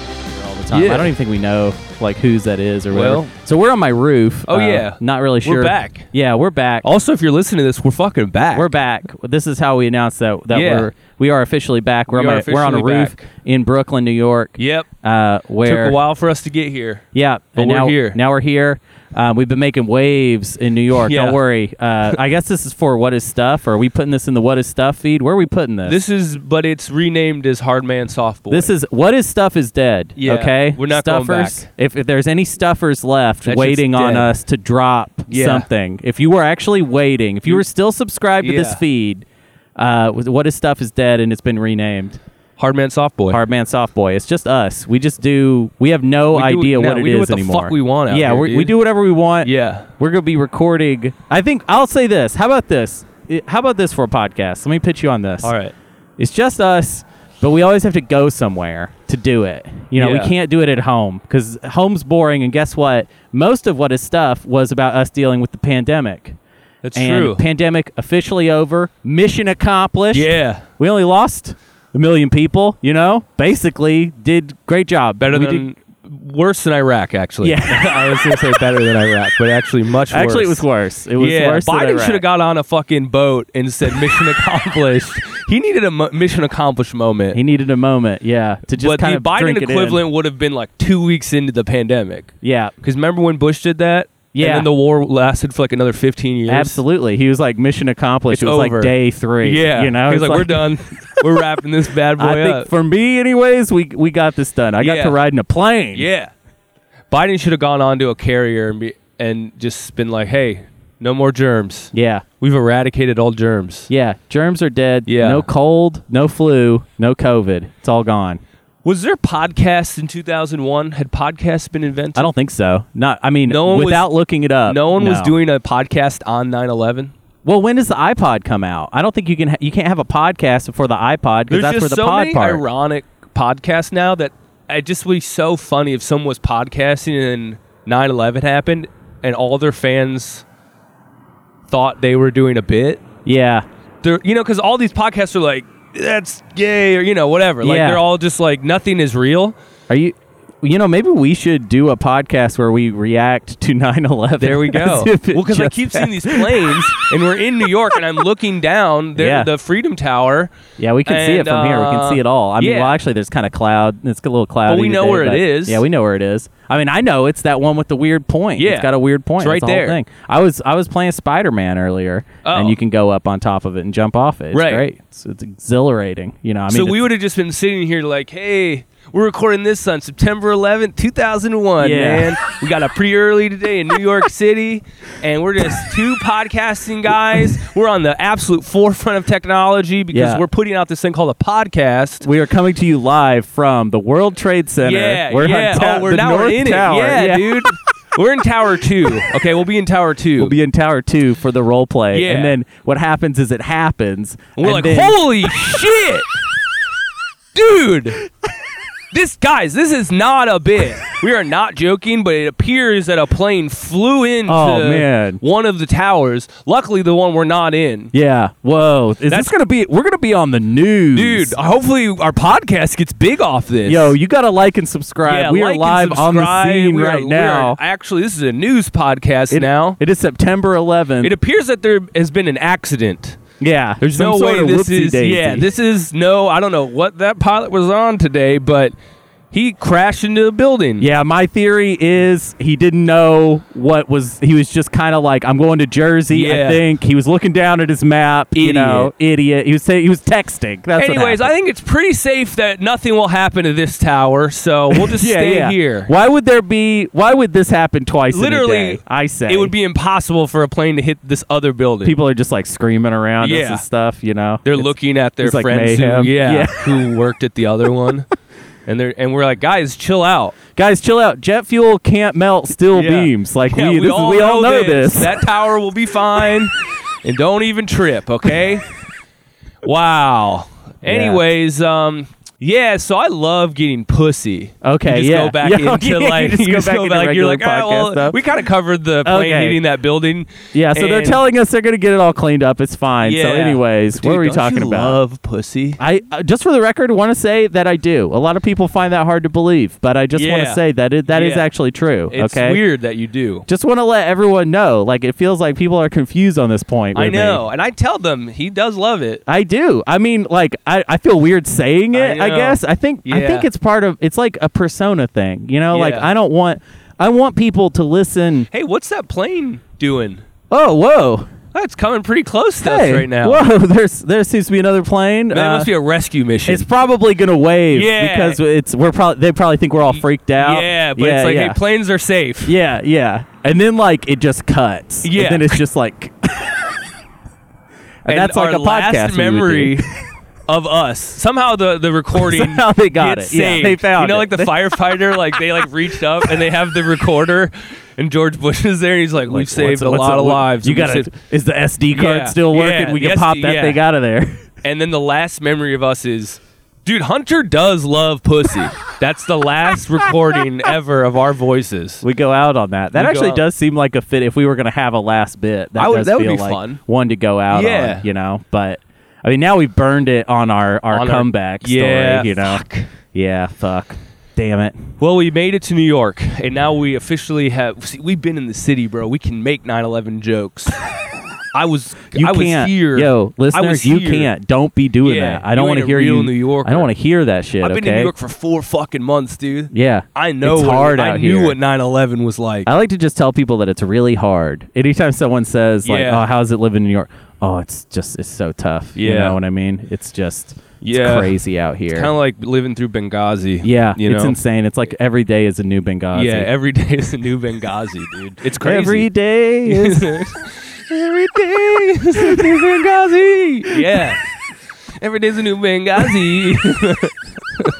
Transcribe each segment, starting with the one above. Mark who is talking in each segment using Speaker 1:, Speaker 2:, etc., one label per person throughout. Speaker 1: the time.
Speaker 2: Yeah.
Speaker 1: I don't even think we know like whose that is or whatever.
Speaker 2: Well-
Speaker 1: so we're on my roof. Uh,
Speaker 2: Oh, yeah.
Speaker 1: not really
Speaker 2: We're
Speaker 1: sure.
Speaker 2: back.
Speaker 1: Yeah, we're back.
Speaker 2: Also, if you're listening to this, we're fucking back.
Speaker 1: We're back. This is how we announced that that
Speaker 2: Yeah.
Speaker 1: we're we are officially back. We're
Speaker 2: We
Speaker 1: on
Speaker 2: are
Speaker 1: my- we're on a
Speaker 2: officially
Speaker 1: roof
Speaker 2: back.
Speaker 1: in Brooklyn, New York.
Speaker 2: Yep.
Speaker 1: Uh, where
Speaker 2: Took a while for us to get here.
Speaker 1: Yeah,
Speaker 2: But
Speaker 1: and
Speaker 2: we're
Speaker 1: now,
Speaker 2: here.
Speaker 1: Now we're here. Um, we've been making waves in New York.
Speaker 2: Yeah.
Speaker 1: Don't worry. Uh, I guess this is for what is stuff. Are we putting this in the what is stuff feed? Where are we putting this?
Speaker 2: This is, but it's renamed as Hardman Softball.
Speaker 1: This is what is stuff is dead.
Speaker 2: Yeah,
Speaker 1: okay,
Speaker 2: we're not going
Speaker 1: stuffers. If, if there's any stuffers left
Speaker 2: That shit's
Speaker 1: waiting on
Speaker 2: dead.
Speaker 1: us to drop
Speaker 2: Yeah.
Speaker 1: something, if you were actually waiting, if you were still subscribed to this
Speaker 2: Yeah.
Speaker 1: feed, uh, with what is stuff is dead and it's been renamed
Speaker 2: Hardman Softboy.
Speaker 1: Hardman Soft Boy. It's just us. We just do. We have no
Speaker 2: We do-
Speaker 1: idea
Speaker 2: no,
Speaker 1: what it is
Speaker 2: we do what the
Speaker 1: anymore.
Speaker 2: fuck we want out
Speaker 1: yeah,
Speaker 2: here,
Speaker 1: we- we
Speaker 2: dude.
Speaker 1: do whatever we want.
Speaker 2: yeah.
Speaker 1: We're gonna be recording. I think I'll say this. How about this? I- How about this for a podcast? Let me pitch you on this.
Speaker 2: All right.
Speaker 1: It's just us, but we always have to go somewhere to do it. You know,
Speaker 2: Yeah.
Speaker 1: we can't do it at home because home's boring. And guess what? Most of what is stuff was about us dealing with the pandemic.
Speaker 2: That's
Speaker 1: and
Speaker 2: true.
Speaker 1: Pandemic officially over. Mission accomplished.
Speaker 2: yeah.
Speaker 1: We only lost a million people. You know, basically did great job.
Speaker 2: Better
Speaker 1: We
Speaker 2: than.
Speaker 1: did-
Speaker 2: Worse than Iraq, actually.
Speaker 1: Yeah.
Speaker 2: I was gonna say better than Iraq, but actually much worse.
Speaker 1: Actually, it was worse. It was
Speaker 2: yeah,
Speaker 1: worse. than
Speaker 2: Biden
Speaker 1: Iraq.
Speaker 2: should have got on a fucking boat and said mission accomplished. He needed a mo- mission accomplished moment.
Speaker 1: He needed a moment, yeah, to just
Speaker 2: but
Speaker 1: kind
Speaker 2: the
Speaker 1: of
Speaker 2: Biden
Speaker 1: drink it in.
Speaker 2: equivalent would have been like two weeks into the pandemic.
Speaker 1: Yeah,
Speaker 2: Because remember when Bush did that?
Speaker 1: Yeah.
Speaker 2: And then the war lasted for like another 15 years.
Speaker 1: absolutely. He was like mission accomplished.
Speaker 2: It's
Speaker 1: it was
Speaker 2: over.
Speaker 1: like day three.
Speaker 2: Yeah.
Speaker 1: you know,
Speaker 2: He was
Speaker 1: It's
Speaker 2: like, we're done. we're wrapping this bad boy
Speaker 1: I think
Speaker 2: up.
Speaker 1: for me, anyways, we we got this done. I got
Speaker 2: Yeah.
Speaker 1: to ride in a plane.
Speaker 2: yeah. Biden should have gone on to a carrier and, be, and just been like, hey, no more germs.
Speaker 1: yeah,
Speaker 2: We've eradicated all germs.
Speaker 1: yeah. Germs are dead.
Speaker 2: Yeah.
Speaker 1: no cold, no flu, no COVID. It's all gone.
Speaker 2: Was there podcasts in 2001? Had podcasts been invented?
Speaker 1: I don't think so. Not. I mean,
Speaker 2: No one was-
Speaker 1: without looking it up,
Speaker 2: no one was doing a podcast on 9 11.
Speaker 1: Well, when does the iPod come out? I don't think you can. Ha- you can't have a podcast before the iPod because
Speaker 2: There's
Speaker 1: that's
Speaker 2: just
Speaker 1: where the
Speaker 2: so
Speaker 1: pod
Speaker 2: many
Speaker 1: part.
Speaker 2: ironic podcasts now that it just would be so funny if someone was podcasting and 9/11 happened and all their fans thought they were doing a bit.
Speaker 1: yeah,
Speaker 2: They're, you know, because all these podcasts are like that's gay or you know whatever. Like
Speaker 1: Yeah.
Speaker 2: they're all just like nothing is real.
Speaker 1: Are you? You know, maybe we should do a podcast where we react to 9-11.
Speaker 2: There we go.
Speaker 1: As
Speaker 2: well,
Speaker 1: if it
Speaker 2: because I
Speaker 1: just
Speaker 2: keep seeing these planes and we're in New York and I'm looking down there,
Speaker 1: Yeah.
Speaker 2: the Freedom Tower.
Speaker 1: Yeah, we can see it
Speaker 2: And,
Speaker 1: from here. We can
Speaker 2: uh,
Speaker 1: see it all. I mean,
Speaker 2: yeah.
Speaker 1: well, actually, there's kind of cloud. It's a little cloudy.
Speaker 2: we know
Speaker 1: today,
Speaker 2: where it
Speaker 1: but-
Speaker 2: is.
Speaker 1: Yeah, we know where it is. I mean, I know it's that one with the weird point.
Speaker 2: Yeah.
Speaker 1: it's got a weird point.
Speaker 2: It's right
Speaker 1: That's the whole
Speaker 2: there.
Speaker 1: thing. I was I was playing Spider Man earlier, and
Speaker 2: Oh.
Speaker 1: you can go up on top of it and jump off it. It's
Speaker 2: Right.
Speaker 1: great. It's, it's exhilarating. You know, I mean,
Speaker 2: so
Speaker 1: it's-
Speaker 2: we would have just been sitting here like, hey, we're recording this on September 11th, 2001,
Speaker 1: Yeah.
Speaker 2: man. We got up pretty early today in New York City, and we're just two podcasting guys. We're on the absolute forefront of technology because
Speaker 1: Yeah.
Speaker 2: we're putting out this thing called a podcast.
Speaker 1: we are coming to you live from the World Trade Center.
Speaker 2: Yeah,
Speaker 1: we're
Speaker 2: yeah.
Speaker 1: on ta-
Speaker 2: oh, we're
Speaker 1: the
Speaker 2: now
Speaker 1: North
Speaker 2: we're in
Speaker 1: Tower.
Speaker 2: it. Yeah, dude. We're in Tower 2. Okay, we'll be in Tower 2.
Speaker 1: We'll be in Tower Two for the role play,
Speaker 2: Yeah.
Speaker 1: and then what happens is it happens.
Speaker 2: And we're
Speaker 1: and
Speaker 2: like,
Speaker 1: then-
Speaker 2: holy shit, dude! This guys, this is not a bit. We are not joking, but it appears that a plane flew into
Speaker 1: Oh, man.
Speaker 2: one of the towers. Luckily, the one we're not in.
Speaker 1: Yeah. Whoa. Is this
Speaker 2: That's-
Speaker 1: gonna be? We're gonna be on the news,
Speaker 2: Dude, hopefully our podcast gets big off this.
Speaker 1: Yo, you gotta like and subscribe.
Speaker 2: yeah,
Speaker 1: we
Speaker 2: like
Speaker 1: are
Speaker 2: and
Speaker 1: live on the
Speaker 2: subscribe.
Speaker 1: scene
Speaker 2: We are-
Speaker 1: right
Speaker 2: we are-
Speaker 1: now.
Speaker 2: actually, this is a news podcast
Speaker 1: It-
Speaker 2: now.
Speaker 1: it is September 11th.
Speaker 2: It appears that there has been an accident.
Speaker 1: yeah.
Speaker 2: There's
Speaker 1: some
Speaker 2: no
Speaker 1: sort
Speaker 2: way
Speaker 1: of
Speaker 2: this is.
Speaker 1: whoopsie-daisy.
Speaker 2: Yeah, this is no. I don't know what that pilot was on today, but he crashed into a building.
Speaker 1: Yeah, my theory is he didn't know what was. He was just kind of like, "I'm going to Jersey." I
Speaker 2: Yeah.
Speaker 1: think he was looking down at his map. You
Speaker 2: Idiot.
Speaker 1: know, idiot. He was saying he was texting. That's what
Speaker 2: Anyways, I
Speaker 1: happened.
Speaker 2: think it's pretty safe that nothing will happen to this tower, so we'll just
Speaker 1: yeah,
Speaker 2: stay
Speaker 1: yeah.
Speaker 2: here.
Speaker 1: Why would there be? Why would this happen twice? in a
Speaker 2: Literally,
Speaker 1: day? I say
Speaker 2: It would be impossible for a plane to hit this other building.
Speaker 1: people are just like screaming around us
Speaker 2: Yeah.
Speaker 1: and stuff. You know,
Speaker 2: they're
Speaker 1: It's-
Speaker 2: looking at their
Speaker 1: it's like
Speaker 2: friends,
Speaker 1: mayhem.
Speaker 2: who, yeah,
Speaker 1: Yeah.
Speaker 2: who worked at the other one, and they're and we're like, guys, chill out.
Speaker 1: Guys, chill out. Jet fuel can't melt steel
Speaker 2: Yeah.
Speaker 1: beams. Like
Speaker 2: Yeah,
Speaker 1: we, this is- we all know this.
Speaker 2: That tower will be fine, and don't even trip. Okay. wow. Anyways, um, Yeah, so I love getting pussy.
Speaker 1: Okay,
Speaker 2: you just
Speaker 1: yeah.
Speaker 2: Go back
Speaker 1: Yeah, okay,
Speaker 2: into
Speaker 1: you
Speaker 2: like
Speaker 1: just
Speaker 2: you
Speaker 1: go
Speaker 2: just
Speaker 1: back
Speaker 2: go
Speaker 1: into
Speaker 2: back. You're
Speaker 1: regular
Speaker 2: like,
Speaker 1: podcast
Speaker 2: all right, well,
Speaker 1: stuff."
Speaker 2: we kind of covered the plane
Speaker 1: Okay.
Speaker 2: hitting that building.
Speaker 1: Yeah, so they're
Speaker 2: and-
Speaker 1: telling us they're going to get it all cleaned up. It's fine.
Speaker 2: Yeah.
Speaker 1: So, anyways,
Speaker 2: Dude,
Speaker 1: what were we
Speaker 2: don't
Speaker 1: talking
Speaker 2: you
Speaker 1: about?
Speaker 2: Love pussy.
Speaker 1: I uh, just for the record want to say that I do. A lot of people find that hard to believe, but I just want
Speaker 2: Yeah.
Speaker 1: to say that it, that is
Speaker 2: Yeah.
Speaker 1: actually true.
Speaker 2: It's
Speaker 1: okay,
Speaker 2: weird that you do.
Speaker 1: just want to let everyone know. Like it feels like people are confused on this point.
Speaker 2: I
Speaker 1: with me.
Speaker 2: know, and I tell them he does love it.
Speaker 1: I do. I mean, like I, I feel weird saying
Speaker 2: I
Speaker 1: it. I,
Speaker 2: know.
Speaker 1: guess I think I
Speaker 2: Yeah.
Speaker 1: think it's part of it's like a persona thing. You know, like
Speaker 2: Yeah.
Speaker 1: I don't want I want people to listen.
Speaker 2: Hey, what's that plane doing?
Speaker 1: Oh, whoa.
Speaker 2: That's coming pretty close to
Speaker 1: Hey,
Speaker 2: us right now.
Speaker 1: Whoa, there's there seems to be another plane.
Speaker 2: Man, it
Speaker 1: Uh,
Speaker 2: must be a rescue mission.
Speaker 1: It's probably gonna wave
Speaker 2: Yeah.
Speaker 1: because it's we're probably they probably think we're all freaked out.
Speaker 2: Yeah, but it's like, hey, planes are safe.
Speaker 1: yeah, yeah, and then like it just cuts.
Speaker 2: Yeah.
Speaker 1: and then it's just like, and,
Speaker 2: And
Speaker 1: that's like
Speaker 2: our
Speaker 1: a podcast we would do.
Speaker 2: last memory of us. Somehow the the recording.
Speaker 1: Somehow they got
Speaker 2: gets
Speaker 1: it. Yeah,
Speaker 2: saved.
Speaker 1: they found
Speaker 2: You know,
Speaker 1: it.
Speaker 2: like the firefighter, like they like reached up and they have the recorder, and George Bush is there. And he's like, "We've
Speaker 1: Like,
Speaker 2: saved
Speaker 1: what's-
Speaker 2: a
Speaker 1: what's
Speaker 2: lot
Speaker 1: up?
Speaker 2: of
Speaker 1: What-
Speaker 2: lives."
Speaker 1: You
Speaker 2: We've
Speaker 1: got
Speaker 2: saved-
Speaker 1: it. Is the SD card
Speaker 2: Yeah,
Speaker 1: still working?
Speaker 2: yeah,
Speaker 1: we can
Speaker 2: yes,
Speaker 1: pop that
Speaker 2: yeah.
Speaker 1: thing out of there.
Speaker 2: And then the last memory of us is, dude, Hunter does love pussy. That's the last recording ever of our voices.
Speaker 1: We go out on that. That
Speaker 2: We go
Speaker 1: actually
Speaker 2: out.
Speaker 1: does seem like a fit. If we were going to have a last bit, that
Speaker 2: I would-
Speaker 1: does
Speaker 2: that would
Speaker 1: feel
Speaker 2: be
Speaker 1: like
Speaker 2: fun.
Speaker 1: one to go out
Speaker 2: Yeah.
Speaker 1: on. You know, but I mean, now we've burned it on our our
Speaker 2: On our-
Speaker 1: comeback
Speaker 2: Yeah,
Speaker 1: story. You know, yeah, fuck, damn it.
Speaker 2: Well, we made it to New York, and now we officially have. See, we've been in the city, bro. We can make 9/11 jokes. I was,
Speaker 1: You
Speaker 2: I was
Speaker 1: can't,
Speaker 2: here.
Speaker 1: yo,
Speaker 2: I was
Speaker 1: listeners. You
Speaker 2: here.
Speaker 1: can't. Don't be doing
Speaker 2: Yeah,
Speaker 1: that. I don't
Speaker 2: you
Speaker 1: want to
Speaker 2: ain't a
Speaker 1: hear
Speaker 2: real
Speaker 1: you.
Speaker 2: New
Speaker 1: I don't
Speaker 2: Yorker.
Speaker 1: want to hear that shit.
Speaker 2: I've been
Speaker 1: okay?
Speaker 2: in New York for four fucking months, dude.
Speaker 1: Yeah,
Speaker 2: I know.
Speaker 1: It's
Speaker 2: what-
Speaker 1: hard
Speaker 2: I
Speaker 1: out
Speaker 2: knew
Speaker 1: here.
Speaker 2: what 9/11 was like.
Speaker 1: I like to just tell people that it's really hard. Anytime someone says like,
Speaker 2: Yeah.
Speaker 1: "Oh, how's it living in New York?" Oh, it's just it's so tough. You
Speaker 2: Yeah.
Speaker 1: know what I mean? It's just it's
Speaker 2: Yeah.
Speaker 1: crazy out here.
Speaker 2: Kind of like living through Benghazi.
Speaker 1: yeah,
Speaker 2: you know.
Speaker 1: it's insane. It's like every day is a new Benghazi.
Speaker 2: Yeah, every day is a new Benghazi, dude. It's crazy.
Speaker 1: every day is
Speaker 2: Every day is a new Benghazi. Yeah. Every day's a new Benghazi.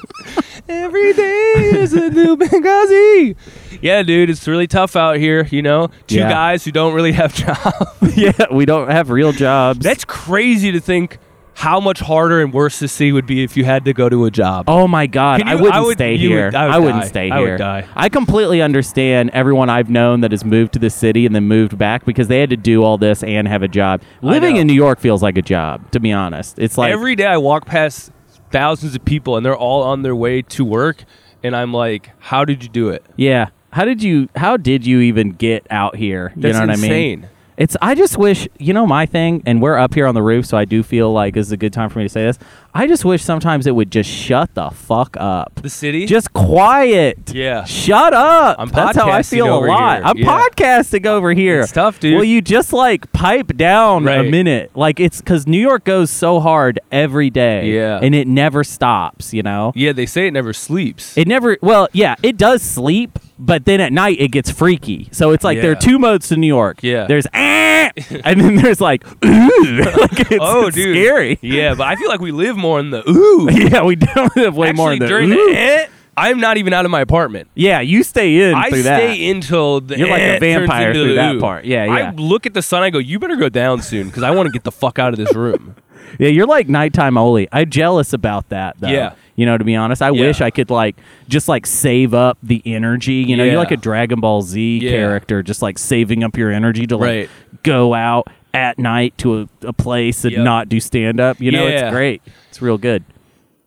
Speaker 2: Every day is a new Benghazi. Yeah, dude, it's really tough out here, you know? Two
Speaker 1: Yeah.
Speaker 2: guys who don't really have jobs.
Speaker 1: yeah. We don't have real jobs.
Speaker 2: That's crazy to think how much harder and worse the city would be if you had to go to a job.
Speaker 1: Oh my God!
Speaker 2: Can
Speaker 1: I
Speaker 2: you-
Speaker 1: wouldn't
Speaker 2: I would-
Speaker 1: stay
Speaker 2: you
Speaker 1: here.
Speaker 2: would- I would
Speaker 1: I wouldn't
Speaker 2: die.
Speaker 1: stay
Speaker 2: I would
Speaker 1: here.
Speaker 2: die.
Speaker 1: I completely understand everyone I've known that has moved to the city and then moved back because they had to do all this and have a job. Living
Speaker 2: know.
Speaker 1: in New York feels like a job, to be honest. It's like
Speaker 2: Every day I walk past thousands of people and they're all on their way to work and I'm like, how did you do it?
Speaker 1: Yeah. How did you how did you even get out here? You
Speaker 2: That's
Speaker 1: know what I
Speaker 2: insane.
Speaker 1: mean? It's I just wish, you know my thing and we're up here on the roof so I do feel like this is a good time for me to say this. I just wish sometimes it would just shut the fuck up.
Speaker 2: The city?
Speaker 1: Just quiet.
Speaker 2: Yeah.
Speaker 1: Shut up.
Speaker 2: I'm
Speaker 1: That's how I
Speaker 2: podcasting
Speaker 1: feel a
Speaker 2: over
Speaker 1: lot.
Speaker 2: here.
Speaker 1: I'm
Speaker 2: Yeah.
Speaker 1: podcasting over here.
Speaker 2: It's tough, dude.
Speaker 1: Will you just like pipe down a
Speaker 2: Right.
Speaker 1: minute? Like it's cuz New York goes so hard every day.
Speaker 2: Yeah.
Speaker 1: And it never stops, you know?
Speaker 2: Yeah, they say it never sleeps.
Speaker 1: It never. Well, yeah, it does sleep, but then at night it gets freaky. So it's like there are
Speaker 2: Yeah.
Speaker 1: two modes to New York.
Speaker 2: Yeah.
Speaker 1: There's ah, and then there's like ooh, like it's,
Speaker 2: oh,
Speaker 1: it's
Speaker 2: dude,
Speaker 1: scary.
Speaker 2: Yeah, but I feel like we live more in the ooh.
Speaker 1: Yeah, we don't have way more
Speaker 2: Actually,
Speaker 1: than
Speaker 2: during
Speaker 1: ooh.
Speaker 2: the eh, I'm not even out of my apartment.
Speaker 1: Yeah, you stay in
Speaker 2: I
Speaker 1: through
Speaker 2: stay
Speaker 1: that.
Speaker 2: until the
Speaker 1: You're like a
Speaker 2: eh turns
Speaker 1: vampire
Speaker 2: into
Speaker 1: through
Speaker 2: the
Speaker 1: that
Speaker 2: ooh.
Speaker 1: part. Yeah, yeah.
Speaker 2: I look at the sun. I go, you better go down soon because I want to get the fuck out of this room.
Speaker 1: Yeah, you're like nighttime Oli. I'm jealous about that though.
Speaker 2: Yeah.
Speaker 1: You know, to be honest, I
Speaker 2: Yeah.
Speaker 1: wish I could like just like save up the energy. You know,
Speaker 2: Yeah.
Speaker 1: you're like a Dragon Ball Z
Speaker 2: Yeah.
Speaker 1: character, just like saving up your energy to like
Speaker 2: Right.
Speaker 1: go out at night to a, a place and
Speaker 2: Yep.
Speaker 1: not do stand up. You know,
Speaker 2: Yeah.
Speaker 1: it's great. It's real good.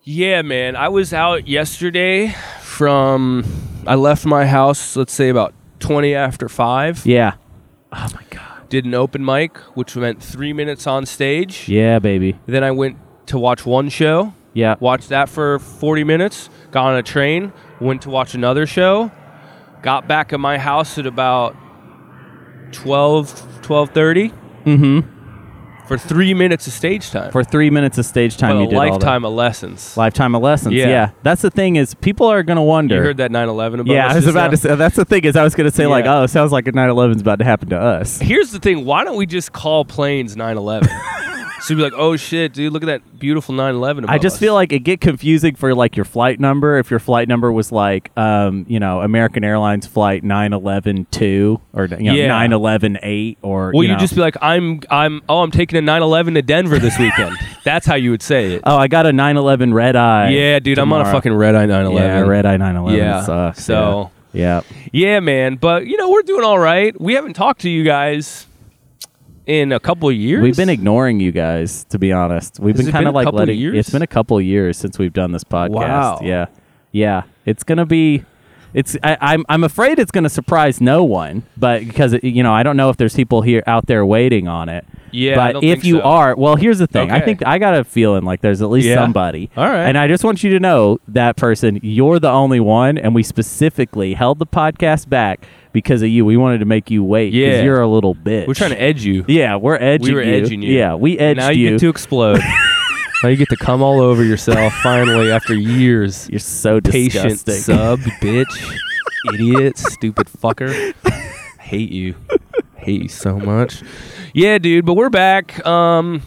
Speaker 2: Yeah, man. I was out yesterday from. I left my house, let's say about 20 after 5.
Speaker 1: Yeah. Oh my god.
Speaker 2: Did an open mic, which meant three minutes on stage.
Speaker 1: Yeah, baby.
Speaker 2: Then I went to watch one show.
Speaker 1: Yeah.
Speaker 2: Watched that for 40 minutes. Got on a train. Went to watch another show. Got back at my house at about 12, 12.30
Speaker 1: Mm-hmm.
Speaker 2: for three minutes of stage time.
Speaker 1: For three minutes of stage
Speaker 2: But
Speaker 1: time,
Speaker 2: a
Speaker 1: you did all that.
Speaker 2: lifetime of lessons.
Speaker 1: Lifetime of lessons.
Speaker 2: Yeah.
Speaker 1: Yeah. That's the thing is people are gonna wonder.
Speaker 2: You heard that 9-11 about
Speaker 1: yeah,
Speaker 2: us
Speaker 1: I was
Speaker 2: just
Speaker 1: about
Speaker 2: now?
Speaker 1: to say that's the thing is I was gonna say like,
Speaker 2: Yeah.
Speaker 1: oh, it sounds like a 9-11's about to happen to us.
Speaker 2: Here's the thing. Why don't we just call planes 9-11? so you'd be like, oh, shit, dude, look at that beautiful 9-11
Speaker 1: I just feel like it get confusing for like your flight number if your flight number was like um you know American Airlines flight 9112 or you know
Speaker 2: Yeah.
Speaker 1: 9118 or
Speaker 2: Well,
Speaker 1: you
Speaker 2: you
Speaker 1: know.
Speaker 2: just be like, I'm, I'm, oh, I'm taking a 9-11 to Denver this weekend. That's how you would say it.
Speaker 1: Oh, I got a 911 red eye.
Speaker 2: yeah, dude, I'm on a
Speaker 1: tomorrow.
Speaker 2: fucking red eye 911.
Speaker 1: Yeah, red eye 911
Speaker 2: Yeah,
Speaker 1: sucks.
Speaker 2: so-
Speaker 1: yeah. Yeah.
Speaker 2: Yeah, man. But you know, we're doing all right. We haven't talked to you guys in a couple of years.
Speaker 1: We've been ignoring you guys, to be honest. We've
Speaker 2: Has
Speaker 1: been
Speaker 2: it been
Speaker 1: kind
Speaker 2: a
Speaker 1: of like
Speaker 2: couple of
Speaker 1: letting.
Speaker 2: years?
Speaker 1: It's been a couple of years since we've done this podcast.
Speaker 2: Wow.
Speaker 1: Yeah, yeah. It's gonna be. It's. I, I'm. I'm afraid it's gonna surprise no one, but because it, you know, I don't know if there's people here out there waiting on it.
Speaker 2: Yeah, I
Speaker 1: But
Speaker 2: don't
Speaker 1: if
Speaker 2: think
Speaker 1: you
Speaker 2: so.
Speaker 1: are, well, here's the thing. I
Speaker 2: Okay.
Speaker 1: think I got a feeling like there's at least
Speaker 2: Yeah.
Speaker 1: somebody.
Speaker 2: All right.
Speaker 1: And I just want you to know that person. You're the only one, and we specifically held the podcast back because of you. We wanted to make you wait because
Speaker 2: Yeah.
Speaker 1: you're a little bitch.
Speaker 2: We're trying to edge you.
Speaker 1: Yeah, we're edging
Speaker 2: We were
Speaker 1: you.
Speaker 2: edging you.
Speaker 1: Yeah, we edged
Speaker 2: now
Speaker 1: you.
Speaker 2: you, get to explode. now you get to come all over yourself finally after years.
Speaker 1: You're so
Speaker 2: Patient
Speaker 1: disgusting.
Speaker 2: sub, bitch, idiot, stupid fucker. I hate you. Hate you so much. Yeah, dude, but we're back. Um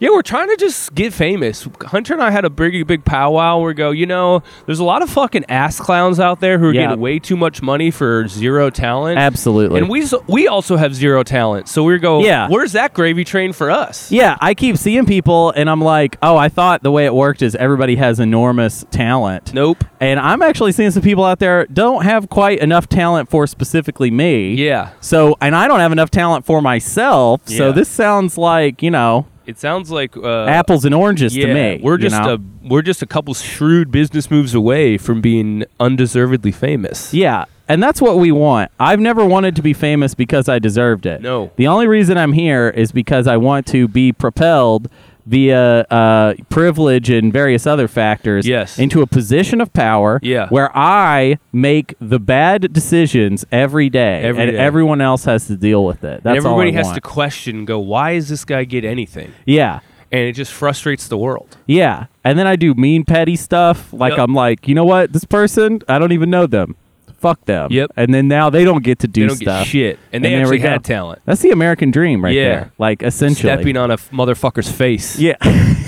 Speaker 2: yeah, we're trying to just get famous. Hunter and I had a big, big powwow. where We go, you know, there's a lot of fucking ass clowns out there who are
Speaker 1: Yeah.
Speaker 2: getting way too much money for zero talent.
Speaker 1: Absolutely.
Speaker 2: And we s- we also have zero talent, so we go,
Speaker 1: Yeah.
Speaker 2: Where's that gravy train for us?
Speaker 1: yeah, I keep seeing people, and I'm like, oh, I thought the way it worked is everybody has enormous talent.
Speaker 2: Nope.
Speaker 1: And I'm actually seeing some people out there don't have quite enough talent for specifically me.
Speaker 2: Yeah.
Speaker 1: So, and I don't have enough talent for myself.
Speaker 2: Yeah.
Speaker 1: So this sounds like you know
Speaker 2: It sounds like uh,
Speaker 1: apples and oranges
Speaker 2: yeah,
Speaker 1: to me.
Speaker 2: We're
Speaker 1: you
Speaker 2: just
Speaker 1: know?
Speaker 2: a we're just a couple shrewd business moves away from being undeservedly famous.
Speaker 1: Yeah, and that's what we want. I've never wanted to be famous because I deserved it.
Speaker 2: No.
Speaker 1: The only reason I'm here is because I want to be propelled via uh, privilege and various other factors
Speaker 2: Yes.
Speaker 1: into a position of power
Speaker 2: Yeah.
Speaker 1: where I make the bad decisions every day
Speaker 2: Every
Speaker 1: and
Speaker 2: day.
Speaker 1: everyone else has to deal with it. That's
Speaker 2: and everybody
Speaker 1: all I
Speaker 2: has
Speaker 1: want.
Speaker 2: to question, and go, why is this guy get anything?
Speaker 1: yeah.
Speaker 2: And it just frustrates the world.
Speaker 1: Yeah. And then I do mean petty stuff. Like
Speaker 2: Yep.
Speaker 1: I'm like, you know what? This person, I don't even know them. Fuck them.
Speaker 2: Yep.
Speaker 1: And then now they don't get to do
Speaker 2: They don't
Speaker 1: stuff.
Speaker 2: get shit, and they
Speaker 1: And there
Speaker 2: actually
Speaker 1: we go.
Speaker 2: had talent.
Speaker 1: That's the American dream right
Speaker 2: Yeah.
Speaker 1: there. Like essentially.
Speaker 2: Stepping on a f- motherfucker's face
Speaker 1: Yeah.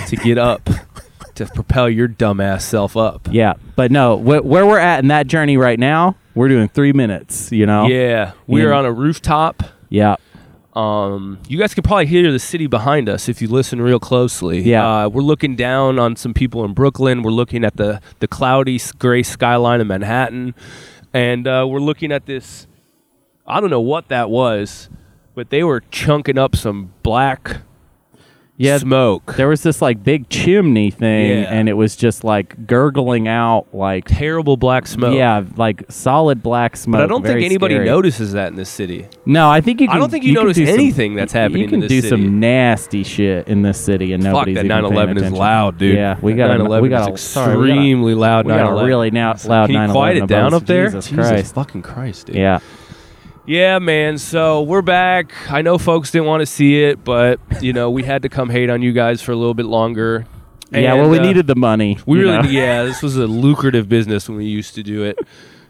Speaker 2: to get up, to propel your dumbass self up.
Speaker 1: yeah. But no, wh- where we're at in that journey right now, we're doing 3 minutes, you know.
Speaker 2: Yeah, we are
Speaker 1: Yeah.
Speaker 2: on a rooftop.
Speaker 1: Yeah.
Speaker 2: Um, you guys could probably hear the city behind us if you listen real closely.
Speaker 1: Yeah.
Speaker 2: uh, we're looking down on some people in Brooklyn. We're looking at the the cloudy s- gray skyline of Manhattan, and uh, we're looking at this. I don't know what that was, but they were chunking up some black
Speaker 1: Yeah.
Speaker 2: smoke.
Speaker 1: There was this like big chimney thing
Speaker 2: Yeah.
Speaker 1: and it was just like gurgling out like
Speaker 2: Terrible black smoke.
Speaker 1: yeah, like solid black smoke.
Speaker 2: But I don't think
Speaker 1: Very
Speaker 2: anybody
Speaker 1: scary.
Speaker 2: notices that in this city.
Speaker 1: No, I think you.
Speaker 2: I
Speaker 1: Can,
Speaker 2: don't think you
Speaker 1: can
Speaker 2: notice
Speaker 1: do some-
Speaker 2: anything that's
Speaker 1: y-
Speaker 2: happening
Speaker 1: You can
Speaker 2: in
Speaker 1: do
Speaker 2: this city.
Speaker 1: some nasty shit in this city, and
Speaker 2: Fuck
Speaker 1: nobody's
Speaker 2: that
Speaker 1: even paying
Speaker 2: 9/11 is
Speaker 1: attention.
Speaker 2: loud, dude.
Speaker 1: Yeah, we
Speaker 2: That
Speaker 1: got a
Speaker 2: 9/11
Speaker 1: we got
Speaker 2: is
Speaker 1: a sorry, we got a-
Speaker 2: extremely loud.
Speaker 1: We got a
Speaker 2: 9/11.
Speaker 1: really now, loud.
Speaker 2: Can you
Speaker 1: 9/11
Speaker 2: quiet it down
Speaker 1: above.
Speaker 2: up there?
Speaker 1: Jesus Christ.
Speaker 2: fucking Christ, dude.
Speaker 1: Yeah,
Speaker 2: Yeah, man. So we're back. I know folks didn't want to see it, but you know we had to come hate on you guys for a little bit longer.
Speaker 1: yeah.
Speaker 2: And,
Speaker 1: Well, we
Speaker 2: uh,
Speaker 1: needed the money.
Speaker 2: We
Speaker 1: you
Speaker 2: really,
Speaker 1: know?
Speaker 2: yeah. This was a lucrative business when we used to do it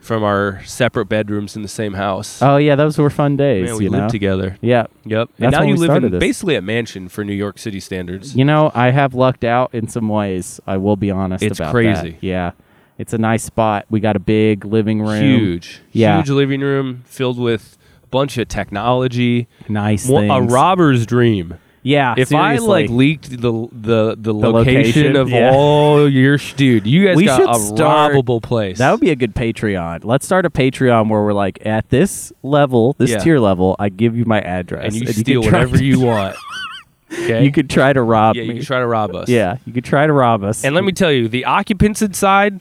Speaker 2: from our separate bedrooms in the same house.
Speaker 1: Oh yeah, those were fun days.
Speaker 2: man, we
Speaker 1: you
Speaker 2: lived
Speaker 1: know.
Speaker 2: together.
Speaker 1: Yeah.
Speaker 2: Yep. and
Speaker 1: That's
Speaker 2: now
Speaker 1: when
Speaker 2: you
Speaker 1: we
Speaker 2: live in
Speaker 1: started this.
Speaker 2: basically a mansion for New York City standards.
Speaker 1: You know, I have lucked out in some ways. I will be honest.
Speaker 2: It's
Speaker 1: about
Speaker 2: crazy.
Speaker 1: That. Yeah, it's a nice spot. We got a big living room.
Speaker 2: Huge,
Speaker 1: Yeah.
Speaker 2: huge living room filled with a bunch of technology.
Speaker 1: Nice
Speaker 2: Wa- a
Speaker 1: things.
Speaker 2: robber's dream.
Speaker 1: Yeah.
Speaker 2: If I
Speaker 1: seriously.
Speaker 2: like leaked the the the, location,
Speaker 1: location,
Speaker 2: of
Speaker 1: yeah.
Speaker 2: all your sh- dude, you guys
Speaker 1: We
Speaker 2: got
Speaker 1: should
Speaker 2: a
Speaker 1: start-
Speaker 2: robbable place.
Speaker 1: That would be a good Patreon. Let's start a Patreon where we're like, at this level, this
Speaker 2: Yeah.
Speaker 1: tier level, I give you my address,
Speaker 2: and you
Speaker 1: can
Speaker 2: steal
Speaker 1: try
Speaker 2: whatever
Speaker 1: to-
Speaker 2: you want. Okay,
Speaker 1: You could try to rob
Speaker 2: yeah, you
Speaker 1: me.
Speaker 2: can try to rob us.
Speaker 1: yeah, you could try to rob us.
Speaker 2: and let me tell you, the occupants inside,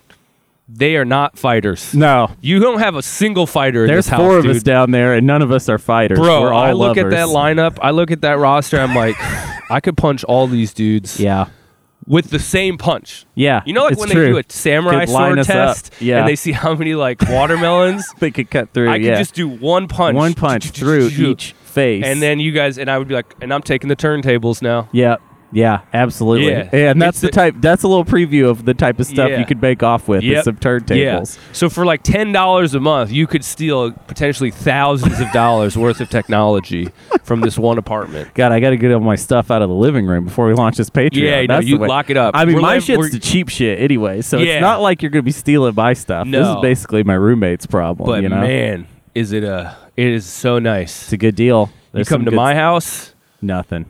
Speaker 2: they are not fighters.
Speaker 1: no,
Speaker 2: You don't have a single fighter in
Speaker 1: there's
Speaker 2: this house,
Speaker 1: four of
Speaker 2: dude.
Speaker 1: us down there, and none of us are fighters.
Speaker 2: Bro,
Speaker 1: we're all
Speaker 2: I look at
Speaker 1: lovers.
Speaker 2: that lineup. I look at that roster. I'm like, I could punch all these dudes
Speaker 1: Yeah,
Speaker 2: with the same punch.
Speaker 1: yeah.
Speaker 2: You know, like
Speaker 1: it's
Speaker 2: when
Speaker 1: true.
Speaker 2: they do a samurai
Speaker 1: Could line
Speaker 2: sword
Speaker 1: us up.
Speaker 2: test,
Speaker 1: Yeah.
Speaker 2: and they see how many like watermelons.
Speaker 1: they could cut through.
Speaker 2: I could
Speaker 1: yeah,
Speaker 2: just do one punch,
Speaker 1: one punch through each face,
Speaker 2: and then you guys and I would be like, and I'm taking the turntables now.
Speaker 1: yeah. Yeah, absolutely.
Speaker 2: Yeah.
Speaker 1: And that's
Speaker 2: It's
Speaker 1: the
Speaker 2: the-
Speaker 1: type that's a little preview of the type of stuff
Speaker 2: Yeah.
Speaker 1: you could make off with
Speaker 2: Yep.
Speaker 1: is some turntables.
Speaker 2: Yeah. So for like ten dollars a month, you could steal potentially thousands of dollars worth of technology from this one apartment.
Speaker 1: God, I got to get all my stuff out of the living room before we launch this Patreon.
Speaker 2: Yeah, you know,
Speaker 1: That's the
Speaker 2: you
Speaker 1: way-
Speaker 2: lock it up.
Speaker 1: I mean,
Speaker 2: We're
Speaker 1: my
Speaker 2: live-
Speaker 1: shit's
Speaker 2: we're-
Speaker 1: the cheap shit anyway, so
Speaker 2: Yeah.
Speaker 1: it's not like you're going to be stealing my stuff. This is
Speaker 2: No.
Speaker 1: basically my roommate's problem.
Speaker 2: But
Speaker 1: you know,
Speaker 2: man, is it a? It is so nice.
Speaker 1: it's a good deal.
Speaker 2: You
Speaker 1: There's
Speaker 2: come
Speaker 1: some
Speaker 2: to
Speaker 1: good
Speaker 2: my
Speaker 1: s-
Speaker 2: house,
Speaker 1: nothing.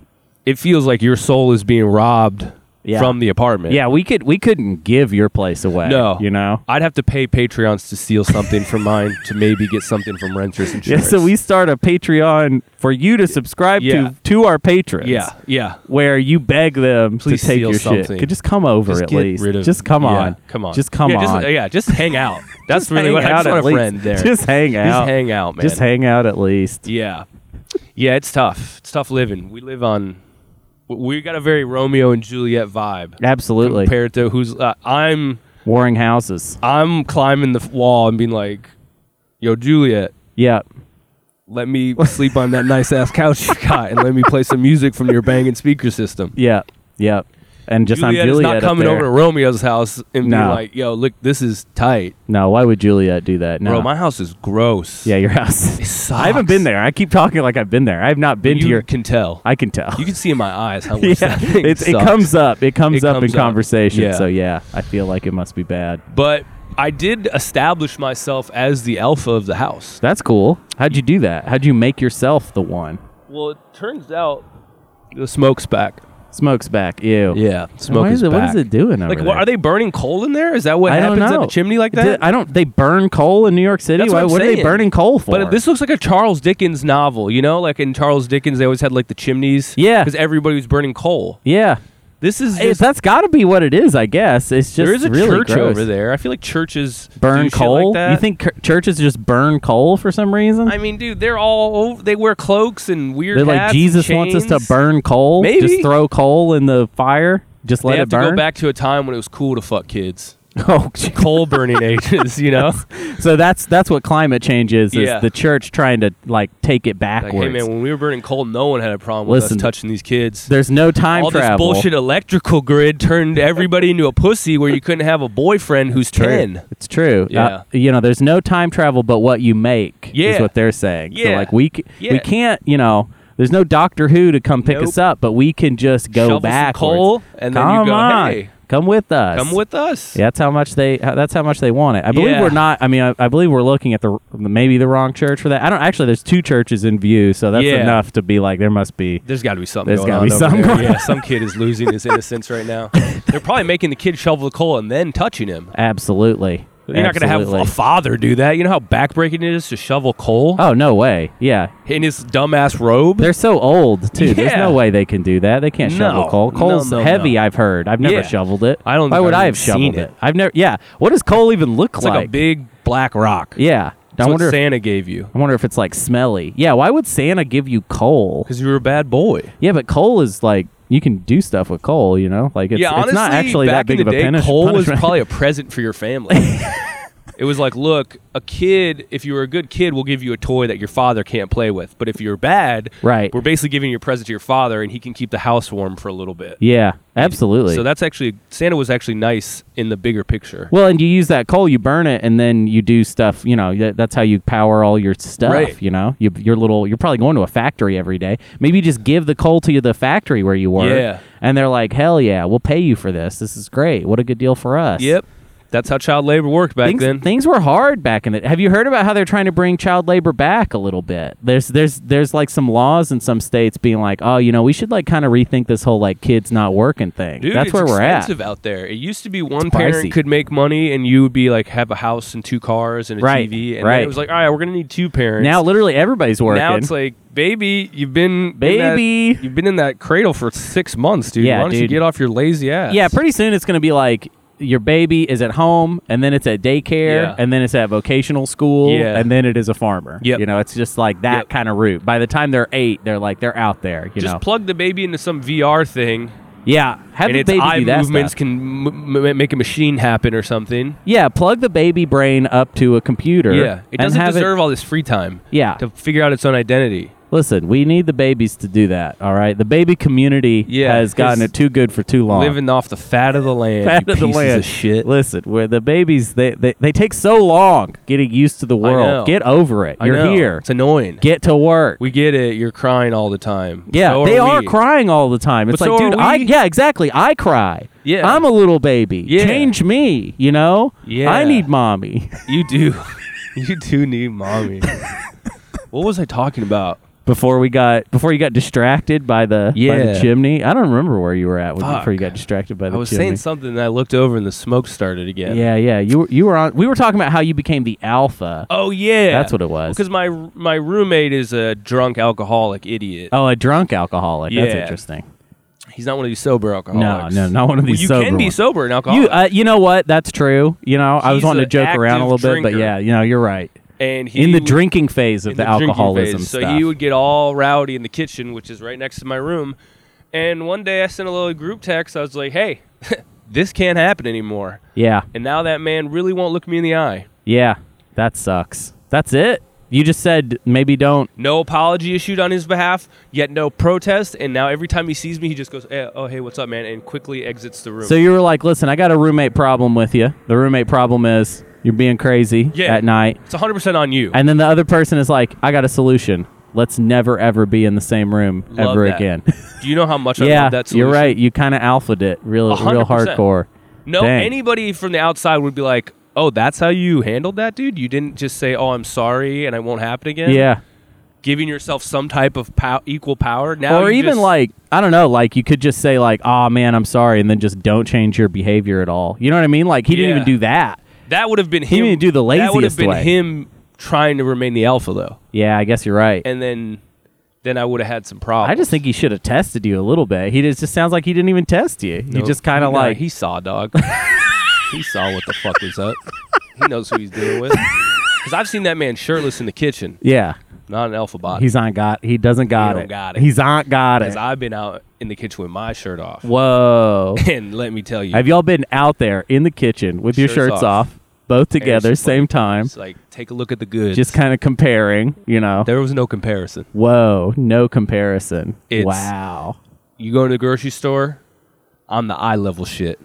Speaker 2: it feels like your soul is being robbed
Speaker 1: Yeah.
Speaker 2: from the apartment.
Speaker 1: Yeah, we could we couldn't give your place away.
Speaker 2: No.
Speaker 1: you know.
Speaker 2: I'd have to pay Patreons to steal something from mine to maybe get something from renters
Speaker 1: Yeah,
Speaker 2: insurance.
Speaker 1: so we start a Patreon for you to subscribe
Speaker 2: Yeah.
Speaker 1: to to our patrons.
Speaker 2: Yeah, yeah.
Speaker 1: where you beg them
Speaker 2: Please
Speaker 1: to take
Speaker 2: steal
Speaker 1: your shit.
Speaker 2: something.
Speaker 1: Could just come over
Speaker 2: Just
Speaker 1: at
Speaker 2: get
Speaker 1: least.
Speaker 2: rid of.
Speaker 1: just come
Speaker 2: yeah,
Speaker 1: on.
Speaker 2: Come on.
Speaker 1: Just come
Speaker 2: yeah,
Speaker 1: on.
Speaker 2: Just, yeah, just hang out. That's
Speaker 1: Just
Speaker 2: really
Speaker 1: hang
Speaker 2: what I
Speaker 1: out
Speaker 2: just want
Speaker 1: at
Speaker 2: a
Speaker 1: least.
Speaker 2: friend there.
Speaker 1: Just hang out.
Speaker 2: Just hang out, man.
Speaker 1: Just hang out at least.
Speaker 2: Yeah. Yeah, it's tough. It's tough living. We live on. w- We got a very Romeo and Juliet vibe.
Speaker 1: Absolutely.
Speaker 2: Compared to who's uh, I'm
Speaker 1: Warring houses.
Speaker 2: I'm climbing the f- wall and being like, "Yo, Juliet,
Speaker 1: Yeah.
Speaker 2: let me sleep on that nice ass couch you got, and let me play some music from your banging speaker system."
Speaker 1: Yeah. Yeah. And just
Speaker 2: Juliet
Speaker 1: I'm
Speaker 2: is
Speaker 1: Juliet
Speaker 2: not
Speaker 1: up
Speaker 2: coming
Speaker 1: there.
Speaker 2: over to Romeo's house and being
Speaker 1: No.
Speaker 2: like, "Yo, look, this is tight,
Speaker 1: No, why would Juliet do that? No.
Speaker 2: bro. My house is gross."
Speaker 1: yeah, your house.
Speaker 2: it sucks.
Speaker 1: I haven't been there. I keep talking like I've been there. I've not been to
Speaker 2: You
Speaker 1: your.
Speaker 2: can tell.
Speaker 1: I can tell.
Speaker 2: you can see in my eyes how much
Speaker 1: yeah,
Speaker 2: that thing
Speaker 1: it's, it
Speaker 2: sucks.
Speaker 1: comes up. It comes
Speaker 2: It
Speaker 1: up
Speaker 2: comes
Speaker 1: in
Speaker 2: up.
Speaker 1: conversation.
Speaker 2: Yeah.
Speaker 1: So yeah, I feel like it must be bad.
Speaker 2: But I did establish myself as the alpha of the house.
Speaker 1: That's cool. How'd you do that? How'd you make yourself the one?
Speaker 2: Well, it turns out the smoke's back.
Speaker 1: Smokes back. Ew.
Speaker 2: Yeah,
Speaker 1: And
Speaker 2: smoke
Speaker 1: What
Speaker 2: is
Speaker 1: is, it,
Speaker 2: back.
Speaker 1: what is it doing over
Speaker 2: Like,
Speaker 1: there?
Speaker 2: what, are they burning coal in there? Is that what
Speaker 1: I don't
Speaker 2: happens
Speaker 1: know.
Speaker 2: up a chimney like
Speaker 1: Did-
Speaker 2: that?
Speaker 1: I don't. They burn coal in New York City.
Speaker 2: That's
Speaker 1: Why,
Speaker 2: what I'm
Speaker 1: what are they
Speaker 2: saying.
Speaker 1: burning coal for?
Speaker 2: but this looks like a Charles Dickens novel, you know? Like in Charles Dickens, they always had like the chimneys.
Speaker 1: Yeah.
Speaker 2: Because everybody was burning coal.
Speaker 1: yeah,
Speaker 2: This is
Speaker 1: It-
Speaker 2: just,
Speaker 1: that's got to be what it is. I guess it's just
Speaker 2: there is a
Speaker 1: really
Speaker 2: church
Speaker 1: gross.
Speaker 2: over there. I feel like churches do
Speaker 1: Burn
Speaker 2: shit like
Speaker 1: coal.
Speaker 2: that.
Speaker 1: you think cur- churches just burn coal for some reason?
Speaker 2: I mean, dude, they're all over, they wear cloaks and weird.
Speaker 1: They're like
Speaker 2: hats
Speaker 1: Jesus
Speaker 2: and
Speaker 1: wants us to
Speaker 2: chains.
Speaker 1: burn coal.
Speaker 2: Maybe.
Speaker 1: just throw coal in the fire. Just let
Speaker 2: they
Speaker 1: it
Speaker 2: have
Speaker 1: burn.
Speaker 2: to go back to a time when it was cool to fuck kids.
Speaker 1: Oh, gee.
Speaker 2: Coal burning ages, you know.
Speaker 1: so that's that's what climate change is. Is
Speaker 2: Yeah.
Speaker 1: the church trying to like take it
Speaker 2: Like,
Speaker 1: backwards?
Speaker 2: hey man, when we were burning coal, no one had a problem with
Speaker 1: Listen,
Speaker 2: us touching these kids.
Speaker 1: There's no time
Speaker 2: All this
Speaker 1: travel.
Speaker 2: bullshit electrical grid turned everybody into a pussy where you couldn't have a boyfriend who's ten.
Speaker 1: It's true. Uh,
Speaker 2: Yeah.
Speaker 1: you know, there's no time travel, but what you make is
Speaker 2: Yeah.
Speaker 1: what they're saying. So
Speaker 2: Yeah.
Speaker 1: like we c- we
Speaker 2: Yeah.
Speaker 1: can't, you know, there's no Doctor Who to come pick
Speaker 2: Nope.
Speaker 1: us up, but we can just go
Speaker 2: Shovel some
Speaker 1: backwards.
Speaker 2: coal, and then you
Speaker 1: come
Speaker 2: go,
Speaker 1: on,
Speaker 2: "Hey,
Speaker 1: come with us.
Speaker 2: Come with us.
Speaker 1: Yeah, that's how much they. how- That's how much they want it. I believe
Speaker 2: Yeah.
Speaker 1: we're not. I mean, I, I believe we're looking at the maybe the wrong church for that. I don't actually. There's two churches in view, so that's
Speaker 2: Yeah.
Speaker 1: enough to be like there must be.
Speaker 2: There's got to be something.
Speaker 1: There's
Speaker 2: going
Speaker 1: gotta
Speaker 2: on
Speaker 1: be
Speaker 2: over
Speaker 1: something
Speaker 2: there.
Speaker 1: going
Speaker 2: Yeah, some kid is losing his innocence right now. They're probably making the kid shovel the coal and then touching him.
Speaker 1: Absolutely.
Speaker 2: You're not gonna have
Speaker 1: Absolutely.
Speaker 2: a father do that. You know how backbreaking it is to shovel coal
Speaker 1: Oh no way! Yeah,
Speaker 2: in his dumbass robe.
Speaker 1: they're so old too. There's
Speaker 2: Yeah.
Speaker 1: no way they can do that. They can't shovel
Speaker 2: No.
Speaker 1: coal.
Speaker 2: No,
Speaker 1: Coal's
Speaker 2: no,
Speaker 1: heavy.
Speaker 2: no.
Speaker 1: I've heard. I've never
Speaker 2: Yeah.
Speaker 1: shoveled it.
Speaker 2: I don't
Speaker 1: Why
Speaker 2: think
Speaker 1: would
Speaker 2: I've
Speaker 1: I
Speaker 2: even
Speaker 1: have shoveled
Speaker 2: seen
Speaker 1: it.
Speaker 2: it.
Speaker 1: I've never. Yeah. What does coal even look
Speaker 2: it's like, a big black rock.
Speaker 1: yeah. I
Speaker 2: That's
Speaker 1: wonder.
Speaker 2: what
Speaker 1: If,
Speaker 2: Santa gave you
Speaker 1: I wonder if it's like smelly. Yeah. Why would Santa give you coal?
Speaker 2: because you were a bad boy.
Speaker 1: Yeah, but coal is like you can do stuff with coal. You know, like it's,
Speaker 2: yeah, honestly,
Speaker 1: it's not actually that
Speaker 2: back
Speaker 1: big
Speaker 2: in
Speaker 1: of
Speaker 2: the
Speaker 1: a
Speaker 2: day,
Speaker 1: punish-
Speaker 2: coal was
Speaker 1: punishment.
Speaker 2: probably a present for your family. it was like, look, a kid. If you were a good kid, we'll give you a toy that your father can't play with. But if you're bad,
Speaker 1: Right.
Speaker 2: we're basically giving you a present to your father, and he can keep the house warm for a little bit.
Speaker 1: yeah, absolutely.
Speaker 2: So that's actually Santa was actually nice in the bigger picture.
Speaker 1: Well, and you use that coal, you burn it, and then you do stuff. You know, that, that's how you power all your stuff.
Speaker 2: Right.
Speaker 1: You know, you, your little. You're probably going to a factory every day. Maybe you just give the coal to the factory where you work.
Speaker 2: Yeah.
Speaker 1: And they're like, "Hell yeah, we'll pay you for this. This is great. What a good deal for us."
Speaker 2: Yep, that's how child labor worked back
Speaker 1: Things,
Speaker 2: then.
Speaker 1: things were hard back in the. Have you heard about how they're trying to bring child labor back a little bit? There's there's there's like some laws in some states being like, oh, you know, we should like kind of rethink this whole like kids not working thing.
Speaker 2: Dude,
Speaker 1: That's
Speaker 2: it's
Speaker 1: where we're at.
Speaker 2: expensive out there. It used to be one parent
Speaker 1: pricey.
Speaker 2: could make money, and you would be like have a house and two cars and a
Speaker 1: Right,
Speaker 2: TV, and then
Speaker 1: right.
Speaker 2: it was like, all right, we're gonna need two parents.
Speaker 1: Now literally everybody's working.
Speaker 2: now it's like, baby, you've been in that-
Speaker 1: Baby.
Speaker 2: you've been in that cradle for six months, dude.
Speaker 1: Yeah,
Speaker 2: Why don't you
Speaker 1: dude.
Speaker 2: get off your lazy ass?
Speaker 1: Yeah, pretty soon it's going to be like your baby is at home, and then it's at daycare,
Speaker 2: Yeah.
Speaker 1: and then it's at vocational school,
Speaker 2: Yeah.
Speaker 1: and then it is a farmer.
Speaker 2: Yep.
Speaker 1: You know, it's just like that
Speaker 2: Yep.
Speaker 1: kind of route. By the time they're eight, they're like they're out there. You
Speaker 2: just
Speaker 1: know,
Speaker 2: plug the baby into some VR thing,
Speaker 1: yeah. Have
Speaker 2: and
Speaker 1: the
Speaker 2: its
Speaker 1: baby
Speaker 2: eye
Speaker 1: do that
Speaker 2: movements
Speaker 1: stuff.
Speaker 2: can m- m- make a machine happen or something.
Speaker 1: Yeah, plug the baby brain up to a computer.
Speaker 2: Yeah, it
Speaker 1: and
Speaker 2: doesn't
Speaker 1: have
Speaker 2: deserve all this free time.
Speaker 1: Yeah.
Speaker 2: to figure out its own identity.
Speaker 1: Listen, we need the babies to do that. All right, the baby community
Speaker 2: Yeah,
Speaker 1: has gotten
Speaker 2: it's
Speaker 1: it too good for too long.
Speaker 2: Living off the fat of the land,
Speaker 1: Fat
Speaker 2: you
Speaker 1: of the
Speaker 2: pieces
Speaker 1: land.
Speaker 2: of shit.
Speaker 1: Listen, where the babies they, they they take so long getting used to the
Speaker 2: know.
Speaker 1: world. Get over it.
Speaker 2: I
Speaker 1: You're
Speaker 2: know.
Speaker 1: here.
Speaker 2: It's annoying.
Speaker 1: Get to work.
Speaker 2: we get it. You're crying all the time.
Speaker 1: Yeah,
Speaker 2: So
Speaker 1: they are
Speaker 2: we.
Speaker 1: crying all the time. It's
Speaker 2: But
Speaker 1: like,
Speaker 2: so are
Speaker 1: dude, I
Speaker 2: we.
Speaker 1: yeah, exactly. I cry.
Speaker 2: Yeah.
Speaker 1: I'm a little baby.
Speaker 2: Yeah.
Speaker 1: Change me, you know?
Speaker 2: Yeah.
Speaker 1: I need mommy.
Speaker 2: You do. you do need mommy. what was I talking about?
Speaker 1: before we got before you got distracted by the by the
Speaker 2: Yeah.
Speaker 1: chimney. I don't remember where you were at when, before you
Speaker 2: Fuck.
Speaker 1: got distracted by the
Speaker 2: I was
Speaker 1: chimney.
Speaker 2: saying something and I looked over and the smoke started again.
Speaker 1: yeah, yeah. You were you were on. We were talking about how you became the alpha.
Speaker 2: Oh yeah.
Speaker 1: That's what it was.
Speaker 2: Because my my roommate is a drunk alcoholic idiot.
Speaker 1: Oh, a drunk alcoholic. That's
Speaker 2: Yeah.
Speaker 1: interesting.
Speaker 2: He's not one of these sober alcoholics.
Speaker 1: No, no, not one of these
Speaker 2: you
Speaker 1: sober
Speaker 2: can be
Speaker 1: ones.
Speaker 2: sober and alcoholic.
Speaker 1: You, uh, you know what? That's true. You know, I was
Speaker 2: He's
Speaker 1: wanting to
Speaker 2: an
Speaker 1: joke around a
Speaker 2: active
Speaker 1: little bit, but
Speaker 2: drinker.
Speaker 1: yeah, you know, you're right.
Speaker 2: and he
Speaker 1: In the
Speaker 2: would-
Speaker 1: drinking phase of
Speaker 2: in
Speaker 1: the,
Speaker 2: drinking
Speaker 1: alcoholism
Speaker 2: phase.
Speaker 1: stuff.
Speaker 2: So he would get all rowdy in the kitchen, which is right next to my room. And one day I sent a little group text. I was like, "Hey, this can't happen anymore."
Speaker 1: yeah,
Speaker 2: And now that man really won't look me in the eye.
Speaker 1: yeah. That sucks. That's it. You just said maybe don't.
Speaker 2: No apology issued on his behalf, yet no protest. And now every time he sees me, he just goes, eh, "Oh, hey, what's up, man?" and quickly exits the room.
Speaker 1: So you were like, listen, I got a roommate problem with you. The roommate problem is you're being crazy
Speaker 2: Yeah.
Speaker 1: at night.
Speaker 2: it's 100 percent on you.
Speaker 1: And then the other person is like, I got a solution. Let's never ever be in the same room
Speaker 2: Love
Speaker 1: ever
Speaker 2: that.
Speaker 1: again.
Speaker 2: Do you know how much I
Speaker 1: yeah,
Speaker 2: love that solution?
Speaker 1: you're right. You kind of alphaed it real, real
Speaker 2: 100%.
Speaker 1: hardcore.
Speaker 2: No,
Speaker 1: Dang.
Speaker 2: anybody from the outside would be like, "Oh, that's how you handled that, dude. You didn't just say, "Oh, I'm sorry and it won't happen again."
Speaker 1: Yeah.
Speaker 2: Giving yourself some type of pow- equal power now
Speaker 1: or
Speaker 2: you
Speaker 1: even
Speaker 2: just-
Speaker 1: like I don't know, like you could just say like, "Oh man, I'm sorry," and then just don't change your behavior at all. You know what I mean? Like he didn't
Speaker 2: Yeah.
Speaker 1: even do that.
Speaker 2: that would have been him
Speaker 1: didn't do the
Speaker 2: That would have
Speaker 1: laziest
Speaker 2: been
Speaker 1: way.
Speaker 2: him trying to remain the alpha though.
Speaker 1: Yeah, I guess you're right.
Speaker 2: And then then I would have had some problems.
Speaker 1: I just think he should have tested you a little bit. He just, just sounds like he didn't even test you. He
Speaker 2: No,
Speaker 1: just kind of
Speaker 2: nah,
Speaker 1: like
Speaker 2: he saw dog. he saw what the fuck was up. He knows who he's dealing with. Cuz I've seen that man shirtless in the kitchen,
Speaker 1: yeah,
Speaker 2: not an alpha bot.
Speaker 1: he's on got he doesn't got,
Speaker 2: don't
Speaker 1: it.
Speaker 2: got it.
Speaker 1: He's on got it.
Speaker 2: Cuz I've been out in the kitchen with my shirt off.
Speaker 1: Whoa.
Speaker 2: And let me tell you,
Speaker 1: have y'all been out there in the kitchen with your
Speaker 2: Shirts
Speaker 1: shirts off,
Speaker 2: off.
Speaker 1: both together,
Speaker 2: Hair's
Speaker 1: same time,
Speaker 2: It's like take a look at the goods.
Speaker 1: just kind of comparing? You know,
Speaker 2: there was no comparison.
Speaker 1: whoa, no comparison.
Speaker 2: It's-
Speaker 1: wow.
Speaker 2: You go to the grocery store, I'm the eye level shit.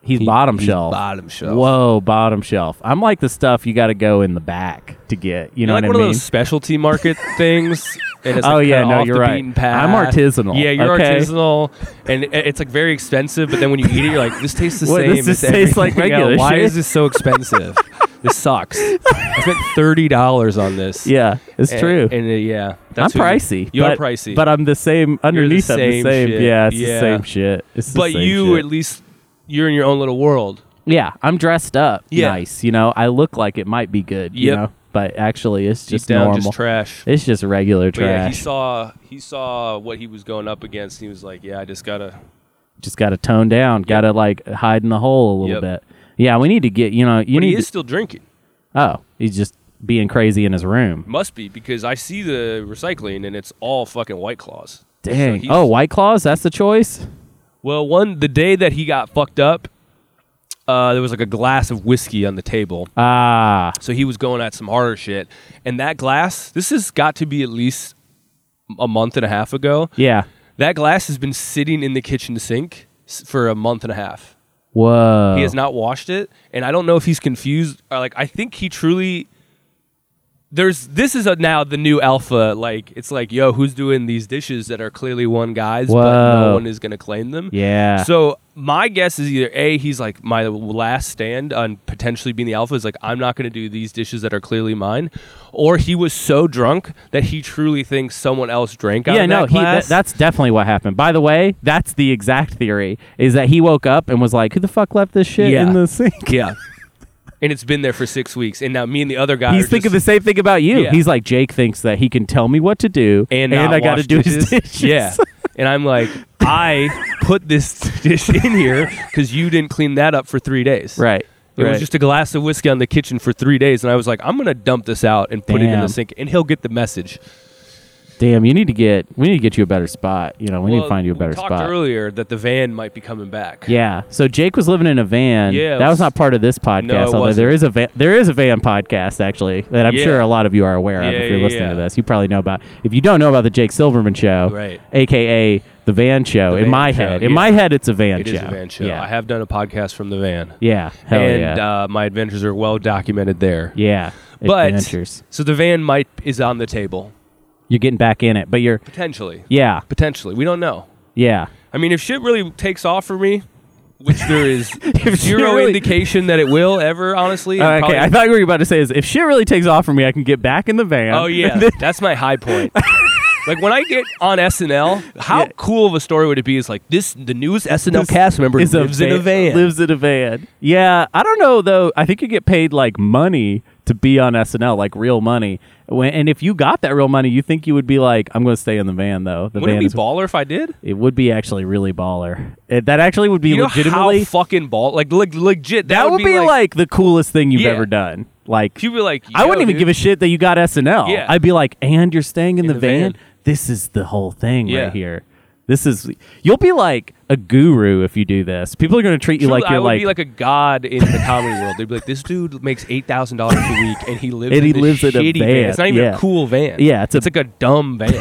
Speaker 1: He's bottom
Speaker 2: He's
Speaker 1: shelf.
Speaker 2: bottom shelf.
Speaker 1: Whoa, bottom shelf. I'm like the stuff you got to go in the back to get. You know
Speaker 2: like
Speaker 1: what
Speaker 2: one
Speaker 1: I
Speaker 2: of
Speaker 1: mean?
Speaker 2: those specialty market things. And it's
Speaker 1: Oh,
Speaker 2: like
Speaker 1: yeah,
Speaker 2: kinda
Speaker 1: no,
Speaker 2: off
Speaker 1: you're
Speaker 2: the
Speaker 1: right.
Speaker 2: beaten path.
Speaker 1: I'm artisanal,
Speaker 2: Yeah, you're
Speaker 1: okay?
Speaker 2: artisanal, and i- it's like very expensive. But then when you eat it, you're like, this tastes the
Speaker 1: What,
Speaker 2: same.
Speaker 1: this just
Speaker 2: as
Speaker 1: tastes like
Speaker 2: everything else.
Speaker 1: regular
Speaker 2: Why
Speaker 1: shit."
Speaker 2: is this so expensive? this sucks. I spent thirty dollars on this.
Speaker 1: yeah, it's
Speaker 2: And-
Speaker 1: true.
Speaker 2: And uh, yeah,
Speaker 1: I'm
Speaker 2: that's who you-
Speaker 1: pricey.
Speaker 2: You're
Speaker 1: but,
Speaker 2: pricey.
Speaker 1: But I'm the same. Underneath, I'm
Speaker 2: same
Speaker 1: the same.
Speaker 2: shit.
Speaker 1: Yeah, it's the
Speaker 2: Yeah.
Speaker 1: same shit. It's the
Speaker 2: but
Speaker 1: same
Speaker 2: you
Speaker 1: shit.
Speaker 2: at least you're in your own little world.
Speaker 1: Yeah, I'm dressed up
Speaker 2: Yeah.
Speaker 1: nice. You know, I look like it might be good, you
Speaker 2: Yep.
Speaker 1: know, but actually it's
Speaker 2: Deep
Speaker 1: just
Speaker 2: down,
Speaker 1: normal.
Speaker 2: just trash.
Speaker 1: it's just regular
Speaker 2: But yeah, he
Speaker 1: trash.
Speaker 2: saw he saw what he was going up against. And he was like, "Yeah, I just gotta."
Speaker 1: just got to tone down, got to like hide in the hole a little
Speaker 2: Yep.
Speaker 1: bit. Yeah, we need to get, you know, you
Speaker 2: But
Speaker 1: need
Speaker 2: he is
Speaker 1: to-
Speaker 2: still drinking.
Speaker 1: Oh, he's just being crazy in his room.
Speaker 2: Must be because I see the recycling and it's all fucking white claws. So
Speaker 1: Dang.
Speaker 2: he's-
Speaker 1: oh, White Claws? That's the choice?
Speaker 2: Well, one the day that he got fucked up, uh, there was like a glass of whiskey on the table.
Speaker 1: Ah.
Speaker 2: So he was going at some harder shit, and that glass. This has got to be at least a month and a half ago.
Speaker 1: Yeah.
Speaker 2: That glass has been sitting in the kitchen sink s- for a month and a half.
Speaker 1: Whoa.
Speaker 2: He has not washed it, and I don't know if he's confused or like I think he truly there's this is a, now the new alpha like it's like yo who's doing these dishes that are clearly one guy's but
Speaker 1: Whoa.
Speaker 2: no one is going to claim them.
Speaker 1: yeah.
Speaker 2: So my guess is either A he's like my last stand on potentially being the alpha is like I'm not going to do these dishes that are clearly mine or he was so drunk that he truly thinks someone else drank out
Speaker 1: yeah,
Speaker 2: of
Speaker 1: no,
Speaker 2: that
Speaker 1: he,
Speaker 2: glass.
Speaker 1: that, that's definitely what happened. By the way, that's the exact theory is that he woke up and was like, who the fuck left this shit
Speaker 2: Yeah.
Speaker 1: in the sink?
Speaker 2: Yeah. and it's been there for six weeks. And now me and the other guy.
Speaker 1: He's
Speaker 2: are
Speaker 1: thinking
Speaker 2: just,
Speaker 1: the same thing about you.
Speaker 2: Yeah.
Speaker 1: He's like, Jake thinks that he can tell me what to do
Speaker 2: And, not
Speaker 1: I got to
Speaker 2: wash
Speaker 1: do
Speaker 2: dishes.
Speaker 1: his dishes.
Speaker 2: Yeah. And I'm like, I put this dish in here because you didn't clean that up for three days.
Speaker 1: Right.
Speaker 2: It
Speaker 1: right.
Speaker 2: was just a glass of whiskey on the kitchen for three days. And I was like, I'm going to dump this out and put it in
Speaker 1: Damn.
Speaker 2: the sink. And he'll get the message.
Speaker 1: Damn, you need to get we need to get you a better spot. You know, we need to
Speaker 2: Well,
Speaker 1: find you a better
Speaker 2: we talked
Speaker 1: spot.
Speaker 2: earlier that the van might be coming back.
Speaker 1: Yeah. So Jake was living in a van.
Speaker 2: Yeah, it
Speaker 1: that was
Speaker 2: was-
Speaker 1: not part of this podcast.
Speaker 2: No, it
Speaker 1: although
Speaker 2: wasn't.
Speaker 1: there is a van, there is a van podcast actually that I'm
Speaker 2: Yeah.
Speaker 1: sure a lot of you are aware of
Speaker 2: Yeah,
Speaker 1: if you're
Speaker 2: yeah,
Speaker 1: listening
Speaker 2: yeah.
Speaker 1: to this. You probably know about. If you don't know about the Jake Silverman show,
Speaker 2: Right.
Speaker 1: aka the Van Show, in
Speaker 2: Van
Speaker 1: my
Speaker 2: Show,
Speaker 1: head, in
Speaker 2: yeah.
Speaker 1: my head, it's a van
Speaker 2: It
Speaker 1: show.
Speaker 2: is a van show.
Speaker 1: Yeah.
Speaker 2: I have done a podcast from the van.
Speaker 1: yeah. Hell
Speaker 2: and
Speaker 1: yeah.
Speaker 2: Uh, my adventures are well documented there.
Speaker 1: yeah.
Speaker 2: but-
Speaker 1: Adventures.
Speaker 2: So the van might is on the table
Speaker 1: You're getting back in it, but you're
Speaker 2: potentially.
Speaker 1: yeah
Speaker 2: Potentially, we don't know.
Speaker 1: yeah
Speaker 2: I mean, if shit really takes off for me, which there is
Speaker 1: If she
Speaker 2: zero
Speaker 1: really- Oh,
Speaker 2: indication that it will ever. Honestly, I'm
Speaker 1: Uh, okay,
Speaker 2: probably-
Speaker 1: I thought you were about to say is if shit really takes off for me, I can get back in the van.
Speaker 2: Oh yeah, that's my high point. like when I get on SNL, how
Speaker 1: Yeah.
Speaker 2: cool of a story would it be? Is like this the newest SNL
Speaker 1: This
Speaker 2: cast member
Speaker 1: is
Speaker 2: lives in a van.
Speaker 1: Lives in a van. Yeah, I don't know though. I think you get paid like money to be on SNL, like real money. When, and if you got that real money, you think you would be like, I'm going to stay in the van though. The
Speaker 2: Wouldn't
Speaker 1: van
Speaker 2: it
Speaker 1: is-
Speaker 2: be baller if I did?
Speaker 1: it would be actually really baller. It, that actually would be
Speaker 2: You know
Speaker 1: legitimately
Speaker 2: how fucking ball like, like legit. That,
Speaker 1: that, would be, like, the coolest thing you've
Speaker 2: Yeah.
Speaker 1: ever done. Like
Speaker 2: you'd be like.
Speaker 1: I wouldn't even give a shit that you got SNL.
Speaker 2: Yeah.
Speaker 1: I'd be like, and you're staying in, the,
Speaker 2: the
Speaker 1: van?
Speaker 2: van.
Speaker 1: This is the whole thing
Speaker 2: Yeah.
Speaker 1: right here. This is you'll be like a guru if you do this. People are gonna treat you like
Speaker 2: I
Speaker 1: you're
Speaker 2: would
Speaker 1: like,
Speaker 2: be like a god in the comedy world. They'd be like, "This dude makes eight thousand dollars a week, and he lives
Speaker 1: And
Speaker 2: in
Speaker 1: he
Speaker 2: this
Speaker 1: lives in a
Speaker 2: shitty
Speaker 1: van,
Speaker 2: It's not even
Speaker 1: yeah.
Speaker 2: a cool van.
Speaker 1: Yeah, it's a-
Speaker 2: like a dumb van.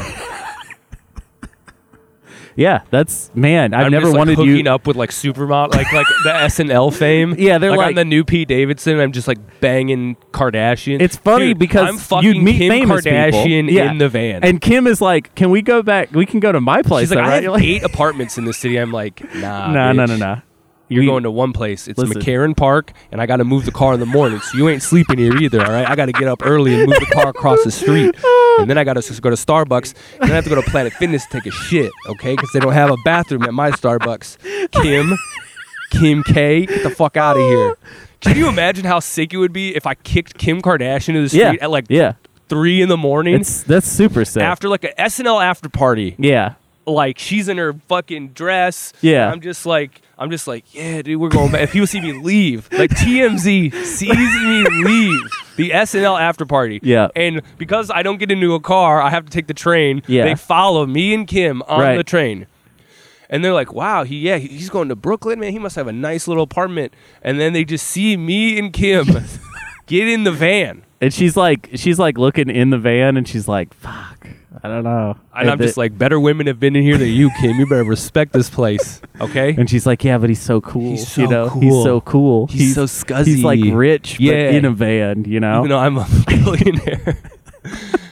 Speaker 1: Yeah, that's man, I've
Speaker 2: I'm
Speaker 1: never
Speaker 2: just, like,
Speaker 1: wanted
Speaker 2: hooking
Speaker 1: you
Speaker 2: up with like supermodel, like like the SNL fame.
Speaker 1: Yeah, they're
Speaker 2: like
Speaker 1: like-
Speaker 2: I'm the new Pete Davidson. I'm just like banging Kardashian.
Speaker 1: It's funny
Speaker 2: Dude,
Speaker 1: because
Speaker 2: I'm fucking
Speaker 1: you'd meet
Speaker 2: Kim
Speaker 1: famous
Speaker 2: Kardashian
Speaker 1: people. Yeah.
Speaker 2: in the van.
Speaker 1: And Kim is like, Can we go back we can go to my place
Speaker 2: she's
Speaker 1: though,
Speaker 2: like, I
Speaker 1: right?
Speaker 2: have
Speaker 1: You're like,
Speaker 2: eight apartments in the city. I'm like, nah,
Speaker 1: No,
Speaker 2: bitch.
Speaker 1: no, no, no.
Speaker 2: You're
Speaker 1: We-
Speaker 2: going to one place. It's
Speaker 1: Listen.
Speaker 2: McCarran Park, and I got to move the car in the morning. So you ain't sleeping here either, all right? I got to get up early and move the car across the street, and then I got to go to Starbucks. and Then I have to go to Planet Fitness to take a shit, okay? Because they don't have a bathroom at my Starbucks. Kim, Kim K, get the fuck out of here. Can you imagine how sick it would be if I kicked Kim Kardashian to the street
Speaker 1: Yeah.
Speaker 2: at like
Speaker 1: yeah.
Speaker 2: three in the morning
Speaker 1: It's that's super sick.
Speaker 2: after like a SNL after party?
Speaker 1: yeah.
Speaker 2: like she's in her fucking dress.
Speaker 1: Yeah.
Speaker 2: I'm just like I'm just like, yeah, dude, we're going back. If people see me leave, like TMZ sees me leave the SNL after party.
Speaker 1: Yeah.
Speaker 2: And because I don't get into a car, I have to take the train.
Speaker 1: Yeah.
Speaker 2: They follow me and Kim on
Speaker 1: Right.
Speaker 2: the train. And they're like, wow, he yeah, he- he's going to Brooklyn, man. He must have a nice little apartment. And then they just see me and Kim get in the van.
Speaker 1: And she's like she's like looking in the van and she's like, Fuck. I don't know.
Speaker 2: And I'm
Speaker 1: the-
Speaker 2: just like, better women have been in here than you, Kim. You better respect this place. Okay?
Speaker 1: And she's like, "Yeah, but he's so cool.
Speaker 2: He's so
Speaker 1: you know, he's
Speaker 2: cool.
Speaker 1: so cool.
Speaker 2: He's so scuzzy.
Speaker 1: He's like rich,
Speaker 2: Yeah.
Speaker 1: but in a van. You know,
Speaker 2: Even though I'm a billionaire.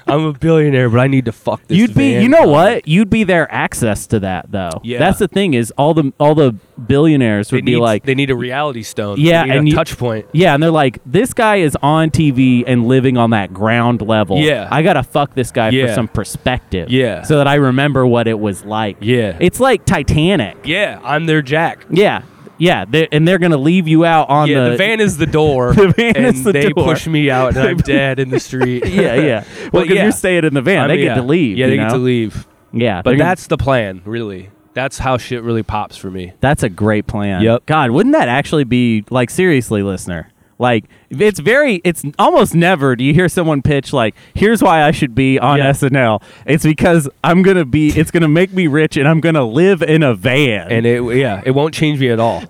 Speaker 2: I'm a billionaire, but I need to fuck this.
Speaker 1: you'd be.
Speaker 2: van
Speaker 1: You know
Speaker 2: up.
Speaker 1: what? You'd be their access to that, though.
Speaker 2: Yeah.
Speaker 1: That's the thing is all the all the billionaires
Speaker 2: They
Speaker 1: would be
Speaker 2: need,
Speaker 1: like,
Speaker 2: they need a reality stone.
Speaker 1: Yeah,
Speaker 2: they need
Speaker 1: and
Speaker 2: a
Speaker 1: you-
Speaker 2: touch point.
Speaker 1: yeah, and they're like, this guy is on TV and living on that ground level.
Speaker 2: Yeah.
Speaker 1: I gotta fuck this guy for
Speaker 2: Yeah.
Speaker 1: some perspective.
Speaker 2: Yeah.
Speaker 1: so that I remember what it was like.
Speaker 2: Yeah.
Speaker 1: it's like Titanic.
Speaker 2: Yeah, I'm their jack.
Speaker 1: Yeah, yeah, they're, and they're gonna leave you out on
Speaker 2: Yeah, the, van is the door,
Speaker 1: The van
Speaker 2: and
Speaker 1: is the
Speaker 2: they
Speaker 1: door.
Speaker 2: push me out, and I'm dead in the street.
Speaker 1: yeah, yeah. Well,
Speaker 2: But
Speaker 1: because
Speaker 2: yeah.
Speaker 1: you're staying in the van,
Speaker 2: I
Speaker 1: they
Speaker 2: mean,
Speaker 1: get
Speaker 2: yeah.
Speaker 1: to leave.
Speaker 2: Yeah,
Speaker 1: you
Speaker 2: they get
Speaker 1: know?
Speaker 2: to leave.
Speaker 1: Yeah, they're
Speaker 2: But
Speaker 1: gonna-
Speaker 2: that's the plan, really. That's how shit really pops for me.
Speaker 1: that's a great plan.
Speaker 2: Yep.
Speaker 1: God, wouldn't that actually be like seriously, listener? Like it's very, it's almost never do you hear someone pitch like, "Here's why I should be on
Speaker 2: Yeah.
Speaker 1: SNL." It's because I'm gonna be, it's gonna make me rich, and I'm gonna live in a van.
Speaker 2: And it, yeah, it won't change me at all.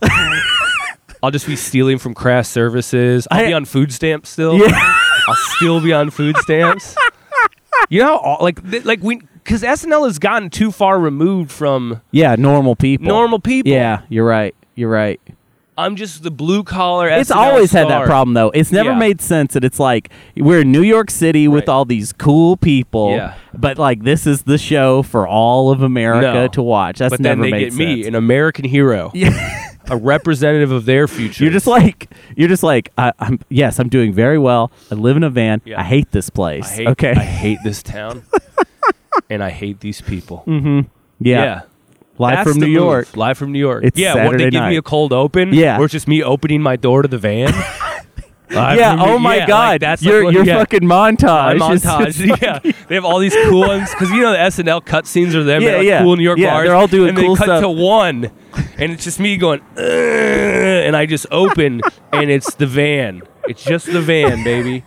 Speaker 2: I'll just be stealing from craft services. I'll
Speaker 1: I-
Speaker 2: be on food stamps still.
Speaker 1: yeah,
Speaker 2: I'll still be on food stamps. You know, how all- like th- like we because SNL has gotten too far removed from
Speaker 1: yeah, normal people.
Speaker 2: normal people.
Speaker 1: Yeah, you're right. You're right.
Speaker 2: I'm just the blue collar.
Speaker 1: It's
Speaker 2: SNL
Speaker 1: always had that
Speaker 2: star.
Speaker 1: problem though. It's never
Speaker 2: Yeah.
Speaker 1: made sense that it's like we're in New York City with
Speaker 2: Right.
Speaker 1: all these cool people,
Speaker 2: Yeah.
Speaker 1: but like this is the show for all of America
Speaker 2: No.
Speaker 1: to watch. That's
Speaker 2: But then
Speaker 1: never
Speaker 2: they
Speaker 1: made
Speaker 2: get
Speaker 1: sense.
Speaker 2: me, an American hero, a representative of their future.
Speaker 1: You're just like you're just like I, I'm. Yes, I'm doing very well. I live in a van.
Speaker 2: Yeah.
Speaker 1: I hate this place.
Speaker 2: I hate,
Speaker 1: okay.
Speaker 2: I hate this town, and I hate these people.
Speaker 1: Mm-hmm. yeah. Live
Speaker 2: That's
Speaker 1: from
Speaker 2: the
Speaker 1: New
Speaker 2: move.
Speaker 1: York.
Speaker 2: Live from New York.
Speaker 1: It's
Speaker 2: yeah, what,
Speaker 1: Saturday
Speaker 2: they give
Speaker 1: night.
Speaker 2: me a cold open.
Speaker 1: Yeah.
Speaker 2: where it's just me opening my door to the van. Live
Speaker 1: Yeah.
Speaker 2: from New-
Speaker 1: Oh my
Speaker 2: yeah, like,
Speaker 1: God.
Speaker 2: that's like
Speaker 1: your
Speaker 2: what-
Speaker 1: your
Speaker 2: yeah.
Speaker 1: fucking montage.
Speaker 2: A
Speaker 1: is just-
Speaker 2: montage. yeah, they have all these cool ones because you know the SNL cutscenes are them.
Speaker 1: Yeah,
Speaker 2: Yeah, like
Speaker 1: yeah.
Speaker 2: Cool New York
Speaker 1: Yeah,
Speaker 2: bars.
Speaker 1: they're all doing
Speaker 2: and they
Speaker 1: cool
Speaker 2: cut
Speaker 1: stuff.
Speaker 2: to one, and it's just me going, "Ugh," and I just open, and it's the van. It's just the van, baby.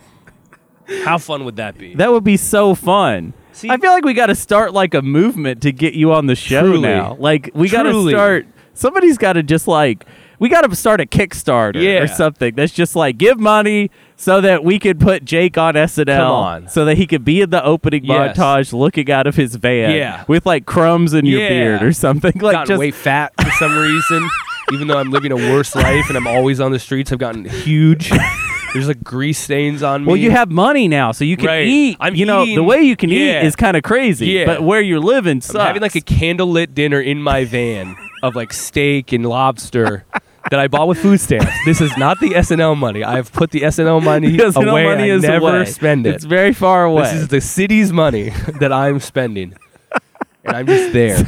Speaker 2: How fun would that be?
Speaker 1: That would be so fun.
Speaker 2: See-
Speaker 1: I feel like we got to start like a movement to get you on the show
Speaker 2: Truly.
Speaker 1: now. Like we got to
Speaker 2: Truly.
Speaker 1: start. Somebody's got to just like we got to start a Kickstarter
Speaker 2: Yeah.
Speaker 1: or something. That's just like give money so that we could put Jake on SNL,
Speaker 2: Come on.
Speaker 1: so that he could be in the opening
Speaker 2: Yes.
Speaker 1: montage, looking out of his van,
Speaker 2: Yeah.
Speaker 1: with like crumbs in your
Speaker 2: Yeah.
Speaker 1: beard or something. Like
Speaker 2: gotten
Speaker 1: just
Speaker 2: way fat for some reason. Even though I'm living a worse life and I'm always on the streets, I've gotten huge. There's like grease stains on me.
Speaker 1: well, you have money now, so you can
Speaker 2: Right.
Speaker 1: eat.
Speaker 2: I'm
Speaker 1: you know the
Speaker 2: eating-
Speaker 1: way you can
Speaker 2: Yeah.
Speaker 1: eat is kind of crazy,
Speaker 2: Yeah.
Speaker 1: but where you're living sucks.
Speaker 2: I'm having like a candlelit dinner in my van. of like steak and lobster that I bought with food stamps. This is not the SNL money. I have put the SNL money
Speaker 1: The SNL
Speaker 2: away. I never
Speaker 1: away.
Speaker 2: spend it.
Speaker 1: It's very far away.
Speaker 2: This is the city's money that I'm spending, and I'm just there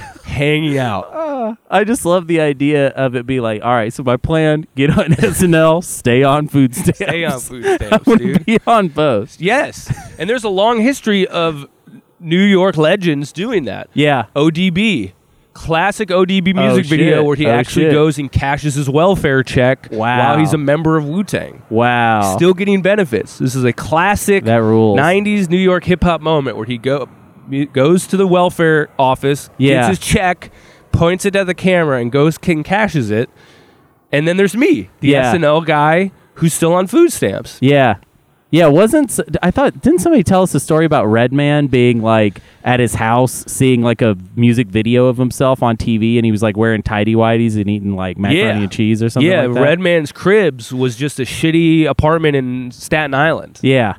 Speaker 2: hanging out.
Speaker 1: I just love the idea of it be like, all right, so my plan: get on SNL, stay on food stamps,
Speaker 2: Stay on food stamps,
Speaker 1: I wanna
Speaker 2: dude.
Speaker 1: be on both.
Speaker 2: Yes, and there's a long history of New York legends doing that.
Speaker 1: Yeah,
Speaker 2: ODB. Classic ODB
Speaker 1: Oh,
Speaker 2: music video
Speaker 1: shit.
Speaker 2: where he
Speaker 1: Oh,
Speaker 2: actually
Speaker 1: shit.
Speaker 2: goes and cashes his welfare check
Speaker 1: Wow.
Speaker 2: while he's a member of Wu Tang.
Speaker 1: wow.
Speaker 2: Still getting benefits. This is a classic
Speaker 1: That rules.
Speaker 2: 90s New York hip hop moment where he go, mu- goes to the welfare office,
Speaker 1: Yeah.
Speaker 2: gets his check, points it at the camera, and goes and cashes it. And then there's me, the
Speaker 1: Yeah.
Speaker 2: SNL guy who's still on food stamps.
Speaker 1: Yeah. Yeah, wasn't s- I thought didn't somebody tell us a story about Redman being like at his house seeing like a music video of himself on TV and he was like wearing tidy whities and eating like macaroni
Speaker 2: Yeah.
Speaker 1: and cheese or something
Speaker 2: yeah,
Speaker 1: like that.
Speaker 2: Redman's Cribs was just a shitty apartment in Staten Island.
Speaker 1: Yeah.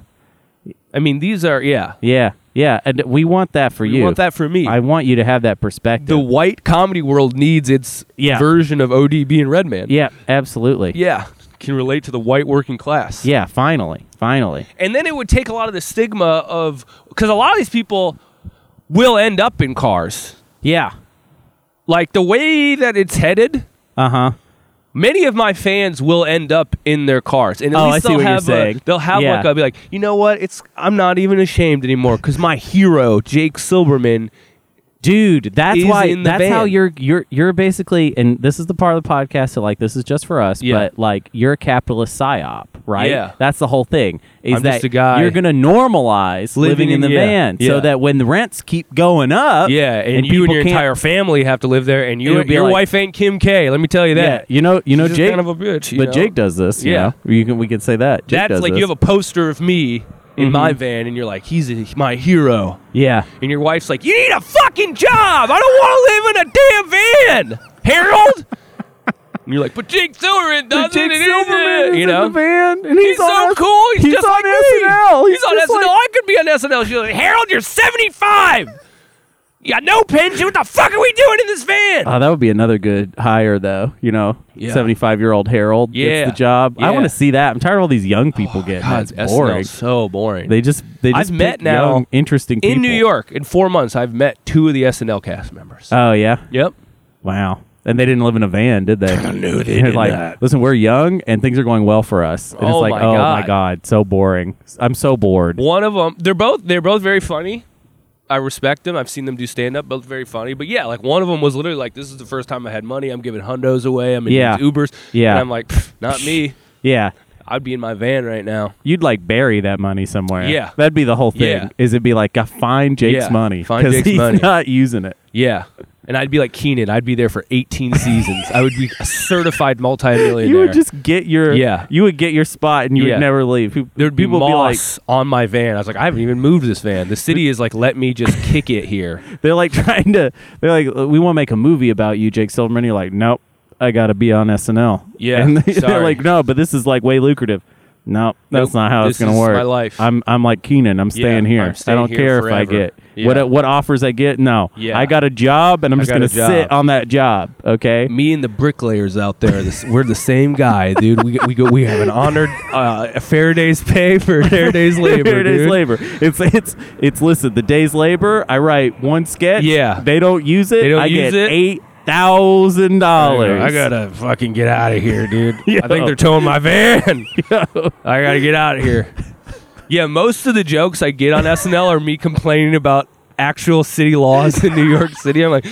Speaker 2: I mean, these are, yeah.
Speaker 1: Yeah. Yeah, and we want that for
Speaker 2: You,
Speaker 1: you.
Speaker 2: want that for me.
Speaker 1: I want you to have that perspective.
Speaker 2: the white comedy world needs its
Speaker 1: Yeah.
Speaker 2: version of ODB and Redman.
Speaker 1: yeah, absolutely.
Speaker 2: Yeah. Can relate to the white working class.
Speaker 1: Yeah, finally. Finally.
Speaker 2: And then it would take a lot of the stigma of because a lot of these people will end up in cars.
Speaker 1: Yeah.
Speaker 2: Like the way that it's headed,
Speaker 1: Uh-huh.
Speaker 2: many of my fans will end up in their cars. And at
Speaker 1: Oh,
Speaker 2: least
Speaker 1: I see
Speaker 2: they'll
Speaker 1: what you're
Speaker 2: have a,
Speaker 1: saying.
Speaker 2: they'll have
Speaker 1: Yeah.
Speaker 2: like I'll be like, you know what? It's I'm not even ashamed anymore because my hero, Jake Silberman,
Speaker 1: Dude, that's
Speaker 2: Is
Speaker 1: why
Speaker 2: in the
Speaker 1: that's
Speaker 2: van.
Speaker 1: how you're you're you're basically and this is the part of the podcast that like this is just for us,
Speaker 2: Yeah.
Speaker 1: but like you're a capitalist psyop, right?
Speaker 2: Yeah.
Speaker 1: That's the whole thing. Is
Speaker 2: I'm
Speaker 1: that
Speaker 2: just a guy
Speaker 1: you're gonna normalize living,
Speaker 2: living
Speaker 1: in
Speaker 2: in-
Speaker 1: the
Speaker 2: yeah,
Speaker 1: van
Speaker 2: yeah.
Speaker 1: so that when the rents keep going up
Speaker 2: yeah, and, you and
Speaker 1: people
Speaker 2: your
Speaker 1: can't-
Speaker 2: entire family have to live there, and you,
Speaker 1: It'll be
Speaker 2: your
Speaker 1: like-
Speaker 2: wife ain't Kim K. Let me tell you
Speaker 1: yeah,
Speaker 2: that.
Speaker 1: you know you know
Speaker 2: She's
Speaker 1: Jake
Speaker 2: kind of a bitch. you
Speaker 1: But
Speaker 2: know?
Speaker 1: Jake does this,
Speaker 2: Yeah.
Speaker 1: yeah. You can we can say that. Jake
Speaker 2: that's
Speaker 1: does
Speaker 2: like
Speaker 1: this. Mm-hmm.
Speaker 2: you have a poster of me in my van, and you're like, he's a, my hero.
Speaker 1: Yeah.
Speaker 2: And your wife's like, you need a fucking job. I don't want to live in a damn van, Harold. and you're like, but Jake Silverman doesn't.
Speaker 1: Jake
Speaker 2: it is
Speaker 1: Silverman
Speaker 2: it,"
Speaker 1: is
Speaker 2: you
Speaker 1: in
Speaker 2: know.
Speaker 1: the van, and he's,
Speaker 2: He's,
Speaker 1: on
Speaker 2: so
Speaker 1: us-
Speaker 2: cool. He's,
Speaker 1: he's
Speaker 2: just
Speaker 1: on
Speaker 2: like me.
Speaker 1: SNL.
Speaker 2: He's, on
Speaker 1: just
Speaker 2: SNL.
Speaker 1: like-
Speaker 2: I could be on SNL. She's like, Harold, you're 75. You got no pension. What the fuck are we doing in this van?
Speaker 1: Oh, that would be another good hire, though. You know,
Speaker 2: Yeah.
Speaker 1: seventy-five-year-old Harold
Speaker 2: Yeah.
Speaker 1: gets the job. I
Speaker 2: Yeah. Oh,
Speaker 1: want to see that. I'm tired of all these young people getting.
Speaker 2: God,
Speaker 1: That's boring.
Speaker 2: SNL's so boring.
Speaker 1: They just they
Speaker 2: I've
Speaker 1: just
Speaker 2: met
Speaker 1: pick
Speaker 2: now
Speaker 1: young, interesting people.
Speaker 2: in New York, in four months, I've met two of the SNL cast members.
Speaker 1: Oh yeah,
Speaker 2: yep.
Speaker 1: wow. And they didn't live in a van, did they? I
Speaker 2: knew they
Speaker 1: are
Speaker 2: did
Speaker 1: like,
Speaker 2: not.
Speaker 1: listen, we're young and things are going well for us. And
Speaker 2: Oh,
Speaker 1: it's like,
Speaker 2: my
Speaker 1: oh
Speaker 2: God.
Speaker 1: my god, so boring. I'm so bored.
Speaker 2: One of them, they're both they're both very funny. I respect them. I've seen them do stand up, both very funny. But yeah, like one of them was literally like, "This is the first time I had money. I'm giving hundos away. I'm in
Speaker 1: Yeah.
Speaker 2: these Ubers."
Speaker 1: Yeah.
Speaker 2: and I'm like, "Pff, "Not me.
Speaker 1: Yeah,
Speaker 2: I'd be in my van right now."
Speaker 1: you'd like bury that money somewhere.
Speaker 2: Yeah.
Speaker 1: that'd be the whole thing.
Speaker 2: Yeah.
Speaker 1: Is it'd be like, "Ah, find Jake's
Speaker 2: Yeah,
Speaker 1: money
Speaker 2: find Jake's
Speaker 1: he's
Speaker 2: money.
Speaker 1: not using it.
Speaker 2: Yeah, and I'd be like Keenan. I'd be there for 18 seasons. I would be a certified multimillionaire.
Speaker 1: You would just get your
Speaker 2: Yeah.
Speaker 1: You would get your spot and you
Speaker 2: Yeah.
Speaker 1: would never leave. Pe-
Speaker 2: There'd be
Speaker 1: people would
Speaker 2: moss on my van. I was like, I haven't even moved this van. The city is like, let me just kick it here.
Speaker 1: be like they're like trying to they're like we want to make a movie about you, Jake Silverman. You're like, nope, I got to be on SNL.
Speaker 2: Yeah,
Speaker 1: and they,
Speaker 2: sorry.
Speaker 1: they're like, no, but this is like way lucrative. No, that's
Speaker 2: Nope,
Speaker 1: not how
Speaker 2: this
Speaker 1: it's gonna
Speaker 2: is
Speaker 1: work.
Speaker 2: my life.
Speaker 1: I'm I'm like Keenan. I'm staying here.
Speaker 2: I'm staying
Speaker 1: I do not
Speaker 2: here
Speaker 1: care if I
Speaker 2: forever.
Speaker 1: get
Speaker 2: Yeah.
Speaker 1: what what offers I get. No,
Speaker 2: Yeah.
Speaker 1: I got a job and I'm just
Speaker 2: got a
Speaker 1: gonna
Speaker 2: job.
Speaker 1: sit on that job. Okay,
Speaker 2: Me and the bricklayers out there, this, we're the same guy, dude. We we go, we have an honored uh, a fair day's pay for a fair day's labor,
Speaker 1: Fair day's
Speaker 2: dude.
Speaker 1: labor. It's it's it's listed. The day's labor. I write one sketch.
Speaker 2: Yeah.
Speaker 1: They don't use it.
Speaker 2: They don't
Speaker 1: I
Speaker 2: use
Speaker 1: get
Speaker 2: it.
Speaker 1: eight thousand dollars.
Speaker 2: I gotta fucking get out of here, dude. I think
Speaker 1: Yo.
Speaker 2: they're towing my van. I gotta get out of here. Yeah, most of the jokes I get on SNL are me complaining about actual city laws in New York City. I'm like,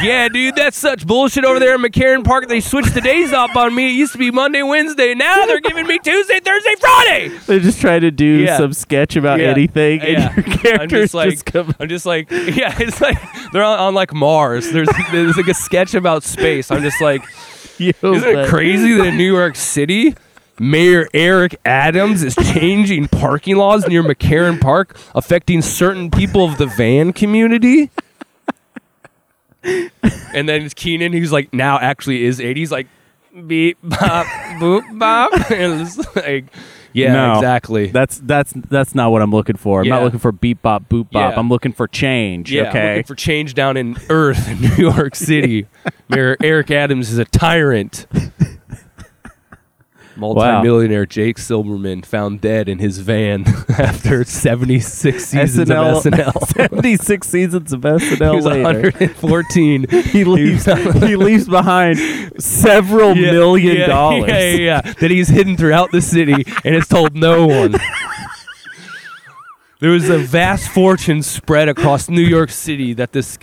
Speaker 2: yeah, dude, that's such bullshit over there in McCarran Park. They switched the days up on me. It used to be Monday, Wednesday. Now they're giving me Tuesday, Thursday, Friday.
Speaker 1: They're just trying to do
Speaker 2: Yeah.
Speaker 1: some sketch about
Speaker 2: Yeah.
Speaker 1: anything,
Speaker 2: Yeah.
Speaker 1: and your
Speaker 2: I'm
Speaker 1: characters
Speaker 2: just
Speaker 1: just,
Speaker 2: like,
Speaker 1: come.
Speaker 2: I'm just like, yeah, it's like they're on, on like Mars. There's there's like a sketch about space. I'm just like,
Speaker 1: You,
Speaker 2: isn't it crazy that in New York City, Mayor Eric Adams is changing parking laws near McCarran Park, affecting certain people of the van community? And then it's Keenan, who's like now actually is 80s, like beep bop boop bop, and it's like Yeah,
Speaker 1: No.
Speaker 2: exactly.
Speaker 1: That's that's that's not what I'm looking for. I'm not
Speaker 2: Yeah.
Speaker 1: looking for beep bop boop bop.
Speaker 2: Yeah.
Speaker 1: I'm looking for change.
Speaker 2: yeah,
Speaker 1: okay.
Speaker 2: looking for change down in Earth in New York City. Mayor Eric Adams is a tyrant. Multimillionaire Jake Silverman found dead in his van after 76 seasons of SNL.
Speaker 1: 76 seasons of
Speaker 2: he
Speaker 1: SNL
Speaker 2: was
Speaker 1: later.
Speaker 2: 114.
Speaker 1: He leaves. he leaves behind several
Speaker 2: Yeah,
Speaker 1: million
Speaker 2: yeah,
Speaker 1: dollars.
Speaker 2: Yeah, yeah, yeah. That he's hidden throughout the city and it's told no one. There was a vast fortune spread across New York City that this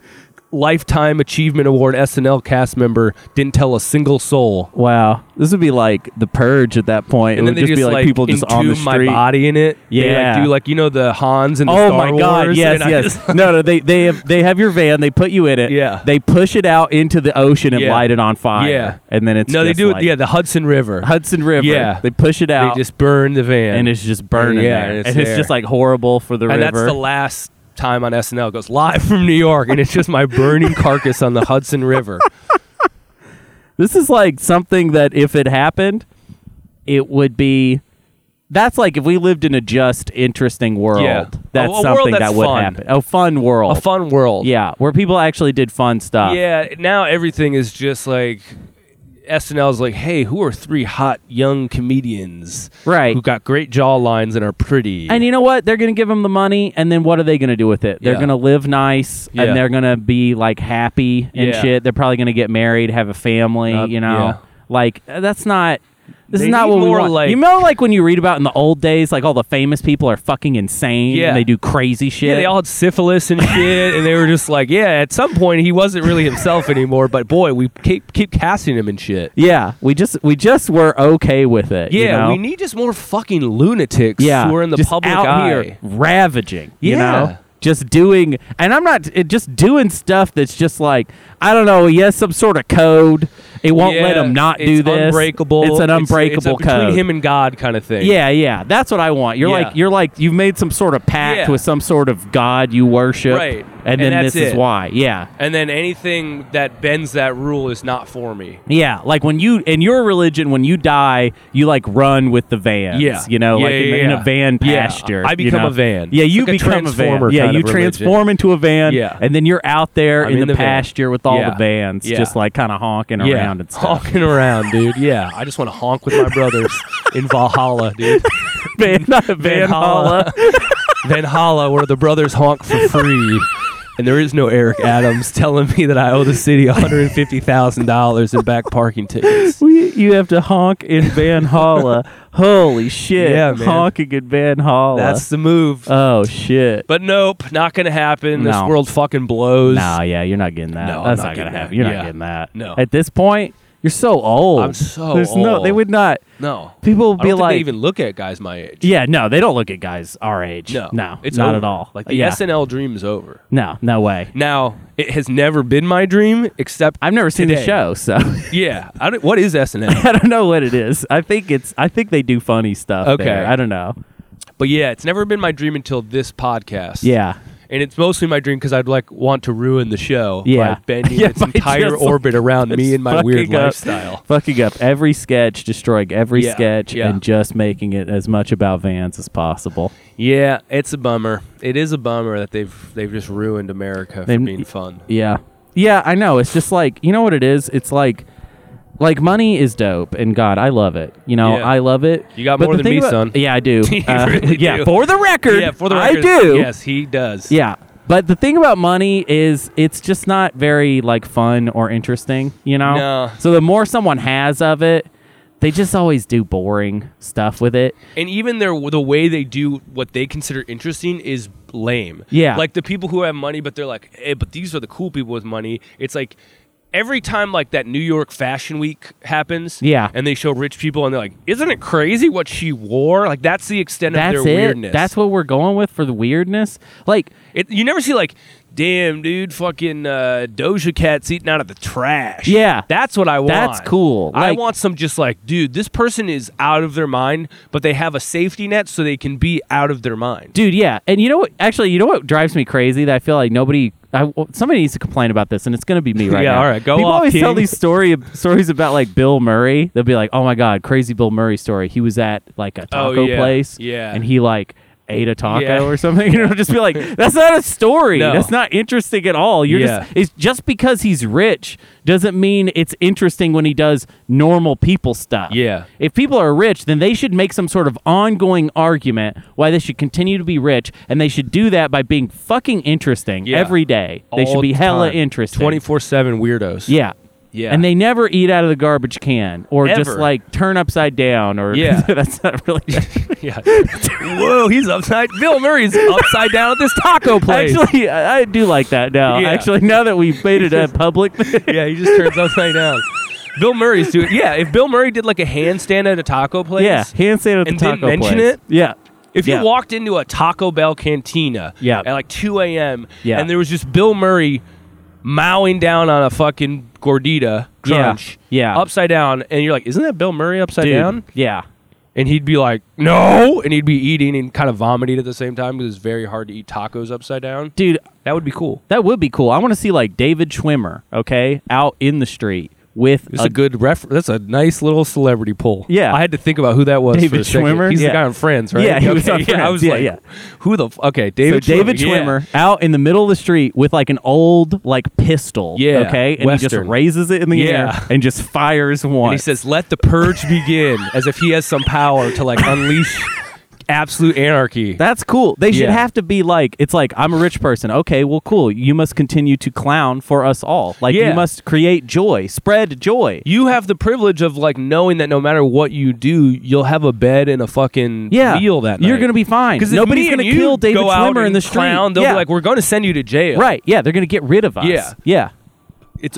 Speaker 2: Lifetime Achievement Award SNL cast member didn't tell a single soul.
Speaker 1: Wow, this would be like the purge at that point. it would
Speaker 2: they
Speaker 1: just, be like, people just on the
Speaker 2: entomb
Speaker 1: street.
Speaker 2: my body in it. They, like,
Speaker 1: Yeah.
Speaker 2: do like you know the Hans and the
Speaker 1: Oh
Speaker 2: Star
Speaker 1: my God!
Speaker 2: Wars,
Speaker 1: Yes,
Speaker 2: and I
Speaker 1: yes.
Speaker 2: just-
Speaker 1: no, no. They they have they have your van. They put you in it.
Speaker 2: Yeah.
Speaker 1: They push it out into the ocean and
Speaker 2: Yeah.
Speaker 1: light it on fire.
Speaker 2: Yeah.
Speaker 1: And then it's
Speaker 2: no, they
Speaker 1: just
Speaker 2: do
Speaker 1: like
Speaker 2: it. Yeah, the Hudson River.
Speaker 1: Hudson River.
Speaker 2: Yeah.
Speaker 1: They push it
Speaker 2: They
Speaker 1: out
Speaker 2: just burn the van,
Speaker 1: and it's just burning.
Speaker 2: Yeah,
Speaker 1: there.
Speaker 2: and it's there.
Speaker 1: just like horrible for the
Speaker 2: and
Speaker 1: river.
Speaker 2: that's the last time on SNL. It goes live from New York, and it's just my burning carcass on the Hudson River.
Speaker 1: This is like something that if it happened, it would be. That's like if we lived in a just, interesting world.
Speaker 2: Yeah.
Speaker 1: That's
Speaker 2: A- a world
Speaker 1: something that
Speaker 2: that's
Speaker 1: would
Speaker 2: fun.
Speaker 1: happen. A fun world.
Speaker 2: A fun world.
Speaker 1: Oh. yeah, where people actually did fun stuff.
Speaker 2: Yeah. Now everything is just like SNL is like, hey, who are three hot young comedians,
Speaker 1: Right.
Speaker 2: Who got great jaw lines and are pretty.
Speaker 1: And you know what? They're going to give them the money, and then what are they going to do with it? They're
Speaker 2: Yeah.
Speaker 1: going to live nice,
Speaker 2: Yeah.
Speaker 1: and they're going to be like happy and
Speaker 2: Yeah.
Speaker 1: shit. They're probably going to get married, have a family.
Speaker 2: Uh,
Speaker 1: you know,
Speaker 2: yeah.
Speaker 1: like uh, that's not. This
Speaker 2: They
Speaker 1: is not
Speaker 2: need
Speaker 1: what we
Speaker 2: more,
Speaker 1: want.
Speaker 2: like-
Speaker 1: you know, like when you read about in the old days, like all the famous people are fucking insane
Speaker 2: Yeah.
Speaker 1: and they do crazy shit.
Speaker 2: yeah, they all had syphilis and shit, and they were just like, yeah. At some point, he wasn't really himself anymore, but boy, we keep keep casting him and shit.
Speaker 1: Yeah, we just we just were okay with it. you
Speaker 2: Yeah,
Speaker 1: know?
Speaker 2: we need just more fucking lunatics
Speaker 1: yeah,
Speaker 2: who are in the
Speaker 1: just
Speaker 2: public
Speaker 1: out
Speaker 2: eye.
Speaker 1: here ravaging. You
Speaker 2: Yeah.
Speaker 1: know, just doing, and I'm not it, just doing stuff that's just like I don't know. Yes, some sort of code. It won't let
Speaker 2: Yeah,
Speaker 1: them not do
Speaker 2: it's
Speaker 1: this.
Speaker 2: Unbreakable.
Speaker 1: It's an unbreakable
Speaker 2: it's a
Speaker 1: code.
Speaker 2: between him and God kind of thing.
Speaker 1: yeah, yeah, that's what I want. You're
Speaker 2: Yeah.
Speaker 1: like you're like you've made some sort of pact
Speaker 2: Yeah.
Speaker 1: with some sort of god you worship,
Speaker 2: Right.
Speaker 1: And
Speaker 2: And
Speaker 1: then
Speaker 2: that's
Speaker 1: this is
Speaker 2: it.
Speaker 1: why. Yeah,
Speaker 2: And then anything that bends that rule is not for me.
Speaker 1: Yeah, like when you in your religion, when you die, you like run with the vans.
Speaker 2: Yeah.
Speaker 1: you know,
Speaker 2: Yeah,
Speaker 1: like in,
Speaker 2: yeah,
Speaker 1: in a
Speaker 2: yeah.
Speaker 1: van
Speaker 2: Yeah,
Speaker 1: pasture.
Speaker 2: I
Speaker 1: you
Speaker 2: become
Speaker 1: know?
Speaker 2: a van.
Speaker 1: Yeah,
Speaker 2: It's
Speaker 1: you
Speaker 2: like a
Speaker 1: become a van.
Speaker 2: transformer
Speaker 1: Yeah,
Speaker 2: kind
Speaker 1: you
Speaker 2: of religion.
Speaker 1: transform into a van.
Speaker 2: Yeah.
Speaker 1: and then you're out there
Speaker 2: I'm
Speaker 1: in,
Speaker 2: in
Speaker 1: the,
Speaker 2: the van.
Speaker 1: pasture with all
Speaker 2: Yeah.
Speaker 1: the vans,
Speaker 2: Yeah.
Speaker 1: just like kind of honking around and stuff.
Speaker 2: honking around, dude. Yeah, I just want to honk with my brothers in Valhalla, dude.
Speaker 1: van, not a van holla.
Speaker 2: Valhalla, where the brothers honk for free. And there is no Eric Adams telling me that I owe the city $150,000 in back parking tickets.
Speaker 1: We, you have to honk in Van Holla. Holy shit!
Speaker 2: Yeah, man.
Speaker 1: honking in Van Holla.
Speaker 2: That's the move.
Speaker 1: oh shit.
Speaker 2: But nope, not going to happen.
Speaker 1: No.
Speaker 2: This world fucking blows.
Speaker 1: No, yeah, you're not getting that.
Speaker 2: No, I'm
Speaker 1: That's
Speaker 2: not
Speaker 1: not, gonna
Speaker 2: getting
Speaker 1: happen.
Speaker 2: that.
Speaker 1: You're
Speaker 2: Yeah.
Speaker 1: not getting that.
Speaker 2: No.
Speaker 1: At this point, you're so old.
Speaker 2: I'm so
Speaker 1: There's no. They
Speaker 2: old.
Speaker 1: would not.
Speaker 2: No.
Speaker 1: People
Speaker 2: I
Speaker 1: would
Speaker 2: don't
Speaker 1: be
Speaker 2: think
Speaker 1: like,
Speaker 2: they even look at guys my age.
Speaker 1: yeah, no, they don't look at guys our age.
Speaker 2: No,
Speaker 1: no,
Speaker 2: it's
Speaker 1: not
Speaker 2: over.
Speaker 1: at all.
Speaker 2: Like the
Speaker 1: yeah.
Speaker 2: SNL dream is over.
Speaker 1: No, no way.
Speaker 2: Now it has never been my dream, except
Speaker 1: I've never seen the
Speaker 2: Today.
Speaker 1: show, so I
Speaker 2: yeah. I don't, what is SNL?
Speaker 1: don't know what it is. I think it's. I think they do funny stuff.
Speaker 2: Okay.
Speaker 1: there. I don't know.
Speaker 2: but yeah, it's never been my dream until this podcast.
Speaker 1: Yeah.
Speaker 2: and it's mostly my dream because I'd like want to ruin the show
Speaker 1: Yeah.
Speaker 2: by bending
Speaker 1: Yeah,
Speaker 2: its
Speaker 1: by
Speaker 2: entire
Speaker 1: just-
Speaker 2: orbit around me and my
Speaker 1: Fucking
Speaker 2: weird
Speaker 1: up-
Speaker 2: lifestyle.
Speaker 1: Fucking up every sketch, destroying every
Speaker 2: Yeah,
Speaker 1: sketch,
Speaker 2: yeah.
Speaker 1: and just making it as much about Vans as possible.
Speaker 2: Yeah, it's a bummer. It is a bummer that they've they've just ruined America for
Speaker 1: They've-
Speaker 2: being fun.
Speaker 1: Yeah. Yeah, I know. It's just like, you know what it is? It's like like money is dope and god, I love it. You know,
Speaker 2: Yeah.
Speaker 1: I love it.
Speaker 2: You got
Speaker 1: But
Speaker 2: more
Speaker 1: the
Speaker 2: than
Speaker 1: thing
Speaker 2: me,
Speaker 1: about-
Speaker 2: son.
Speaker 1: Yeah, I do.
Speaker 2: You
Speaker 1: Uh,
Speaker 2: really
Speaker 1: yeah,
Speaker 2: do.
Speaker 1: for the record.
Speaker 2: Yeah, for the
Speaker 1: I
Speaker 2: record,
Speaker 1: do.
Speaker 2: Yes, he does.
Speaker 1: Yeah. But the thing about money is it's just not very like fun or interesting, you know?
Speaker 2: No.
Speaker 1: So the more someone has of it, they just always do boring stuff with it.
Speaker 2: and even their the way they do what they consider interesting is lame.
Speaker 1: Yeah.
Speaker 2: like the people who have money, but they're like, hey, but these are the cool people with money. It's like every time like that New York Fashion Week happens,
Speaker 1: Yeah.
Speaker 2: and they show rich people, and they're like, isn't it crazy what she wore? Like that's the extent of
Speaker 1: That's
Speaker 2: their
Speaker 1: it.
Speaker 2: weirdness.
Speaker 1: That's what we're going with for the weirdness. Like
Speaker 2: it, you never see like. Damn, dude, fucking uh, Doja Cat's eating out of the trash.
Speaker 1: Yeah.
Speaker 2: That's what I want.
Speaker 1: That's cool.
Speaker 2: I
Speaker 1: Like-
Speaker 2: want some just like, dude, this person is out of their mind, but they have a safety net so they can be out of their mind.
Speaker 1: dude yeah and you know what actually you know what drives me crazy that i feel like nobody I, somebody needs to complain about this, and it's going to be me right
Speaker 2: Yeah,
Speaker 1: now.
Speaker 2: all right, go
Speaker 1: People
Speaker 2: off,
Speaker 1: always tell
Speaker 2: King.
Speaker 1: these story stories about like Bill Murray. They'll be like, "Oh my God, crazy Bill Murray story." He was at like a
Speaker 2: Oh,
Speaker 1: taco
Speaker 2: yeah,
Speaker 1: place,
Speaker 2: yeah.
Speaker 1: and he like ate a taco
Speaker 2: Yeah.
Speaker 1: or something. You know, just be like, "That's not a story.
Speaker 2: No.
Speaker 1: That's not interesting at all." You're
Speaker 2: Yeah.
Speaker 1: just it's just because he's rich doesn't mean it's interesting when he does normal people stuff.
Speaker 2: Yeah.
Speaker 1: If people are rich, then they should make some sort of ongoing argument why they should continue to be rich, and they should do that by being fucking interesting
Speaker 2: Yeah.
Speaker 1: every day. They should be hella interesting.
Speaker 2: Twenty four seven weirdos.
Speaker 1: yeah.
Speaker 2: Yeah.
Speaker 1: And they never eat out of the garbage can or just
Speaker 2: Ever.
Speaker 1: like turn upside down or
Speaker 2: Yeah.
Speaker 1: that's not really
Speaker 2: yeah. Whoa, he's upside. Bill Murray's upside down at this taco place.
Speaker 1: Actually, I I do like that now.
Speaker 2: Yeah.
Speaker 1: Actually, now that we've made it a public
Speaker 2: yeah, he just turns upside down. Bill Murray's doing. Yeah, if Bill Murray did like a handstand at a taco place.
Speaker 1: Yeah, handstand at
Speaker 2: And
Speaker 1: the taco
Speaker 2: didn't mention
Speaker 1: place.
Speaker 2: it?
Speaker 1: Yeah.
Speaker 2: If you
Speaker 1: Yeah.
Speaker 2: walked into a Taco Bell cantina
Speaker 1: Yeah.
Speaker 2: at like 2 a.m.
Speaker 1: Yeah.
Speaker 2: and there was just Bill Murray mowing down on a fucking gordita crunch
Speaker 1: Yeah.
Speaker 2: upside down, and you're like, isn't that Bill Murray upside
Speaker 1: Dude,
Speaker 2: down?
Speaker 1: Yeah.
Speaker 2: And he'd be like, no. And he'd be eating and kind of vomiting at the same time because it's very hard to eat tacos upside down.
Speaker 1: Dude,
Speaker 2: That would be cool.
Speaker 1: That would be cool. I want to see like David Schwimmer, okay, out in the street with
Speaker 2: That's a, good ref. That's a nice little celebrity pull.
Speaker 1: Yeah.
Speaker 2: I had to think about who that was. for
Speaker 1: David
Speaker 2: a second.
Speaker 1: Schwimmer?
Speaker 2: He's
Speaker 1: Yeah.
Speaker 2: the guy on Friends, right?
Speaker 1: Yeah, he was on
Speaker 2: Yeah, I
Speaker 1: Friends.
Speaker 2: was
Speaker 1: Yeah,
Speaker 2: like,
Speaker 1: yeah.
Speaker 2: who the f- okay,
Speaker 1: so
Speaker 2: David.
Speaker 1: David
Speaker 2: yeah.
Speaker 1: Schwimmer out in the middle of the street with like an old like pistol,
Speaker 2: Yeah,
Speaker 1: okay, and he
Speaker 2: Western.
Speaker 1: just raises it in the
Speaker 2: Yeah.
Speaker 1: air and just fires one.
Speaker 2: And he says, "Let the purge begin," as if he has some power to like unleash absolute anarchy.
Speaker 1: That's cool. They should
Speaker 2: Yeah.
Speaker 1: have to be like, it's like, I'm a rich person. Okay, well, cool. You must continue to clown for us all. Like,
Speaker 2: Yeah.
Speaker 1: you must create joy, spread joy.
Speaker 2: you have the privilege of like knowing that no matter what you do, you'll have a bed and a fucking
Speaker 1: Yeah.
Speaker 2: meal that night.
Speaker 1: You're going to be fine.
Speaker 2: because
Speaker 1: Nobody's going to kill David
Speaker 2: go out
Speaker 1: Schwimmer in
Speaker 2: and
Speaker 1: the street.
Speaker 2: Clown, they'll
Speaker 1: yeah.
Speaker 2: be like, "We're going to send you to jail."
Speaker 1: right. Yeah. They're going to get rid of us.
Speaker 2: Yeah.
Speaker 1: Yeah.
Speaker 2: it's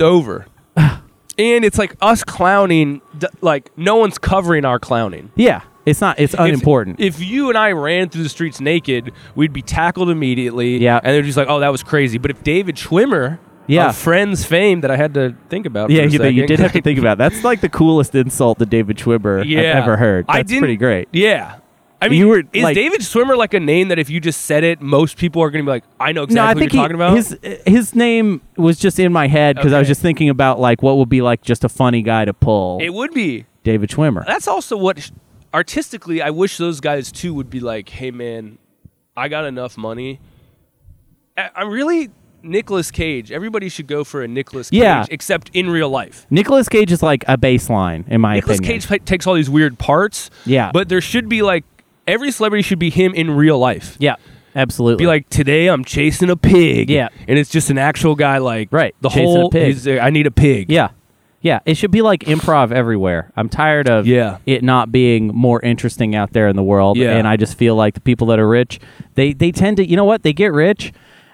Speaker 2: over. and it's like us clowning, d- like no one's covering our clowning.
Speaker 1: Yeah. It's not, it's
Speaker 2: If-
Speaker 1: unimportant.
Speaker 2: If, you and I ran through the streets naked, we'd be tackled immediately.
Speaker 1: Yeah.
Speaker 2: And they're just like, oh, that was crazy. But if David Schwimmer,
Speaker 1: Yeah.
Speaker 2: of Friends fame that I had to think about.
Speaker 1: Yeah,
Speaker 2: for a
Speaker 1: you, that you
Speaker 2: second,
Speaker 1: did have to think about. it. That's like the coolest insult that David Schwimmer
Speaker 2: Yeah.
Speaker 1: I've ever heard. That's
Speaker 2: I didn't-
Speaker 1: pretty great.
Speaker 2: Yeah. I mean,
Speaker 1: You were,
Speaker 2: is
Speaker 1: like-
Speaker 2: David Schwimmer like a name that if you just said it, most people are going to be like, I know exactly
Speaker 1: no, I
Speaker 2: what
Speaker 1: think
Speaker 2: you're
Speaker 1: he-
Speaker 2: talking about?
Speaker 1: his his name was just in my head because I was
Speaker 2: Okay.
Speaker 1: just thinking about like what would be like just a funny guy to pull.
Speaker 2: it Uh, would be.
Speaker 1: David Schwimmer.
Speaker 2: That's also what sh- artistically, I wish those guys too would be like, hey, man, I got enough money. I- I'm really. Nicolas Cage. Everybody should go for a Nicolas Cage,
Speaker 1: Yeah.
Speaker 2: except in real life.
Speaker 1: Nicholas Cage is like a baseline in my
Speaker 2: Nicolas
Speaker 1: opinion.
Speaker 2: Cage pa- takes all these weird parts.
Speaker 1: Yeah.
Speaker 2: But there should be like every celebrity should be him in real life.
Speaker 1: yeah, absolutely.
Speaker 2: Be like today I'm chasing a pig.
Speaker 1: Yeah.
Speaker 2: And it's just an actual guy like
Speaker 1: Right,
Speaker 2: the
Speaker 1: chasing a
Speaker 2: whole
Speaker 1: pig.
Speaker 2: he's, uh, I need a pig.
Speaker 1: yeah, yeah. It should be like improv everywhere. I'm tired of
Speaker 2: Yeah.
Speaker 1: it not being more interesting out there in the world.
Speaker 2: Yeah.
Speaker 1: and I just feel like the people that are rich, they they tend to you know what they get rich,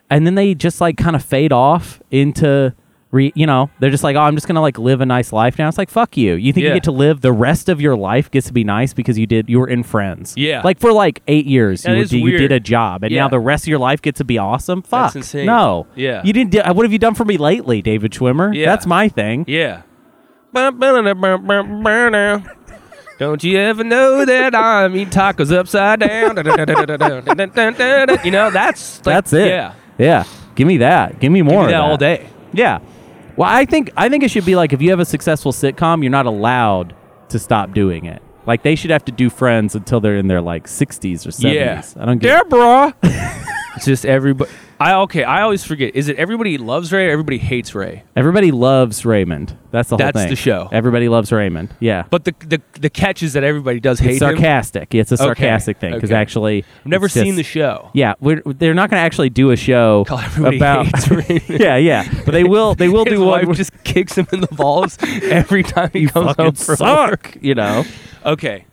Speaker 1: and then they just like kind of fade off into. Re, you know, they're just like, oh, I'm just gonna like live a nice life now. It's like, fuck you. You think
Speaker 2: Yeah.
Speaker 1: you get to live the rest of your life gets to be nice because you did you were in Friends.
Speaker 2: Yeah.
Speaker 1: like for like eight years,
Speaker 2: That
Speaker 1: you,
Speaker 2: is
Speaker 1: did, you
Speaker 2: weird.
Speaker 1: did a job, and now
Speaker 2: Yeah.
Speaker 1: the rest of your life gets to be awesome. Fuck,
Speaker 2: That's insane.
Speaker 1: no,
Speaker 2: Yeah.
Speaker 1: you didn't. Do, what have you done for me lately, David Schwimmer?
Speaker 2: Yeah.
Speaker 1: That's my thing.
Speaker 2: Yeah. Don't you ever know that I'm eating tacos upside down? you know, that's like,
Speaker 1: That's it.
Speaker 2: Yeah.
Speaker 1: yeah. Give me that. Give me more.
Speaker 2: Do
Speaker 1: of
Speaker 2: that all day.
Speaker 1: Yeah. Well, I think I think it should be like if you have a successful sitcom, you're not allowed to stop doing it. Like they should have to do Friends until they're in their like 60s or 70s. I don't get.
Speaker 2: Deborah. it's just everybody. I okay. I always forget. Is it everybody loves Ray or everybody hates Ray?
Speaker 1: Everybody loves Raymond. That's the whole
Speaker 2: That's
Speaker 1: thing.
Speaker 2: the show.
Speaker 1: Everybody loves Raymond. Yeah.
Speaker 2: But the the, the catch is that everybody does hate
Speaker 1: it's
Speaker 2: him.
Speaker 1: sarcastic. It's a
Speaker 2: Okay,
Speaker 1: sarcastic thing because
Speaker 2: okay.
Speaker 1: actually,
Speaker 2: I've never
Speaker 1: it's just-
Speaker 2: seen the show.
Speaker 1: Yeah, we're, they're not going to actually do a show
Speaker 2: Call everybody
Speaker 1: about.
Speaker 2: hates Raymond.
Speaker 1: yeah, yeah, but they will. They will
Speaker 2: His
Speaker 1: do one.
Speaker 2: wife just kicks him in the balls every time he
Speaker 1: you
Speaker 2: comes
Speaker 1: fucking
Speaker 2: home from work.
Speaker 1: suck, you know.
Speaker 2: Okay.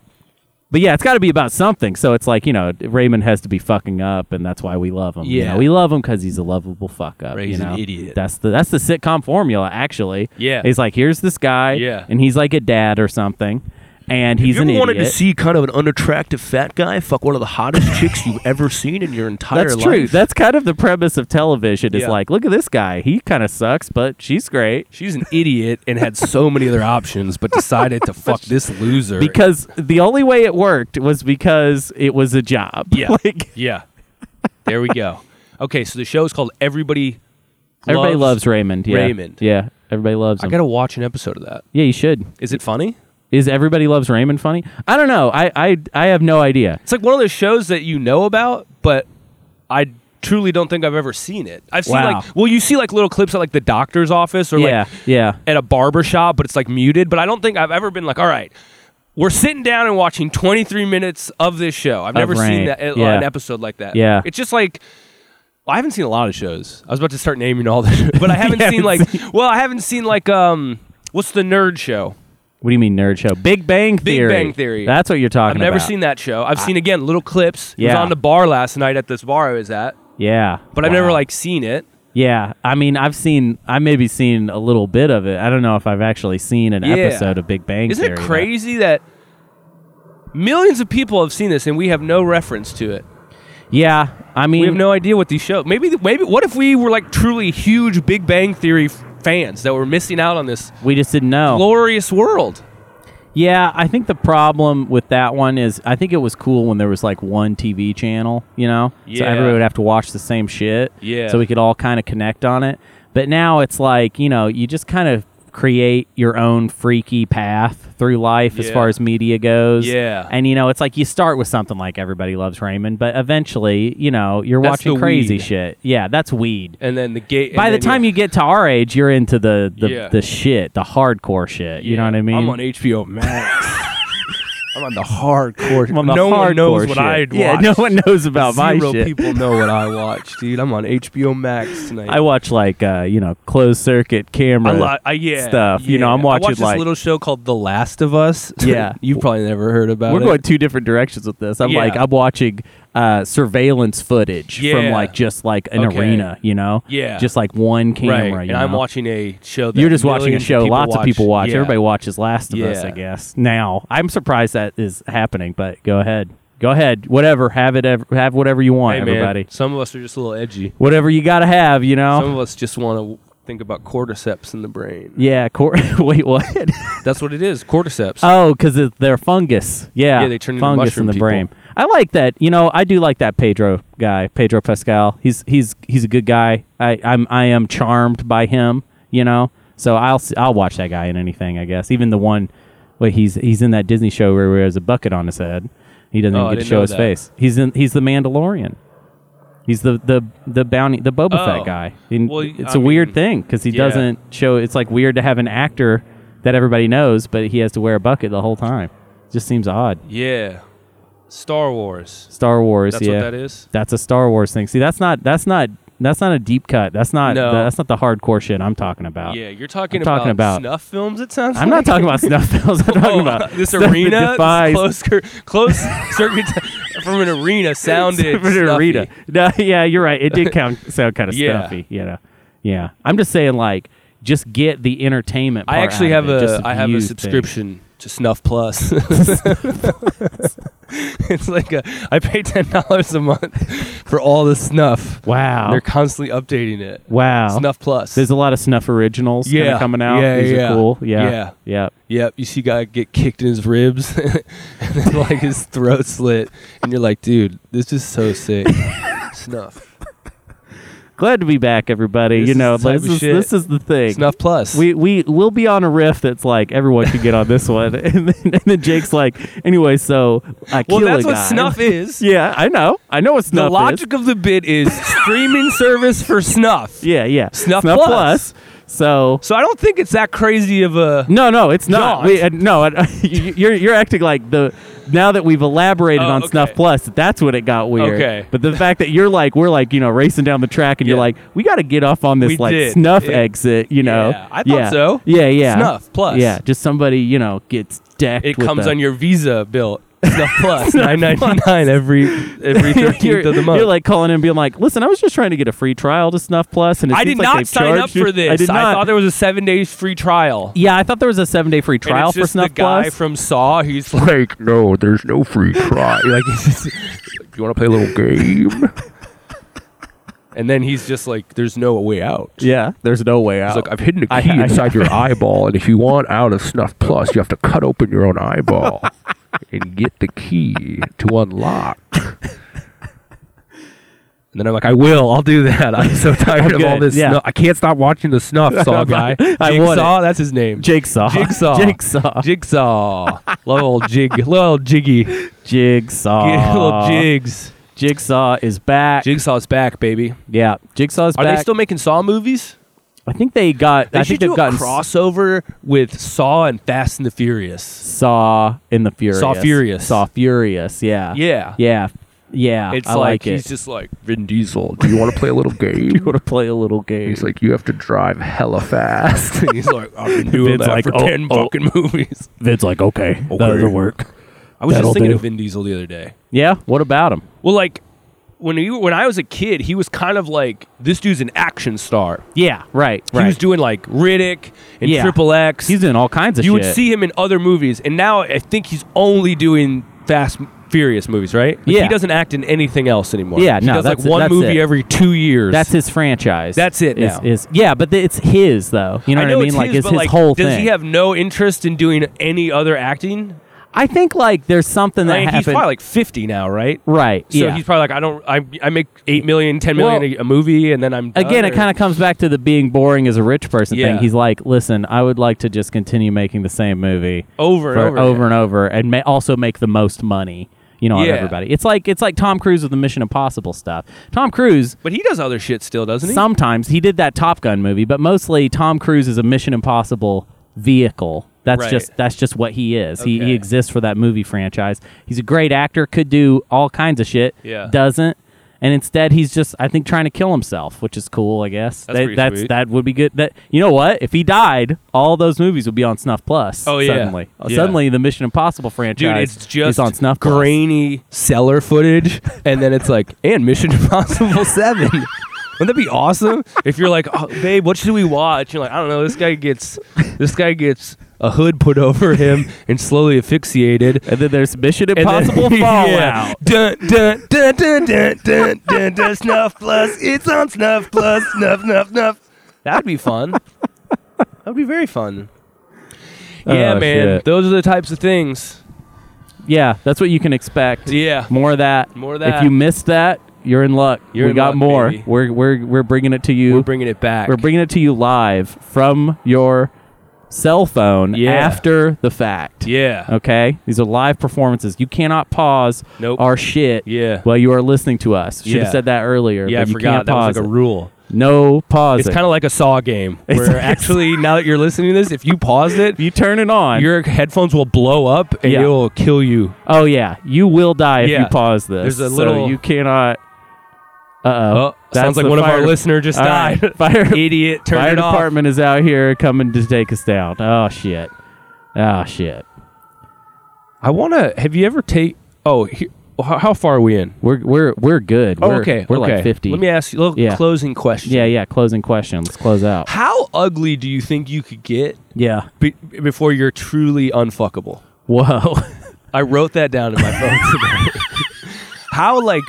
Speaker 1: But yeah, it's got to be about something. So it's like you know, Raymond has to be fucking up, and that's why we love him. you
Speaker 2: Yeah.
Speaker 1: know? we love him because he's a lovable fuck up.
Speaker 2: Ray's
Speaker 1: you
Speaker 2: an
Speaker 1: know?
Speaker 2: idiot.
Speaker 1: That's the that's the sitcom formula, actually.
Speaker 2: Yeah.
Speaker 1: he's like, here's this guy.
Speaker 2: Yeah.
Speaker 1: and he's like a dad or something, and he's
Speaker 2: you
Speaker 1: an
Speaker 2: ever wanted
Speaker 1: idiot.
Speaker 2: to see kind of an unattractive fat guy fuck one of the hottest chicks you've ever seen in your entire
Speaker 1: that's
Speaker 2: life?
Speaker 1: true. That's kind of the premise of television. Is
Speaker 2: Yeah.
Speaker 1: like, look at this guy. He kind of sucks, but she's great.
Speaker 2: She's an idiot and had so many other options, but decided to fuck this loser.
Speaker 1: Because the only way it worked was because it was a job.
Speaker 2: Yeah.
Speaker 1: like,
Speaker 2: Yeah. There we go. Okay, so the show is called Everybody
Speaker 1: Everybody loves Raymond. Yeah.
Speaker 2: Raymond.
Speaker 1: Yeah. Everybody loves
Speaker 2: I
Speaker 1: him.
Speaker 2: gotta watch an episode of that.
Speaker 1: yeah, you should.
Speaker 2: Is it funny?
Speaker 1: Is Everybody Loves Raymond funny? I don't know. I I, I have no idea.
Speaker 2: It's like one of those shows that you know about, but I truly don't think I've ever seen it. I've seen
Speaker 1: Wow.
Speaker 2: like well, you see like little clips at like the doctor's office or
Speaker 1: yeah.
Speaker 2: like
Speaker 1: yeah.
Speaker 2: at a barber shop, but it's like muted. But I don't think I've ever been like, all right, we're sitting down and watching 23 minutes of this show. I've never
Speaker 1: Rain.
Speaker 2: seen that, uh,
Speaker 1: Yeah.
Speaker 2: an episode like that.
Speaker 1: Yeah.
Speaker 2: It's just like, I haven't seen a lot of shows. I was about to start naming all the but I haven't
Speaker 1: You
Speaker 2: seen
Speaker 1: haven't
Speaker 2: like, well, I haven't seen like, um, what's the nerd show?
Speaker 1: What do you mean nerd show? Big Bang Theory.
Speaker 2: Bang Theory.
Speaker 1: That's what you're
Speaker 2: I've
Speaker 1: talking
Speaker 2: never
Speaker 1: about.
Speaker 2: seen that show. I've seen again little clips. It was
Speaker 1: Yeah.
Speaker 2: on the bar last night at this bar I was at,
Speaker 1: Yeah.
Speaker 2: but I've never
Speaker 1: Wow.
Speaker 2: like seen it.
Speaker 1: Yeah, I mean, I've seen, I maybe seen a little bit of it. I don't know if I've actually seen an
Speaker 2: Yeah.
Speaker 1: episode of Big Bang
Speaker 2: Isn't
Speaker 1: Theory.
Speaker 2: it
Speaker 1: though.
Speaker 2: crazy that millions of people have seen this and we have no reference to it?
Speaker 1: Yeah, I mean,
Speaker 2: We have no idea what these shows. Maybe, maybe. What if we were like truly huge Big Bang Theory f- fans that were missing out on this
Speaker 1: we just didn't know.
Speaker 2: glorious world?
Speaker 1: Yeah, I think the problem with that one is I think it was cool when there was like one TV channel, you know? So
Speaker 2: Yeah.
Speaker 1: everybody would have to watch the same shit.
Speaker 2: Yeah.
Speaker 1: So we could all kind of connect on it. But now it's like, you know, you just kind of create your own freaky path through life as
Speaker 2: Yeah.
Speaker 1: far as media goes.
Speaker 2: Yeah.
Speaker 1: And, you know, it's like you start with something like Everybody Loves Raymond, but eventually, you know, you're
Speaker 2: That's
Speaker 1: watching
Speaker 2: the
Speaker 1: crazy
Speaker 2: weed.
Speaker 1: shit. Yeah, that's weed.
Speaker 2: And then the gate.
Speaker 1: By the time you get to our age, you're into the, the,
Speaker 2: Yeah.
Speaker 1: the shit, the hardcore shit. You know what I mean?
Speaker 2: I'm on HBO Max. I'm on the hardcore.
Speaker 1: I'm on the
Speaker 2: no one knows
Speaker 1: hardcore shit.
Speaker 2: what I watch.
Speaker 1: Yeah, no one knows about my
Speaker 2: Zero
Speaker 1: shit.
Speaker 2: people know what I watch, dude. I'm on HBO Max tonight.
Speaker 1: I watch like uh, you know closed circuit
Speaker 2: I
Speaker 1: camera
Speaker 2: li- I- yeah,
Speaker 1: stuff. You know,
Speaker 2: yeah.
Speaker 1: I'm
Speaker 2: I watch
Speaker 1: watching
Speaker 2: this
Speaker 1: like
Speaker 2: little show called The Last of Us.
Speaker 1: Yeah.
Speaker 2: you've probably never heard about
Speaker 1: we're
Speaker 2: it.
Speaker 1: going two different directions with this. I'm
Speaker 2: Yeah.
Speaker 1: like I'm watching uh, surveillance footage from
Speaker 2: Yeah.
Speaker 1: like just like an
Speaker 2: Okay.
Speaker 1: arena. You know,
Speaker 2: Yeah.
Speaker 1: just like one
Speaker 2: right,
Speaker 1: camera.
Speaker 2: and
Speaker 1: you
Speaker 2: I'm
Speaker 1: know?
Speaker 2: watching a show. That
Speaker 1: You're just watching a
Speaker 2: millions
Speaker 1: show. Lots of people watch.
Speaker 2: Yeah.
Speaker 1: Everybody watches Last of Us,
Speaker 2: Yeah.
Speaker 1: I guess. Now I'm surprised that is happening, but go ahead, go ahead, whatever. Have it. Ev- have whatever you want,
Speaker 2: Hey, man,
Speaker 1: everybody. Oh.
Speaker 2: some of us are just a little edgy.
Speaker 1: Whatever you gotta have, you know.
Speaker 2: Some of us just want to think about cordyceps in the brain.
Speaker 1: yeah. Cor- Wait, what?
Speaker 2: That's what it is. Cordyceps.
Speaker 1: Oh, because they're fungus. Yeah,
Speaker 2: Yeah, they turn into
Speaker 1: fungus in
Speaker 2: mushroom
Speaker 1: the
Speaker 2: people.
Speaker 1: brain. I like that. You know, I do like that Pedro guy, Pedro Pascal. He's he's he's a good guy. I I'm I am charmed by him. You know, so I'll s- I'll watch that guy in anything. I guess even the one where he's he's in that Disney show where he has a bucket on his head. He doesn't
Speaker 2: Oh,
Speaker 1: even
Speaker 2: I
Speaker 1: get to
Speaker 2: didn't
Speaker 1: show
Speaker 2: know
Speaker 1: his
Speaker 2: that.
Speaker 1: face. He's in he's the Mandalorian. He's the the the bounty the Boba
Speaker 2: Oh.
Speaker 1: Fett guy. And
Speaker 2: Well,
Speaker 1: it's
Speaker 2: I
Speaker 1: a weird
Speaker 2: mean,
Speaker 1: thing because he
Speaker 2: yeah.
Speaker 1: doesn't show. It's like weird to have an actor that everybody knows, but he has to wear a bucket the whole time. Just seems odd.
Speaker 2: yeah, Star Wars.
Speaker 1: Star Wars,
Speaker 2: That's
Speaker 1: yeah,
Speaker 2: what that is.
Speaker 1: that's a Star Wars thing. See, that's not that's not that's not a deep cut. That's not
Speaker 2: No.
Speaker 1: that's not the hardcore shit I'm talking about.
Speaker 2: Yeah, you're
Speaker 1: Uh,
Speaker 2: talking,
Speaker 1: I'm talking about-
Speaker 2: snuff films. It sounds.
Speaker 1: I'm not
Speaker 2: like.
Speaker 1: talking about snuff films. I'm talking
Speaker 2: Oh,
Speaker 1: about
Speaker 2: this
Speaker 1: stuff that
Speaker 2: arena, this
Speaker 1: defies-
Speaker 2: close, cir- close circuit from an arena sounded
Speaker 1: From an arena.
Speaker 2: snuffy.
Speaker 1: No, yeah, you're right. It did count, sound kind of
Speaker 2: Yeah.
Speaker 1: stuffy. You know, yeah. I'm just saying, like, just get the entertainment.
Speaker 2: I
Speaker 1: part
Speaker 2: actually
Speaker 1: out of
Speaker 2: have
Speaker 1: it.
Speaker 2: a
Speaker 1: Just
Speaker 2: I have
Speaker 1: view
Speaker 2: a
Speaker 1: things.
Speaker 2: subscription to Snuff Plus. it's like a I pay ten dollars a month for all the snuff.
Speaker 1: Wow.
Speaker 2: They're constantly updating it.
Speaker 1: wow.
Speaker 2: Snuff Plus.
Speaker 1: There's a lot of snuff originals kinda
Speaker 2: Yeah.
Speaker 1: coming out.
Speaker 2: Yeah,
Speaker 1: These
Speaker 2: yeah.
Speaker 1: are cool. Yeah.
Speaker 2: Yeah.
Speaker 1: Yeah.
Speaker 2: yep, you see guy get kicked in his ribs and then like his throat slit and you're like, dude, this is so sick. snuff.
Speaker 1: Glad to be back, everybody.
Speaker 2: This
Speaker 1: you
Speaker 2: is
Speaker 1: know,
Speaker 2: the type
Speaker 1: this
Speaker 2: of
Speaker 1: is
Speaker 2: shit.
Speaker 1: this is the thing.
Speaker 2: Snuff Plus.
Speaker 1: We we will be on a riff that's like everyone could get on this one, and then, and then Jake's like, anyway, so I
Speaker 2: well
Speaker 1: kill
Speaker 2: that's
Speaker 1: a
Speaker 2: what
Speaker 1: guy."
Speaker 2: snuff is.
Speaker 1: Yeah, I know, I know what snuff
Speaker 2: the logic of the bit is streaming service for snuff.
Speaker 1: is. Yeah, yeah,
Speaker 2: Snuff
Speaker 1: plus.
Speaker 2: Plus.
Speaker 1: So
Speaker 2: So I don't think it's that crazy of a
Speaker 1: No, no, it's not.
Speaker 2: Yacht.
Speaker 1: We, uh, no, uh, you- you're you're acting like the now that we've elaborated
Speaker 2: Oh,
Speaker 1: on
Speaker 2: okay.
Speaker 1: Snuff Plus, that that's when it got weird.
Speaker 2: Okay.
Speaker 1: But the fact that you're like we're like you know racing down the track and you're
Speaker 2: Yeah.
Speaker 1: like we got to get off on this
Speaker 2: We
Speaker 1: like
Speaker 2: did.
Speaker 1: Snuff
Speaker 2: It-
Speaker 1: exit, you know?
Speaker 2: Yeah, I thought so.
Speaker 1: Yeah, yeah.
Speaker 2: Snuff Plus.
Speaker 1: Yeah, just somebody you know gets decked.
Speaker 2: It
Speaker 1: with
Speaker 2: comes
Speaker 1: a-
Speaker 2: on your Visa bill. Snuff Plus nine ninety nine every every
Speaker 1: you're,
Speaker 2: thirteenth of the month.
Speaker 1: you're like calling in and being like, listen, I was just trying to get a free trial to Snuff Plus, and it seems
Speaker 2: I did
Speaker 1: like
Speaker 2: not
Speaker 1: they've
Speaker 2: sign up
Speaker 1: charged you."
Speaker 2: for this.
Speaker 1: I did not.
Speaker 2: thought there was a seven days free trial.
Speaker 1: yeah, I thought there was a seven day free
Speaker 2: And
Speaker 1: trial
Speaker 2: it's
Speaker 1: for
Speaker 2: just
Speaker 1: Snuff
Speaker 2: the guy
Speaker 1: Plus.
Speaker 2: from Saw. He's like,
Speaker 3: No, there's no free try.
Speaker 2: like, he's just-
Speaker 3: you want to play a little game?
Speaker 2: and then he's just like, "There's no way out."
Speaker 1: yeah, there's no way
Speaker 3: It's
Speaker 1: out.
Speaker 3: like I've hidden
Speaker 1: I-
Speaker 3: a key
Speaker 1: I-
Speaker 3: inside your eyeball, and if you want out of Snuff Plus, you have to cut open your own eyeball and get the key to unlock.
Speaker 2: And then I'm like, I will. I'll do that. I'm so tired of all
Speaker 1: Good,
Speaker 2: this.
Speaker 1: yeah.
Speaker 2: Snuff. I can't stop watching the snuff saw guy.
Speaker 1: I want it.
Speaker 2: Jigsaw, that's his name.
Speaker 1: Jigsaw.
Speaker 2: Jigsaw.
Speaker 1: Jigsaw.
Speaker 2: Jigsaw. little jig. Little jiggy.
Speaker 1: Jigsaw.
Speaker 2: little jigs.
Speaker 1: Jigsaw is back.
Speaker 2: Jigsaw's back, baby.
Speaker 1: yeah, Jigsaw's
Speaker 2: Are
Speaker 1: back.
Speaker 2: they still making Saw movies?
Speaker 1: I think they got.
Speaker 2: They
Speaker 1: I think
Speaker 2: should do
Speaker 1: they've
Speaker 2: a
Speaker 1: gotten
Speaker 2: crossover with Saw and Fast and the Furious.
Speaker 1: Saw in the Furious.
Speaker 2: Saw Furious.
Speaker 1: Saw Furious. Yeah.
Speaker 2: Yeah.
Speaker 1: Yeah. Yeah.
Speaker 2: It's
Speaker 1: I
Speaker 2: like,
Speaker 1: like,
Speaker 2: he's
Speaker 1: it.
Speaker 2: just like
Speaker 3: Vin Diesel, do you want to play a little game?
Speaker 1: you want to play a little game?
Speaker 3: He's like, you have to drive hella fast.
Speaker 2: And he's like, I've been doing
Speaker 1: Vin's
Speaker 2: that
Speaker 1: like,
Speaker 2: for
Speaker 1: "Oh,
Speaker 2: 10
Speaker 1: oh."
Speaker 2: fucking movies.
Speaker 1: Vin's like, okay, that'll work.
Speaker 2: I was
Speaker 1: That'll
Speaker 2: just thinking
Speaker 1: do.
Speaker 2: of Vin Diesel the other day.
Speaker 1: Yeah. What about him?
Speaker 2: Well, like, when, he, when I was a kid, he was kind of like, this dude's an action star.
Speaker 1: Yeah. Right.
Speaker 2: He
Speaker 1: right.
Speaker 2: was doing like Riddick and
Speaker 1: Yeah.
Speaker 2: Triple X.
Speaker 1: he's doing all kinds of
Speaker 2: you
Speaker 1: shit.
Speaker 2: would see him in other movies, and now I think he's only doing Fast Furious movies, right? Like,
Speaker 1: Yeah.
Speaker 2: he doesn't act in anything else anymore.
Speaker 1: Yeah,
Speaker 2: he
Speaker 1: no,
Speaker 2: does
Speaker 1: that's
Speaker 2: like
Speaker 1: it-
Speaker 2: one
Speaker 1: that's
Speaker 2: movie
Speaker 1: it.
Speaker 2: every two years.
Speaker 1: That's his franchise.
Speaker 2: That's it
Speaker 1: Is,
Speaker 2: now.
Speaker 1: is- yeah, but th- it's his though. You know
Speaker 2: I
Speaker 1: what
Speaker 2: know
Speaker 1: I mean?
Speaker 2: it's
Speaker 1: like
Speaker 2: his,
Speaker 1: it's
Speaker 2: but
Speaker 1: his
Speaker 2: like,
Speaker 1: whole
Speaker 2: does
Speaker 1: thing.
Speaker 2: he have no interest in doing any other acting?
Speaker 1: I think like there's something that
Speaker 2: Like, he's
Speaker 1: happened.
Speaker 2: probably like fifty now, right?
Speaker 1: right.
Speaker 2: So
Speaker 1: yeah.
Speaker 2: he's probably like, I don't, I, I make eight million, ten million
Speaker 1: Well,
Speaker 2: a, a movie, and then I'm done,
Speaker 1: Again, it
Speaker 2: or-
Speaker 1: kind of comes back to the being boring as a rich person
Speaker 2: Yeah.
Speaker 1: thing. He's like, listen, I would like to just continue making the same movie
Speaker 2: over and
Speaker 1: for-
Speaker 2: over, again.
Speaker 1: and over, and ma- also make the most money. You know, on
Speaker 2: Yeah.
Speaker 1: everybody. It's like it's like Tom Cruise with the Mission Impossible stuff. Tom Cruise
Speaker 2: But he does other shit still, doesn't he?
Speaker 1: sometimes he did that Top Gun movie, but mostly Tom Cruise is a Mission Impossible vehicle. That's
Speaker 2: Right.
Speaker 1: just that's just what he is. He,
Speaker 2: Okay.
Speaker 1: he exists for that movie franchise. He's a great actor, could do all kinds of shit.
Speaker 2: Yeah.
Speaker 1: doesn't. And instead, he's just I think trying to kill himself, which is cool. I guess
Speaker 2: That's pretty sweet.
Speaker 1: that would be good. That you know what? If he died, all those movies would be on Snuff Plus.
Speaker 2: Oh, yeah.
Speaker 1: Suddenly,
Speaker 2: Yeah.
Speaker 1: suddenly the Mission Impossible
Speaker 2: Dude,
Speaker 1: franchise
Speaker 2: it's just
Speaker 1: is on Snuff Plus.
Speaker 2: grainy cellar footage, and then it's like, and Mission Impossible Seven. Wouldn't that be awesome? If you're like, oh, babe, what should we watch? You're like, I don't know. This guy gets, this guy gets a hood put over him and slowly asphyxiated.
Speaker 1: And then there's Mission
Speaker 2: And then-
Speaker 1: Impossible Fallout.
Speaker 2: Yeah. Dun dun dun dun dun dun dun dun. Snuff plus. It's on Snuff plus. Snuff snuff snuff. That'd be fun. That'd be very fun. Yeah,
Speaker 1: Oh,
Speaker 2: man.
Speaker 1: shit.
Speaker 2: Those are the types of things.
Speaker 1: Yeah, that's what you can expect.
Speaker 2: Yeah.
Speaker 1: More of that.
Speaker 2: More of that.
Speaker 1: If you missed that, you're in luck.
Speaker 2: You're
Speaker 1: we
Speaker 2: in
Speaker 1: got
Speaker 2: luck,
Speaker 1: more.
Speaker 2: baby.
Speaker 1: We're we're we're bringing it to you.
Speaker 2: We're bringing it back.
Speaker 1: We're bringing it to you live from your cell phone
Speaker 2: Yeah.
Speaker 1: after the fact.
Speaker 2: yeah.
Speaker 1: Okay? These are live performances. You cannot pause
Speaker 2: Nope.
Speaker 1: our shit
Speaker 2: Yeah.
Speaker 1: while you are listening to us. Should
Speaker 2: Yeah.
Speaker 1: have said that earlier.
Speaker 2: yeah,
Speaker 1: but
Speaker 2: I
Speaker 1: you
Speaker 2: forgot.
Speaker 1: Can't
Speaker 2: That was
Speaker 1: pause
Speaker 2: like a
Speaker 1: it.
Speaker 2: rule.
Speaker 1: No pausing.
Speaker 2: It's kind of like a saw game. Where actually, now that you're listening to this, if you paused it,
Speaker 1: you turn it on.
Speaker 2: your headphones will blow up and
Speaker 1: Yeah.
Speaker 2: it'll kill you.
Speaker 1: oh yeah, you will die if
Speaker 2: Yeah.
Speaker 1: you pause this.
Speaker 2: There's a
Speaker 1: So
Speaker 2: little-
Speaker 1: you cannot. Uh
Speaker 2: Oh,
Speaker 1: oh.
Speaker 2: sounds like one of our listener just
Speaker 1: All
Speaker 2: died.
Speaker 1: right. Fire-
Speaker 2: Idiot, turn
Speaker 1: Fire
Speaker 2: it off.
Speaker 1: department is out here coming to take us down. Oh shit. Oh shit.
Speaker 2: I want to. Have you ever take? Oh, he, how, how far are we in?
Speaker 1: We're we're we're good.
Speaker 2: Oh,
Speaker 1: we're,
Speaker 2: okay.
Speaker 1: We're
Speaker 2: okay.
Speaker 1: like fifty.
Speaker 2: Let me ask you a little
Speaker 1: Yeah.
Speaker 2: closing question.
Speaker 1: yeah, yeah. Closing question. Let's close out.
Speaker 2: How ugly do you think you could get
Speaker 1: Yeah.
Speaker 2: be, before you're truly unfuckable?
Speaker 1: Whoa.
Speaker 2: I wrote that down in my phone today. how like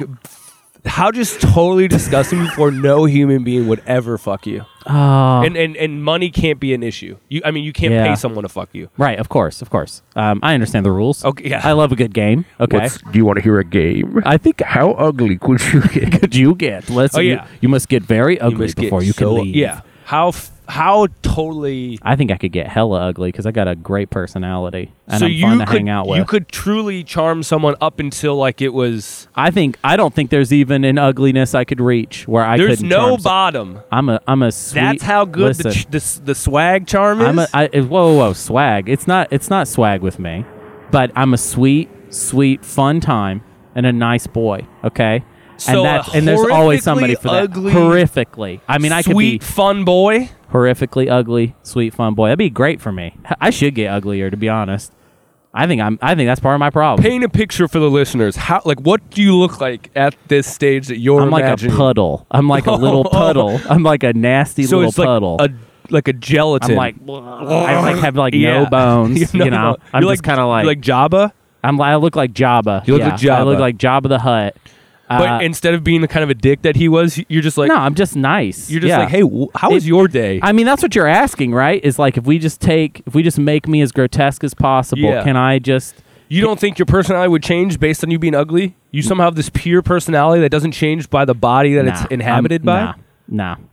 Speaker 2: how just totally disgusting before no human being would ever fuck you.
Speaker 1: Oh.
Speaker 2: And and and money can't be an issue. You I mean you can't
Speaker 1: Yeah.
Speaker 2: pay someone to fuck you.
Speaker 1: right. Of course. Of course. Um, I understand the rules.
Speaker 2: Okay, yeah.
Speaker 1: I love a good game. Okay.
Speaker 3: What's, do you want to hear a game?
Speaker 1: I think
Speaker 3: How ugly could you get?
Speaker 1: could you get? Listen.
Speaker 2: Oh,
Speaker 1: you-
Speaker 2: yeah.
Speaker 1: You, must get very ugly
Speaker 2: must get
Speaker 1: before you
Speaker 2: so-
Speaker 1: can leave.
Speaker 2: Yeah. How f- how totally
Speaker 1: I think I could get hella ugly because I got a great personality and
Speaker 2: so
Speaker 1: I'm
Speaker 2: you
Speaker 1: fun to
Speaker 2: could
Speaker 1: hang out with.
Speaker 2: you could truly charm someone up until like it was
Speaker 1: I think I don't think there's even an ugliness I could reach where I
Speaker 2: there's
Speaker 1: couldn't
Speaker 2: no
Speaker 1: charm some-
Speaker 2: bottom.
Speaker 1: I'm a I'm a sweet.
Speaker 2: That's how good the,
Speaker 1: listen,
Speaker 2: ch- the s- the swag charm is.
Speaker 1: I'm a I, whoa, whoa whoa swag. It's not it's not swag with me, but I'm a sweet sweet fun time and a nice boy. Okay.
Speaker 2: So a
Speaker 1: and and there's always somebody for
Speaker 2: horrifically
Speaker 1: that.
Speaker 2: ugly,
Speaker 1: horrifically. I mean, I could be
Speaker 2: sweet fun boy.
Speaker 1: horrifically ugly, sweet fun boy. That'd be great for me. I should get uglier, to be honest. I think I'm. I think that's part of my problem.
Speaker 2: paint a picture for the listeners. How like what do you look like at this stage that you're
Speaker 1: I'm like
Speaker 2: imagining?
Speaker 1: a puddle. I'm like a little puddle. I'm like a nasty
Speaker 2: Oh. So
Speaker 1: little
Speaker 2: it's like
Speaker 1: puddle.
Speaker 2: a like a gelatin.
Speaker 1: I'm like, I like have like
Speaker 2: Oh, Yeah.
Speaker 1: no bones. you know,
Speaker 2: You're not-
Speaker 1: I'm
Speaker 2: you're
Speaker 1: just kind of
Speaker 2: you're
Speaker 1: like,
Speaker 2: like Jabba,
Speaker 1: I'm. I look like Jabba.
Speaker 2: You look
Speaker 1: yeah.
Speaker 2: like
Speaker 1: I
Speaker 2: Jabba.
Speaker 1: look like Jabba the Hutt. Uh,
Speaker 2: but instead of being the kind of a dick that he was, you're just like
Speaker 1: no, I'm just nice.
Speaker 2: you're just
Speaker 1: Yeah.
Speaker 2: like, hey, wh- how was
Speaker 1: It-
Speaker 2: your day?
Speaker 1: I mean, that's what you're asking, right? Is like if we just take, if we just make me as grotesque as possible,
Speaker 2: Yeah.
Speaker 1: can I just
Speaker 2: You don't think your personality would change based on you being ugly? You somehow have this pure personality that doesn't change by the body that
Speaker 1: Mm. Nah,
Speaker 2: it's inhabited
Speaker 1: I'm-
Speaker 2: by?
Speaker 1: Nah, nah.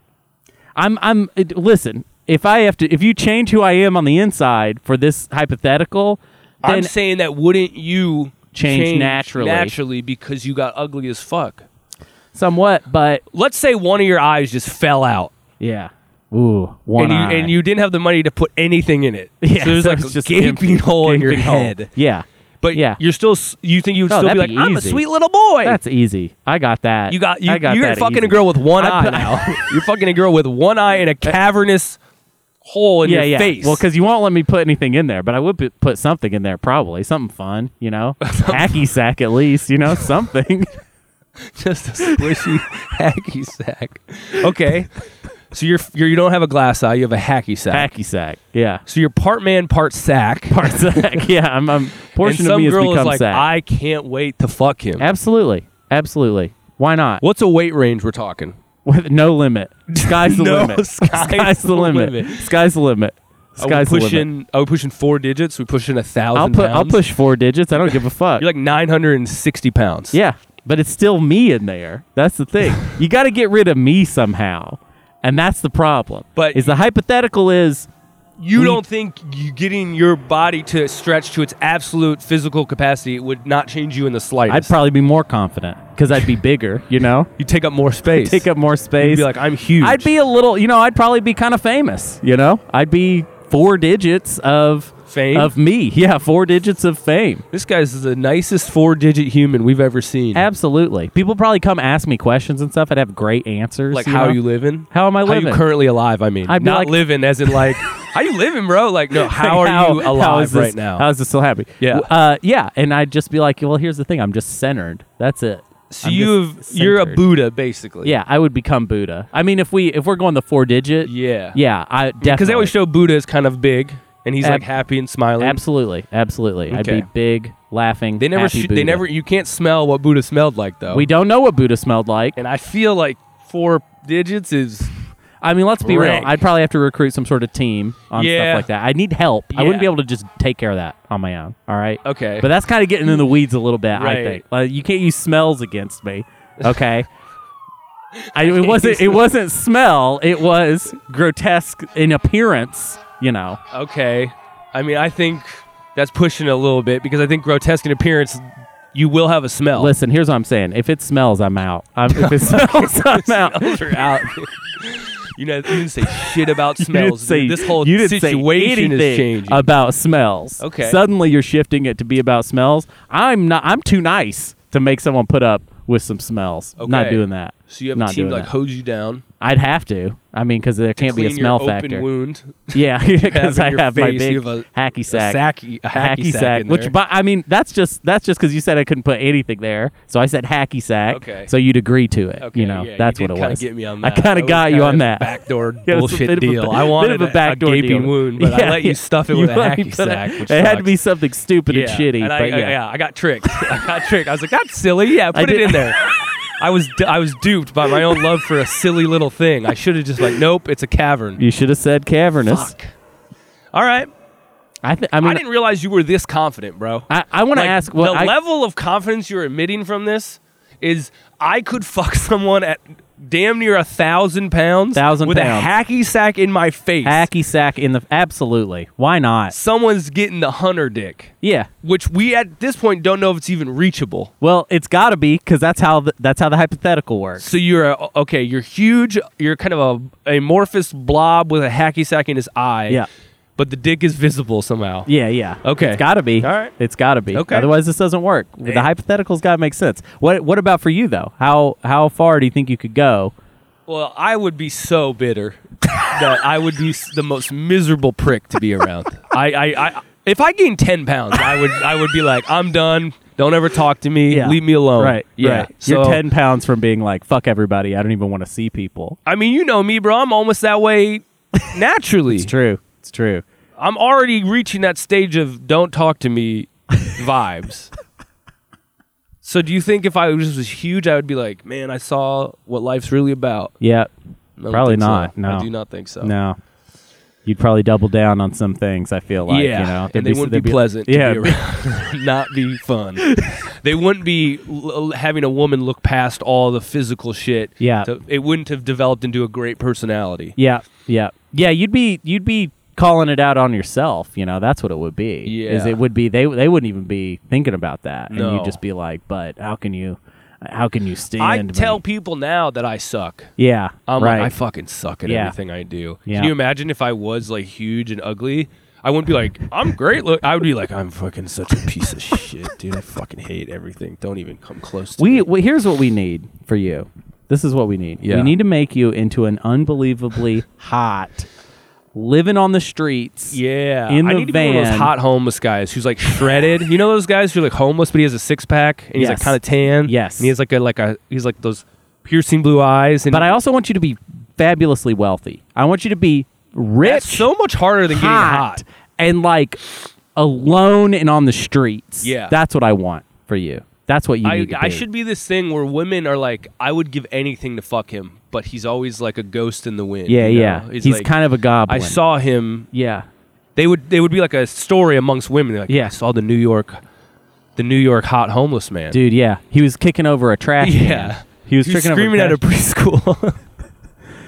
Speaker 1: I'm I'm it- listen. If I have to, if you change who I am on the inside for this hypothetical, then
Speaker 2: I'm saying that wouldn't you
Speaker 1: Change naturally.
Speaker 2: naturally because you got ugly as fuck?
Speaker 1: somewhat. But
Speaker 2: Let's say one of your eyes just fell out
Speaker 1: yeah, ooh, one
Speaker 2: and you,
Speaker 1: eye.
Speaker 2: and you didn't have the money to put anything in it.
Speaker 1: Yeah,
Speaker 2: so there's
Speaker 1: so
Speaker 2: like a
Speaker 1: it's just
Speaker 2: gaping hole in your
Speaker 1: gaping hole.
Speaker 2: head.
Speaker 1: Yeah,
Speaker 2: But
Speaker 1: Yeah.
Speaker 2: you're still s- you think you would
Speaker 1: No,
Speaker 2: still be
Speaker 1: that'd
Speaker 2: like
Speaker 1: be
Speaker 2: I'm a
Speaker 1: easy.
Speaker 2: sweet little boy.
Speaker 1: that's easy. I got that.
Speaker 2: you got you
Speaker 1: I got
Speaker 2: you're
Speaker 1: that
Speaker 2: fucking
Speaker 1: easy.
Speaker 2: a girl with one
Speaker 1: I
Speaker 2: eye
Speaker 1: put-
Speaker 2: now. you're fucking a girl with one eye and a cavernous hole in
Speaker 1: yeah,
Speaker 2: your
Speaker 1: yeah.
Speaker 2: face.
Speaker 1: Well, because you won't let me put anything in there, but I would put- put something in there, probably something fun. You know, hacky sack at least. You know, something.
Speaker 2: just a squishy hacky sack. Okay. So you're, you're you don't have a glass eye, you have a hacky sack.
Speaker 1: hacky sack. Yeah.
Speaker 2: So you're part man, part sack.
Speaker 1: Part sack. Yeah, I'm. I'm
Speaker 2: and
Speaker 1: portion
Speaker 2: some
Speaker 1: of me has
Speaker 2: girl
Speaker 1: become
Speaker 2: is like,
Speaker 1: sack.
Speaker 2: I can't wait to fuck him.
Speaker 1: Absolutely. Absolutely. Why not?
Speaker 2: What's a weight range we're talking?
Speaker 1: With no limit. Sky's the
Speaker 2: No,
Speaker 1: limit.
Speaker 2: sky's
Speaker 1: the,
Speaker 2: the
Speaker 1: limit.
Speaker 2: limit.
Speaker 1: Sky's the limit.
Speaker 2: are we
Speaker 1: Sky's the limit.
Speaker 2: pushing? Are we pushing four digits? We pushing a thousand?
Speaker 1: I'll put. I'll
Speaker 2: pounds?
Speaker 1: push four digits. I don't give a fuck.
Speaker 2: You're like 960 pounds.
Speaker 1: yeah, but it's still me in there. That's the thing. you got to get rid of me somehow, and that's the problem.
Speaker 2: But-
Speaker 1: is the hypothetical is
Speaker 2: You
Speaker 1: We-
Speaker 2: don't think you getting your body to stretch to its absolute physical capacity would not change you in the
Speaker 1: I'd
Speaker 2: slightest?
Speaker 1: probably be more confident because I'd be bigger. You know,
Speaker 2: you take up more space.
Speaker 1: take up more
Speaker 2: You'd
Speaker 1: space.
Speaker 2: be like, I'm huge.
Speaker 1: I'd be a little, you know, I'd probably be kind of famous, you know? I'd be four digits of
Speaker 2: Fame?
Speaker 1: of me. Yeah, four digits of fame.
Speaker 2: This guy's the nicest four-digit human we've ever seen.
Speaker 1: Absolutely. People probably come ask me questions and stuff. I'd have great answers.
Speaker 2: like how
Speaker 1: know?
Speaker 2: you living?
Speaker 1: How am I
Speaker 2: How
Speaker 1: living?
Speaker 2: you currently alive? I mean,
Speaker 1: I'd be
Speaker 2: not
Speaker 1: like-
Speaker 2: living as in like how you living, bro? Like no,
Speaker 1: Like,
Speaker 2: how are you
Speaker 1: how
Speaker 2: alive
Speaker 1: is this-
Speaker 2: right now?
Speaker 1: How is this still happy?
Speaker 2: Yeah.
Speaker 1: Uh, yeah. And I'd just be like, well, here's the thing. I'm just centered. That's it.
Speaker 2: so
Speaker 1: I'm
Speaker 2: you've
Speaker 1: just
Speaker 2: you're a
Speaker 1: centered.
Speaker 2: Buddha basically.
Speaker 1: Yeah, I would become Buddha. I mean, if we if we're going the four digit,
Speaker 2: yeah,
Speaker 1: yeah, I definitely
Speaker 2: Because they always show Buddha is kind of big and he's like
Speaker 1: Ab-
Speaker 2: happy and smiling.
Speaker 1: absolutely, absolutely. I'd be
Speaker 2: Okay.
Speaker 1: big, laughing.
Speaker 2: They never
Speaker 1: happy
Speaker 2: sh- they
Speaker 1: Buddha.
Speaker 2: never you can't smell what Buddha smelled like though.
Speaker 1: We don't know what Buddha smelled like.
Speaker 2: and I feel like four digits is
Speaker 1: I mean, let's be
Speaker 2: Rank.
Speaker 1: real. I'd probably have to recruit some sort of team on
Speaker 2: Yeah.
Speaker 1: stuff like that. I need help. I
Speaker 2: Yeah.
Speaker 1: wouldn't be able to just take care of that on my own. All right.
Speaker 2: okay.
Speaker 1: But that's kind of getting in the weeds a little bit. I
Speaker 2: Right.
Speaker 1: think like, you can't use smells against me. Okay. I, it wasn't. It wasn't smell. It was grotesque in appearance. You know.
Speaker 2: Okay. I mean, I think that's pushing it a little bit because I think grotesque in appearance, you will have a smell.
Speaker 1: Listen, here's what I'm saying. If it smells, I'm out. I'm, if it smells, I'm out.
Speaker 2: Smells are out. you know, you didn't say shit about
Speaker 1: You didn't
Speaker 2: smells. dude. this whole
Speaker 1: you didn't say
Speaker 2: situation is
Speaker 1: anything
Speaker 2: changing.
Speaker 1: about smells.
Speaker 2: Okay.
Speaker 1: Suddenly you're shifting it to be about smells. I'm not. I'm too nice to make someone put up with some smells. Not
Speaker 2: Okay.
Speaker 1: doing that.
Speaker 2: so you have
Speaker 1: not
Speaker 2: a team
Speaker 1: doing
Speaker 2: like
Speaker 1: that.
Speaker 2: hose you down.
Speaker 1: I'd have to. I mean, because there can't be
Speaker 2: clean
Speaker 1: a smell
Speaker 2: your
Speaker 1: factor.
Speaker 2: Open wound.
Speaker 1: Yeah, because
Speaker 2: in
Speaker 1: I
Speaker 2: your
Speaker 1: have my
Speaker 2: face,
Speaker 1: big
Speaker 2: you have a-
Speaker 1: hacky sack.
Speaker 2: A, sacky, a hacky, sack. in there.
Speaker 1: which, but I mean, that's just that's just because you said I couldn't put anything there, so I said hacky sack.
Speaker 2: Okay.
Speaker 1: So you'd agree to it.
Speaker 2: Okay,
Speaker 1: you know,
Speaker 2: yeah,
Speaker 1: that's
Speaker 2: you
Speaker 1: what
Speaker 2: did
Speaker 1: it
Speaker 2: kinda
Speaker 1: was.
Speaker 2: Get me on
Speaker 1: I
Speaker 2: that.
Speaker 1: kinda
Speaker 2: It was
Speaker 1: got you
Speaker 2: kinda
Speaker 1: on that.
Speaker 2: backdoor
Speaker 1: It was a
Speaker 2: bullshit
Speaker 1: bit of a
Speaker 2: deal.
Speaker 1: ba-
Speaker 2: I wanted
Speaker 1: bit of a
Speaker 2: a,
Speaker 1: backdoor
Speaker 2: gaping
Speaker 1: deal.
Speaker 2: wound, but I
Speaker 1: Yeah,
Speaker 2: let
Speaker 1: yeah.
Speaker 2: you stuff it with a
Speaker 1: let me
Speaker 2: hacky
Speaker 1: put it-
Speaker 2: sack. Which
Speaker 1: it had to
Speaker 2: sucks.
Speaker 1: be something stupid and shitty.
Speaker 2: And I,
Speaker 1: but
Speaker 2: I-
Speaker 1: yeah.
Speaker 2: I got tricked. I got tricked. I was like, that's silly. Yeah, put it
Speaker 1: did-
Speaker 2: in there. I was du- I was duped by my own love for a silly little thing. I should have just like, nope, it's a cavern.
Speaker 1: You should have said cavernous.
Speaker 2: Fuck. All right.
Speaker 1: I th- I
Speaker 2: I,
Speaker 1: mean,
Speaker 2: didn't realize you were this confident, bro.
Speaker 1: I, I want to
Speaker 2: Like,
Speaker 1: ask what
Speaker 2: the
Speaker 1: I,
Speaker 2: level of confidence you're emitting from this is I could fuck someone at damn near a thousand pounds,
Speaker 1: Thousand
Speaker 2: with
Speaker 1: pounds.
Speaker 2: a hacky sack in my face.
Speaker 1: hacky sack in the absolutely. Why not?
Speaker 2: Someone's getting the hunter dick,
Speaker 1: Yeah.
Speaker 2: which we at this point don't know if it's even reachable.
Speaker 1: Well, it's got to be because that's how the, that's how the hypothetical works.
Speaker 2: So you're a, okay. You're huge. You're kind of a amorphous blob with a hacky sack in his eye.
Speaker 1: Yeah.
Speaker 2: But the dick is visible somehow.
Speaker 1: Yeah, yeah.
Speaker 2: Okay.
Speaker 1: It's got to be.
Speaker 2: All right.
Speaker 1: It's got to be.
Speaker 2: Okay.
Speaker 1: Otherwise, this doesn't work. The hypothetical's got to make sense. What What about for you though? How How far do you think you could go?
Speaker 2: Well, I would be so bitter that I would be s- the most miserable prick to be around. I, I, I, if I gained ten pounds, I would, I would be like, I'm done. Don't ever talk to me. Leave me alone.
Speaker 1: Right.
Speaker 2: Yeah.
Speaker 1: right. You're
Speaker 2: So-
Speaker 1: ten pounds from being like fuck everybody. I don't even want to see people.
Speaker 2: I mean, you know me, bro. I'm almost that way naturally.
Speaker 1: It's true. It's true.
Speaker 2: I'm already reaching that stage of don't talk to me vibes. So do you think if I just was huge, I would be like, man, I saw what life's really about?
Speaker 1: Yeah.
Speaker 2: I don't
Speaker 1: Probably
Speaker 2: think so.
Speaker 1: not, no.
Speaker 2: Oh. I do not think so.
Speaker 1: No. You'd probably double down on some things. I feel like
Speaker 2: yeah,
Speaker 1: you know, There'd
Speaker 2: and they wouldn't be,
Speaker 1: there'd
Speaker 2: pleasant.
Speaker 1: yeah,
Speaker 2: to be around. not be fun. they wouldn't be l- having a woman look past all the physical shit.
Speaker 1: Yeah.
Speaker 2: to- it wouldn't have developed into a great personality.
Speaker 1: yeah, yeah, yeah. You'd be you'd be calling it out on yourself. You know, that's what it would be. is
Speaker 2: Yeah.
Speaker 1: it would be they they wouldn't even be thinking about that, and
Speaker 2: No.
Speaker 1: you'd just be like, but how can you, how can you stand?
Speaker 2: I
Speaker 1: me?"
Speaker 2: tell people now that I suck.
Speaker 1: yeah,
Speaker 2: I'm
Speaker 1: right.
Speaker 2: like, I fucking suck at
Speaker 1: Yeah.
Speaker 2: everything I do.
Speaker 1: Yeah.
Speaker 2: Can you imagine if I was like huge and ugly? I wouldn't be like, I'm great. Look, I would be like, I'm fucking such a piece of shit, dude. I fucking hate everything. Don't even come close to
Speaker 1: We,
Speaker 2: me.
Speaker 1: we here's what we need for you. This is what we need.
Speaker 2: Yeah.
Speaker 1: We need to make you into an unbelievably hot, living on the streets.
Speaker 2: Yeah,
Speaker 1: in
Speaker 2: I
Speaker 1: the
Speaker 2: need to be one of
Speaker 1: van.
Speaker 2: those hot homeless guys who's like shredded. you know those guys who're like homeless, but he has a six pack and he's like
Speaker 1: Yes.
Speaker 2: kind of tan.
Speaker 1: Yes.
Speaker 2: and he has like a like a he's like those piercing blue eyes. And
Speaker 1: But I also want you to be fabulously wealthy. I want you to be rich,
Speaker 2: that's so much harder than
Speaker 1: hot,
Speaker 2: getting hot.
Speaker 1: and like alone and on the streets.
Speaker 2: Yeah.
Speaker 1: that's what I want for you. That's what you
Speaker 2: I,
Speaker 1: need to
Speaker 2: I
Speaker 1: be.
Speaker 2: should be this thing where women are like, I would give anything to fuck him, but he's always like a ghost in the wind.
Speaker 1: Yeah,
Speaker 2: you know?
Speaker 1: yeah. He's, kind of a
Speaker 2: I
Speaker 1: goblin.
Speaker 2: saw him.
Speaker 1: Yeah,
Speaker 2: They would they would be like a story amongst women. They're like,
Speaker 1: Yeah.
Speaker 2: I saw the New York, the New York hot homeless man.
Speaker 1: dude. Yeah, he was kicking over a trash. can.
Speaker 2: Yeah.
Speaker 1: He was
Speaker 2: He was
Speaker 1: kicking over
Speaker 2: screaming
Speaker 1: trash
Speaker 2: at a preschool.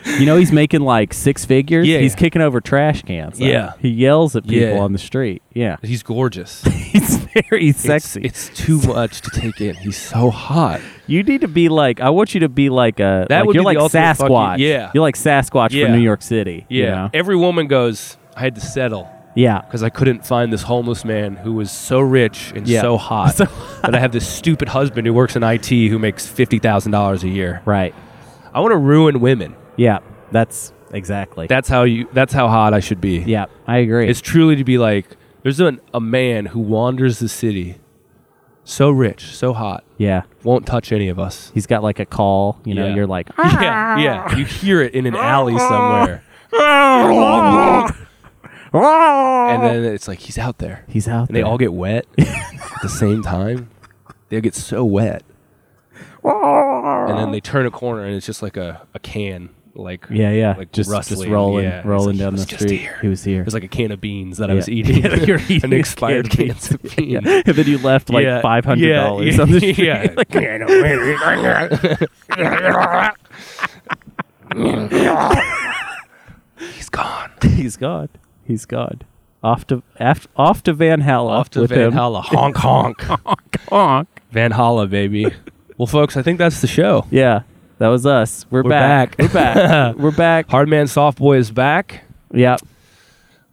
Speaker 1: You know he's making like six figures.
Speaker 2: Yeah.
Speaker 1: he's kicking over trash cans. though.
Speaker 2: Yeah.
Speaker 1: he yells at people
Speaker 2: Yeah.
Speaker 1: on the street. Yeah,
Speaker 2: he's gorgeous.
Speaker 1: he's very sexy.
Speaker 2: It's, it's too much to take in. He's so hot.
Speaker 1: you need to be like I want you to be like a
Speaker 2: That
Speaker 1: like,
Speaker 2: would
Speaker 1: you're
Speaker 2: be
Speaker 1: like
Speaker 2: the ultimate
Speaker 1: Sasquatch.
Speaker 2: fucking- yeah.
Speaker 1: you're like Sasquatch
Speaker 2: Yeah.
Speaker 1: from New York City. you
Speaker 2: Yeah.
Speaker 1: know?
Speaker 2: Every woman goes, I had to settle
Speaker 1: yeah.
Speaker 2: because I couldn't find this homeless man who was so rich and
Speaker 1: Yeah.
Speaker 2: so hot that I have this stupid husband who works in IT who makes $50,000 a year.
Speaker 1: Right.
Speaker 2: I want to ruin women.
Speaker 1: Yeah, that's exactly.
Speaker 2: That's how you that's how hot I should be.
Speaker 1: yeah, I agree.
Speaker 2: It's truly to be like there's an, a man who wanders the city so rich, so hot,
Speaker 1: yeah,
Speaker 2: won't touch any of us.
Speaker 1: he's got like a call. You know,
Speaker 2: Yeah.
Speaker 1: you're like
Speaker 2: Yeah, yeah. You hear it in an alley somewhere. and then it's like he's out there.
Speaker 1: he's out
Speaker 2: And they
Speaker 1: there.
Speaker 2: all get wet at the same time. They get so wet. And then they turn a corner and it's just like a, a can. Like
Speaker 1: yeah, yeah,
Speaker 2: like
Speaker 1: just
Speaker 2: rustling.
Speaker 1: just rolling,
Speaker 2: Yeah. It's
Speaker 1: rolling
Speaker 2: like,
Speaker 1: down
Speaker 2: he
Speaker 1: the
Speaker 2: was just
Speaker 1: street.
Speaker 2: here.
Speaker 1: He was here.
Speaker 2: It was like a can of beans that I
Speaker 1: Yeah.
Speaker 2: was eating.
Speaker 1: Yeah, you're eating
Speaker 2: an
Speaker 1: a
Speaker 2: expired
Speaker 1: can
Speaker 2: can
Speaker 1: of
Speaker 2: of beans.
Speaker 1: and then you left like
Speaker 2: Yeah,
Speaker 1: five hundred dollars
Speaker 2: yeah,
Speaker 1: on the street.
Speaker 2: yeah. He's gone.
Speaker 1: He's gone. He's gone. Off to af, off to Van Halen.
Speaker 2: Off to
Speaker 1: with
Speaker 2: Van
Speaker 1: him.
Speaker 2: Halla. Honk honk.
Speaker 1: Honk.
Speaker 2: Van Halla, baby. Well, folks, I think that's the show.
Speaker 1: Yeah, that was us. We're,
Speaker 2: We're
Speaker 1: back.
Speaker 2: back.
Speaker 1: We're back. We're back.
Speaker 2: Hard Man Soft Boy is back.
Speaker 1: Yeah,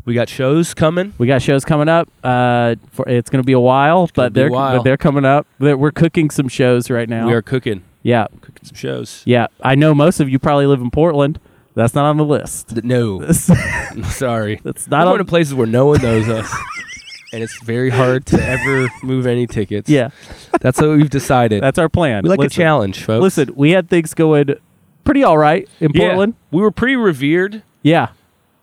Speaker 2: We got shows coming.
Speaker 1: we got shows coming up. Uh, for it's gonna be a while, but
Speaker 2: be a
Speaker 1: they're
Speaker 2: while.
Speaker 1: but they're coming up. They're, we're cooking some shows right now.
Speaker 2: We are cooking.
Speaker 1: yeah,
Speaker 2: Cooking some shows.
Speaker 1: yeah. I know most of you probably live in Portland. That's not on the list.
Speaker 2: No. Sorry.
Speaker 1: That's
Speaker 2: I'm
Speaker 1: not
Speaker 2: going
Speaker 1: on.
Speaker 2: to places where no one knows us. And it's very hard to ever move any tickets.
Speaker 1: yeah,
Speaker 2: That's what we've decided.
Speaker 1: that's our plan.
Speaker 2: we like
Speaker 1: Listen.
Speaker 2: a challenge, folks.
Speaker 1: Listen, we had things going pretty all right in
Speaker 2: Yeah.
Speaker 1: Portland.
Speaker 2: We were pretty revered.
Speaker 1: Yeah.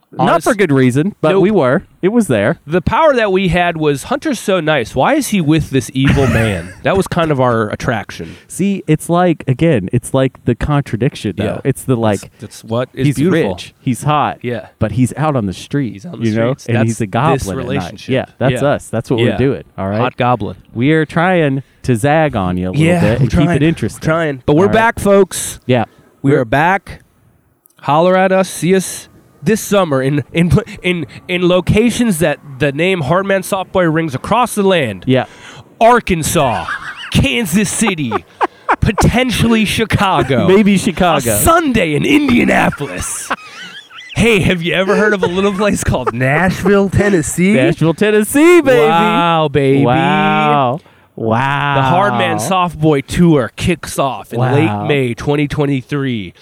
Speaker 1: Not
Speaker 2: Honest-
Speaker 1: for good reason, but
Speaker 2: Nope.
Speaker 1: we were. It was there.
Speaker 2: The power that we had was Hunter's so nice. Why is he with this evil man? that was kind of our attraction.
Speaker 1: See, it's like again, it's like the contradiction though.
Speaker 2: Yeah.
Speaker 1: It's the like
Speaker 2: That's what is
Speaker 1: he's
Speaker 2: beautiful.
Speaker 1: rich, he's hot,
Speaker 2: Yeah.
Speaker 1: but he's out on the street.
Speaker 2: He's on the
Speaker 1: you know,
Speaker 2: streets.
Speaker 1: and
Speaker 2: That's
Speaker 1: he's a
Speaker 2: this
Speaker 1: goblin. at night.
Speaker 2: relationship.
Speaker 1: Yeah, that's
Speaker 2: Yeah.
Speaker 1: us. That's what
Speaker 2: Yeah.
Speaker 1: we're doing. All right,
Speaker 2: Hot goblin.
Speaker 1: we are trying to zag on you a little bit and keep it interesting.
Speaker 2: Trying. But we're
Speaker 1: All right.
Speaker 2: back, folks.
Speaker 1: Yeah,
Speaker 2: We are back. Holler at us. See us this summer in in in in locations that the name Hardman Softboy rings across the land.
Speaker 1: yeah,
Speaker 2: Arkansas, Kansas City, potentially Chicago.
Speaker 1: maybe
Speaker 2: Oh. a
Speaker 1: Chicago.
Speaker 2: Sunday in Indianapolis. hey, have you ever heard of a little place called Nashville, Tennessee?
Speaker 1: Nashville, Tennessee, baby.
Speaker 2: Wow, baby.
Speaker 1: Wow, wow.
Speaker 2: The Hardman Soft Boy Tour kicks off in
Speaker 1: Wow.
Speaker 2: late May 2023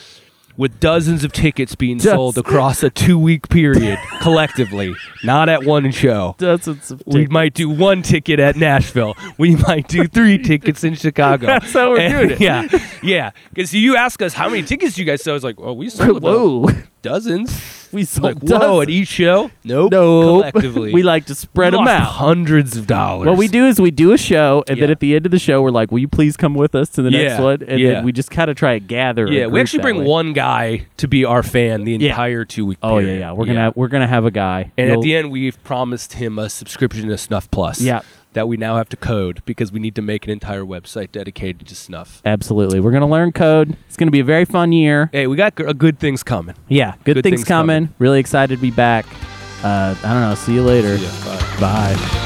Speaker 2: with dozens of tickets being
Speaker 1: Dozens.
Speaker 2: sold across a two week period collectively, not at one show.
Speaker 1: Dozens of
Speaker 2: We might do one ticket at Nashville. We might do three tickets in Chicago.
Speaker 1: That's how we're
Speaker 2: And-
Speaker 1: doing it.
Speaker 2: Yeah, yeah. Because you ask us how many tickets you guys sell. It's like, oh, we sold about
Speaker 1: Whoa.
Speaker 2: dozens.
Speaker 1: We sold
Speaker 2: like whoa at
Speaker 1: dozens.
Speaker 2: each show. Nope.
Speaker 1: Nope.
Speaker 2: Collectively,
Speaker 1: we like to spread them
Speaker 2: lost
Speaker 1: out.
Speaker 2: hundreds of dollars.
Speaker 1: What we do is we do a show, and then
Speaker 2: Yeah.
Speaker 1: at the end of the show, we're like, "Will you please come with us to the next
Speaker 2: Yeah.
Speaker 1: one?" And
Speaker 2: Yeah.
Speaker 1: then we just kind of try to gather. a
Speaker 2: Yeah,
Speaker 1: group
Speaker 2: we actually
Speaker 1: that
Speaker 2: bring
Speaker 1: way.
Speaker 2: one guy to be our fan the
Speaker 1: Yeah.
Speaker 2: entire two week.
Speaker 1: Oh yeah, yeah. We're gonna we're gonna have a guy.
Speaker 2: and
Speaker 1: You'll-
Speaker 2: at the end, we've promised him a subscription to Snuff Plus.
Speaker 1: Yeah.
Speaker 2: That we now have to code because we need to make an entire website dedicated to Snuff.
Speaker 1: absolutely, we're gonna learn code. It's gonna be a very fun year.
Speaker 2: Hey, we got g- good things coming.
Speaker 1: Yeah, good,
Speaker 2: Good
Speaker 1: things,
Speaker 2: things
Speaker 1: coming.
Speaker 2: coming.
Speaker 1: Really excited to be back. Uh, I don't know. See you later.
Speaker 2: Yeah, bye.
Speaker 1: Bye.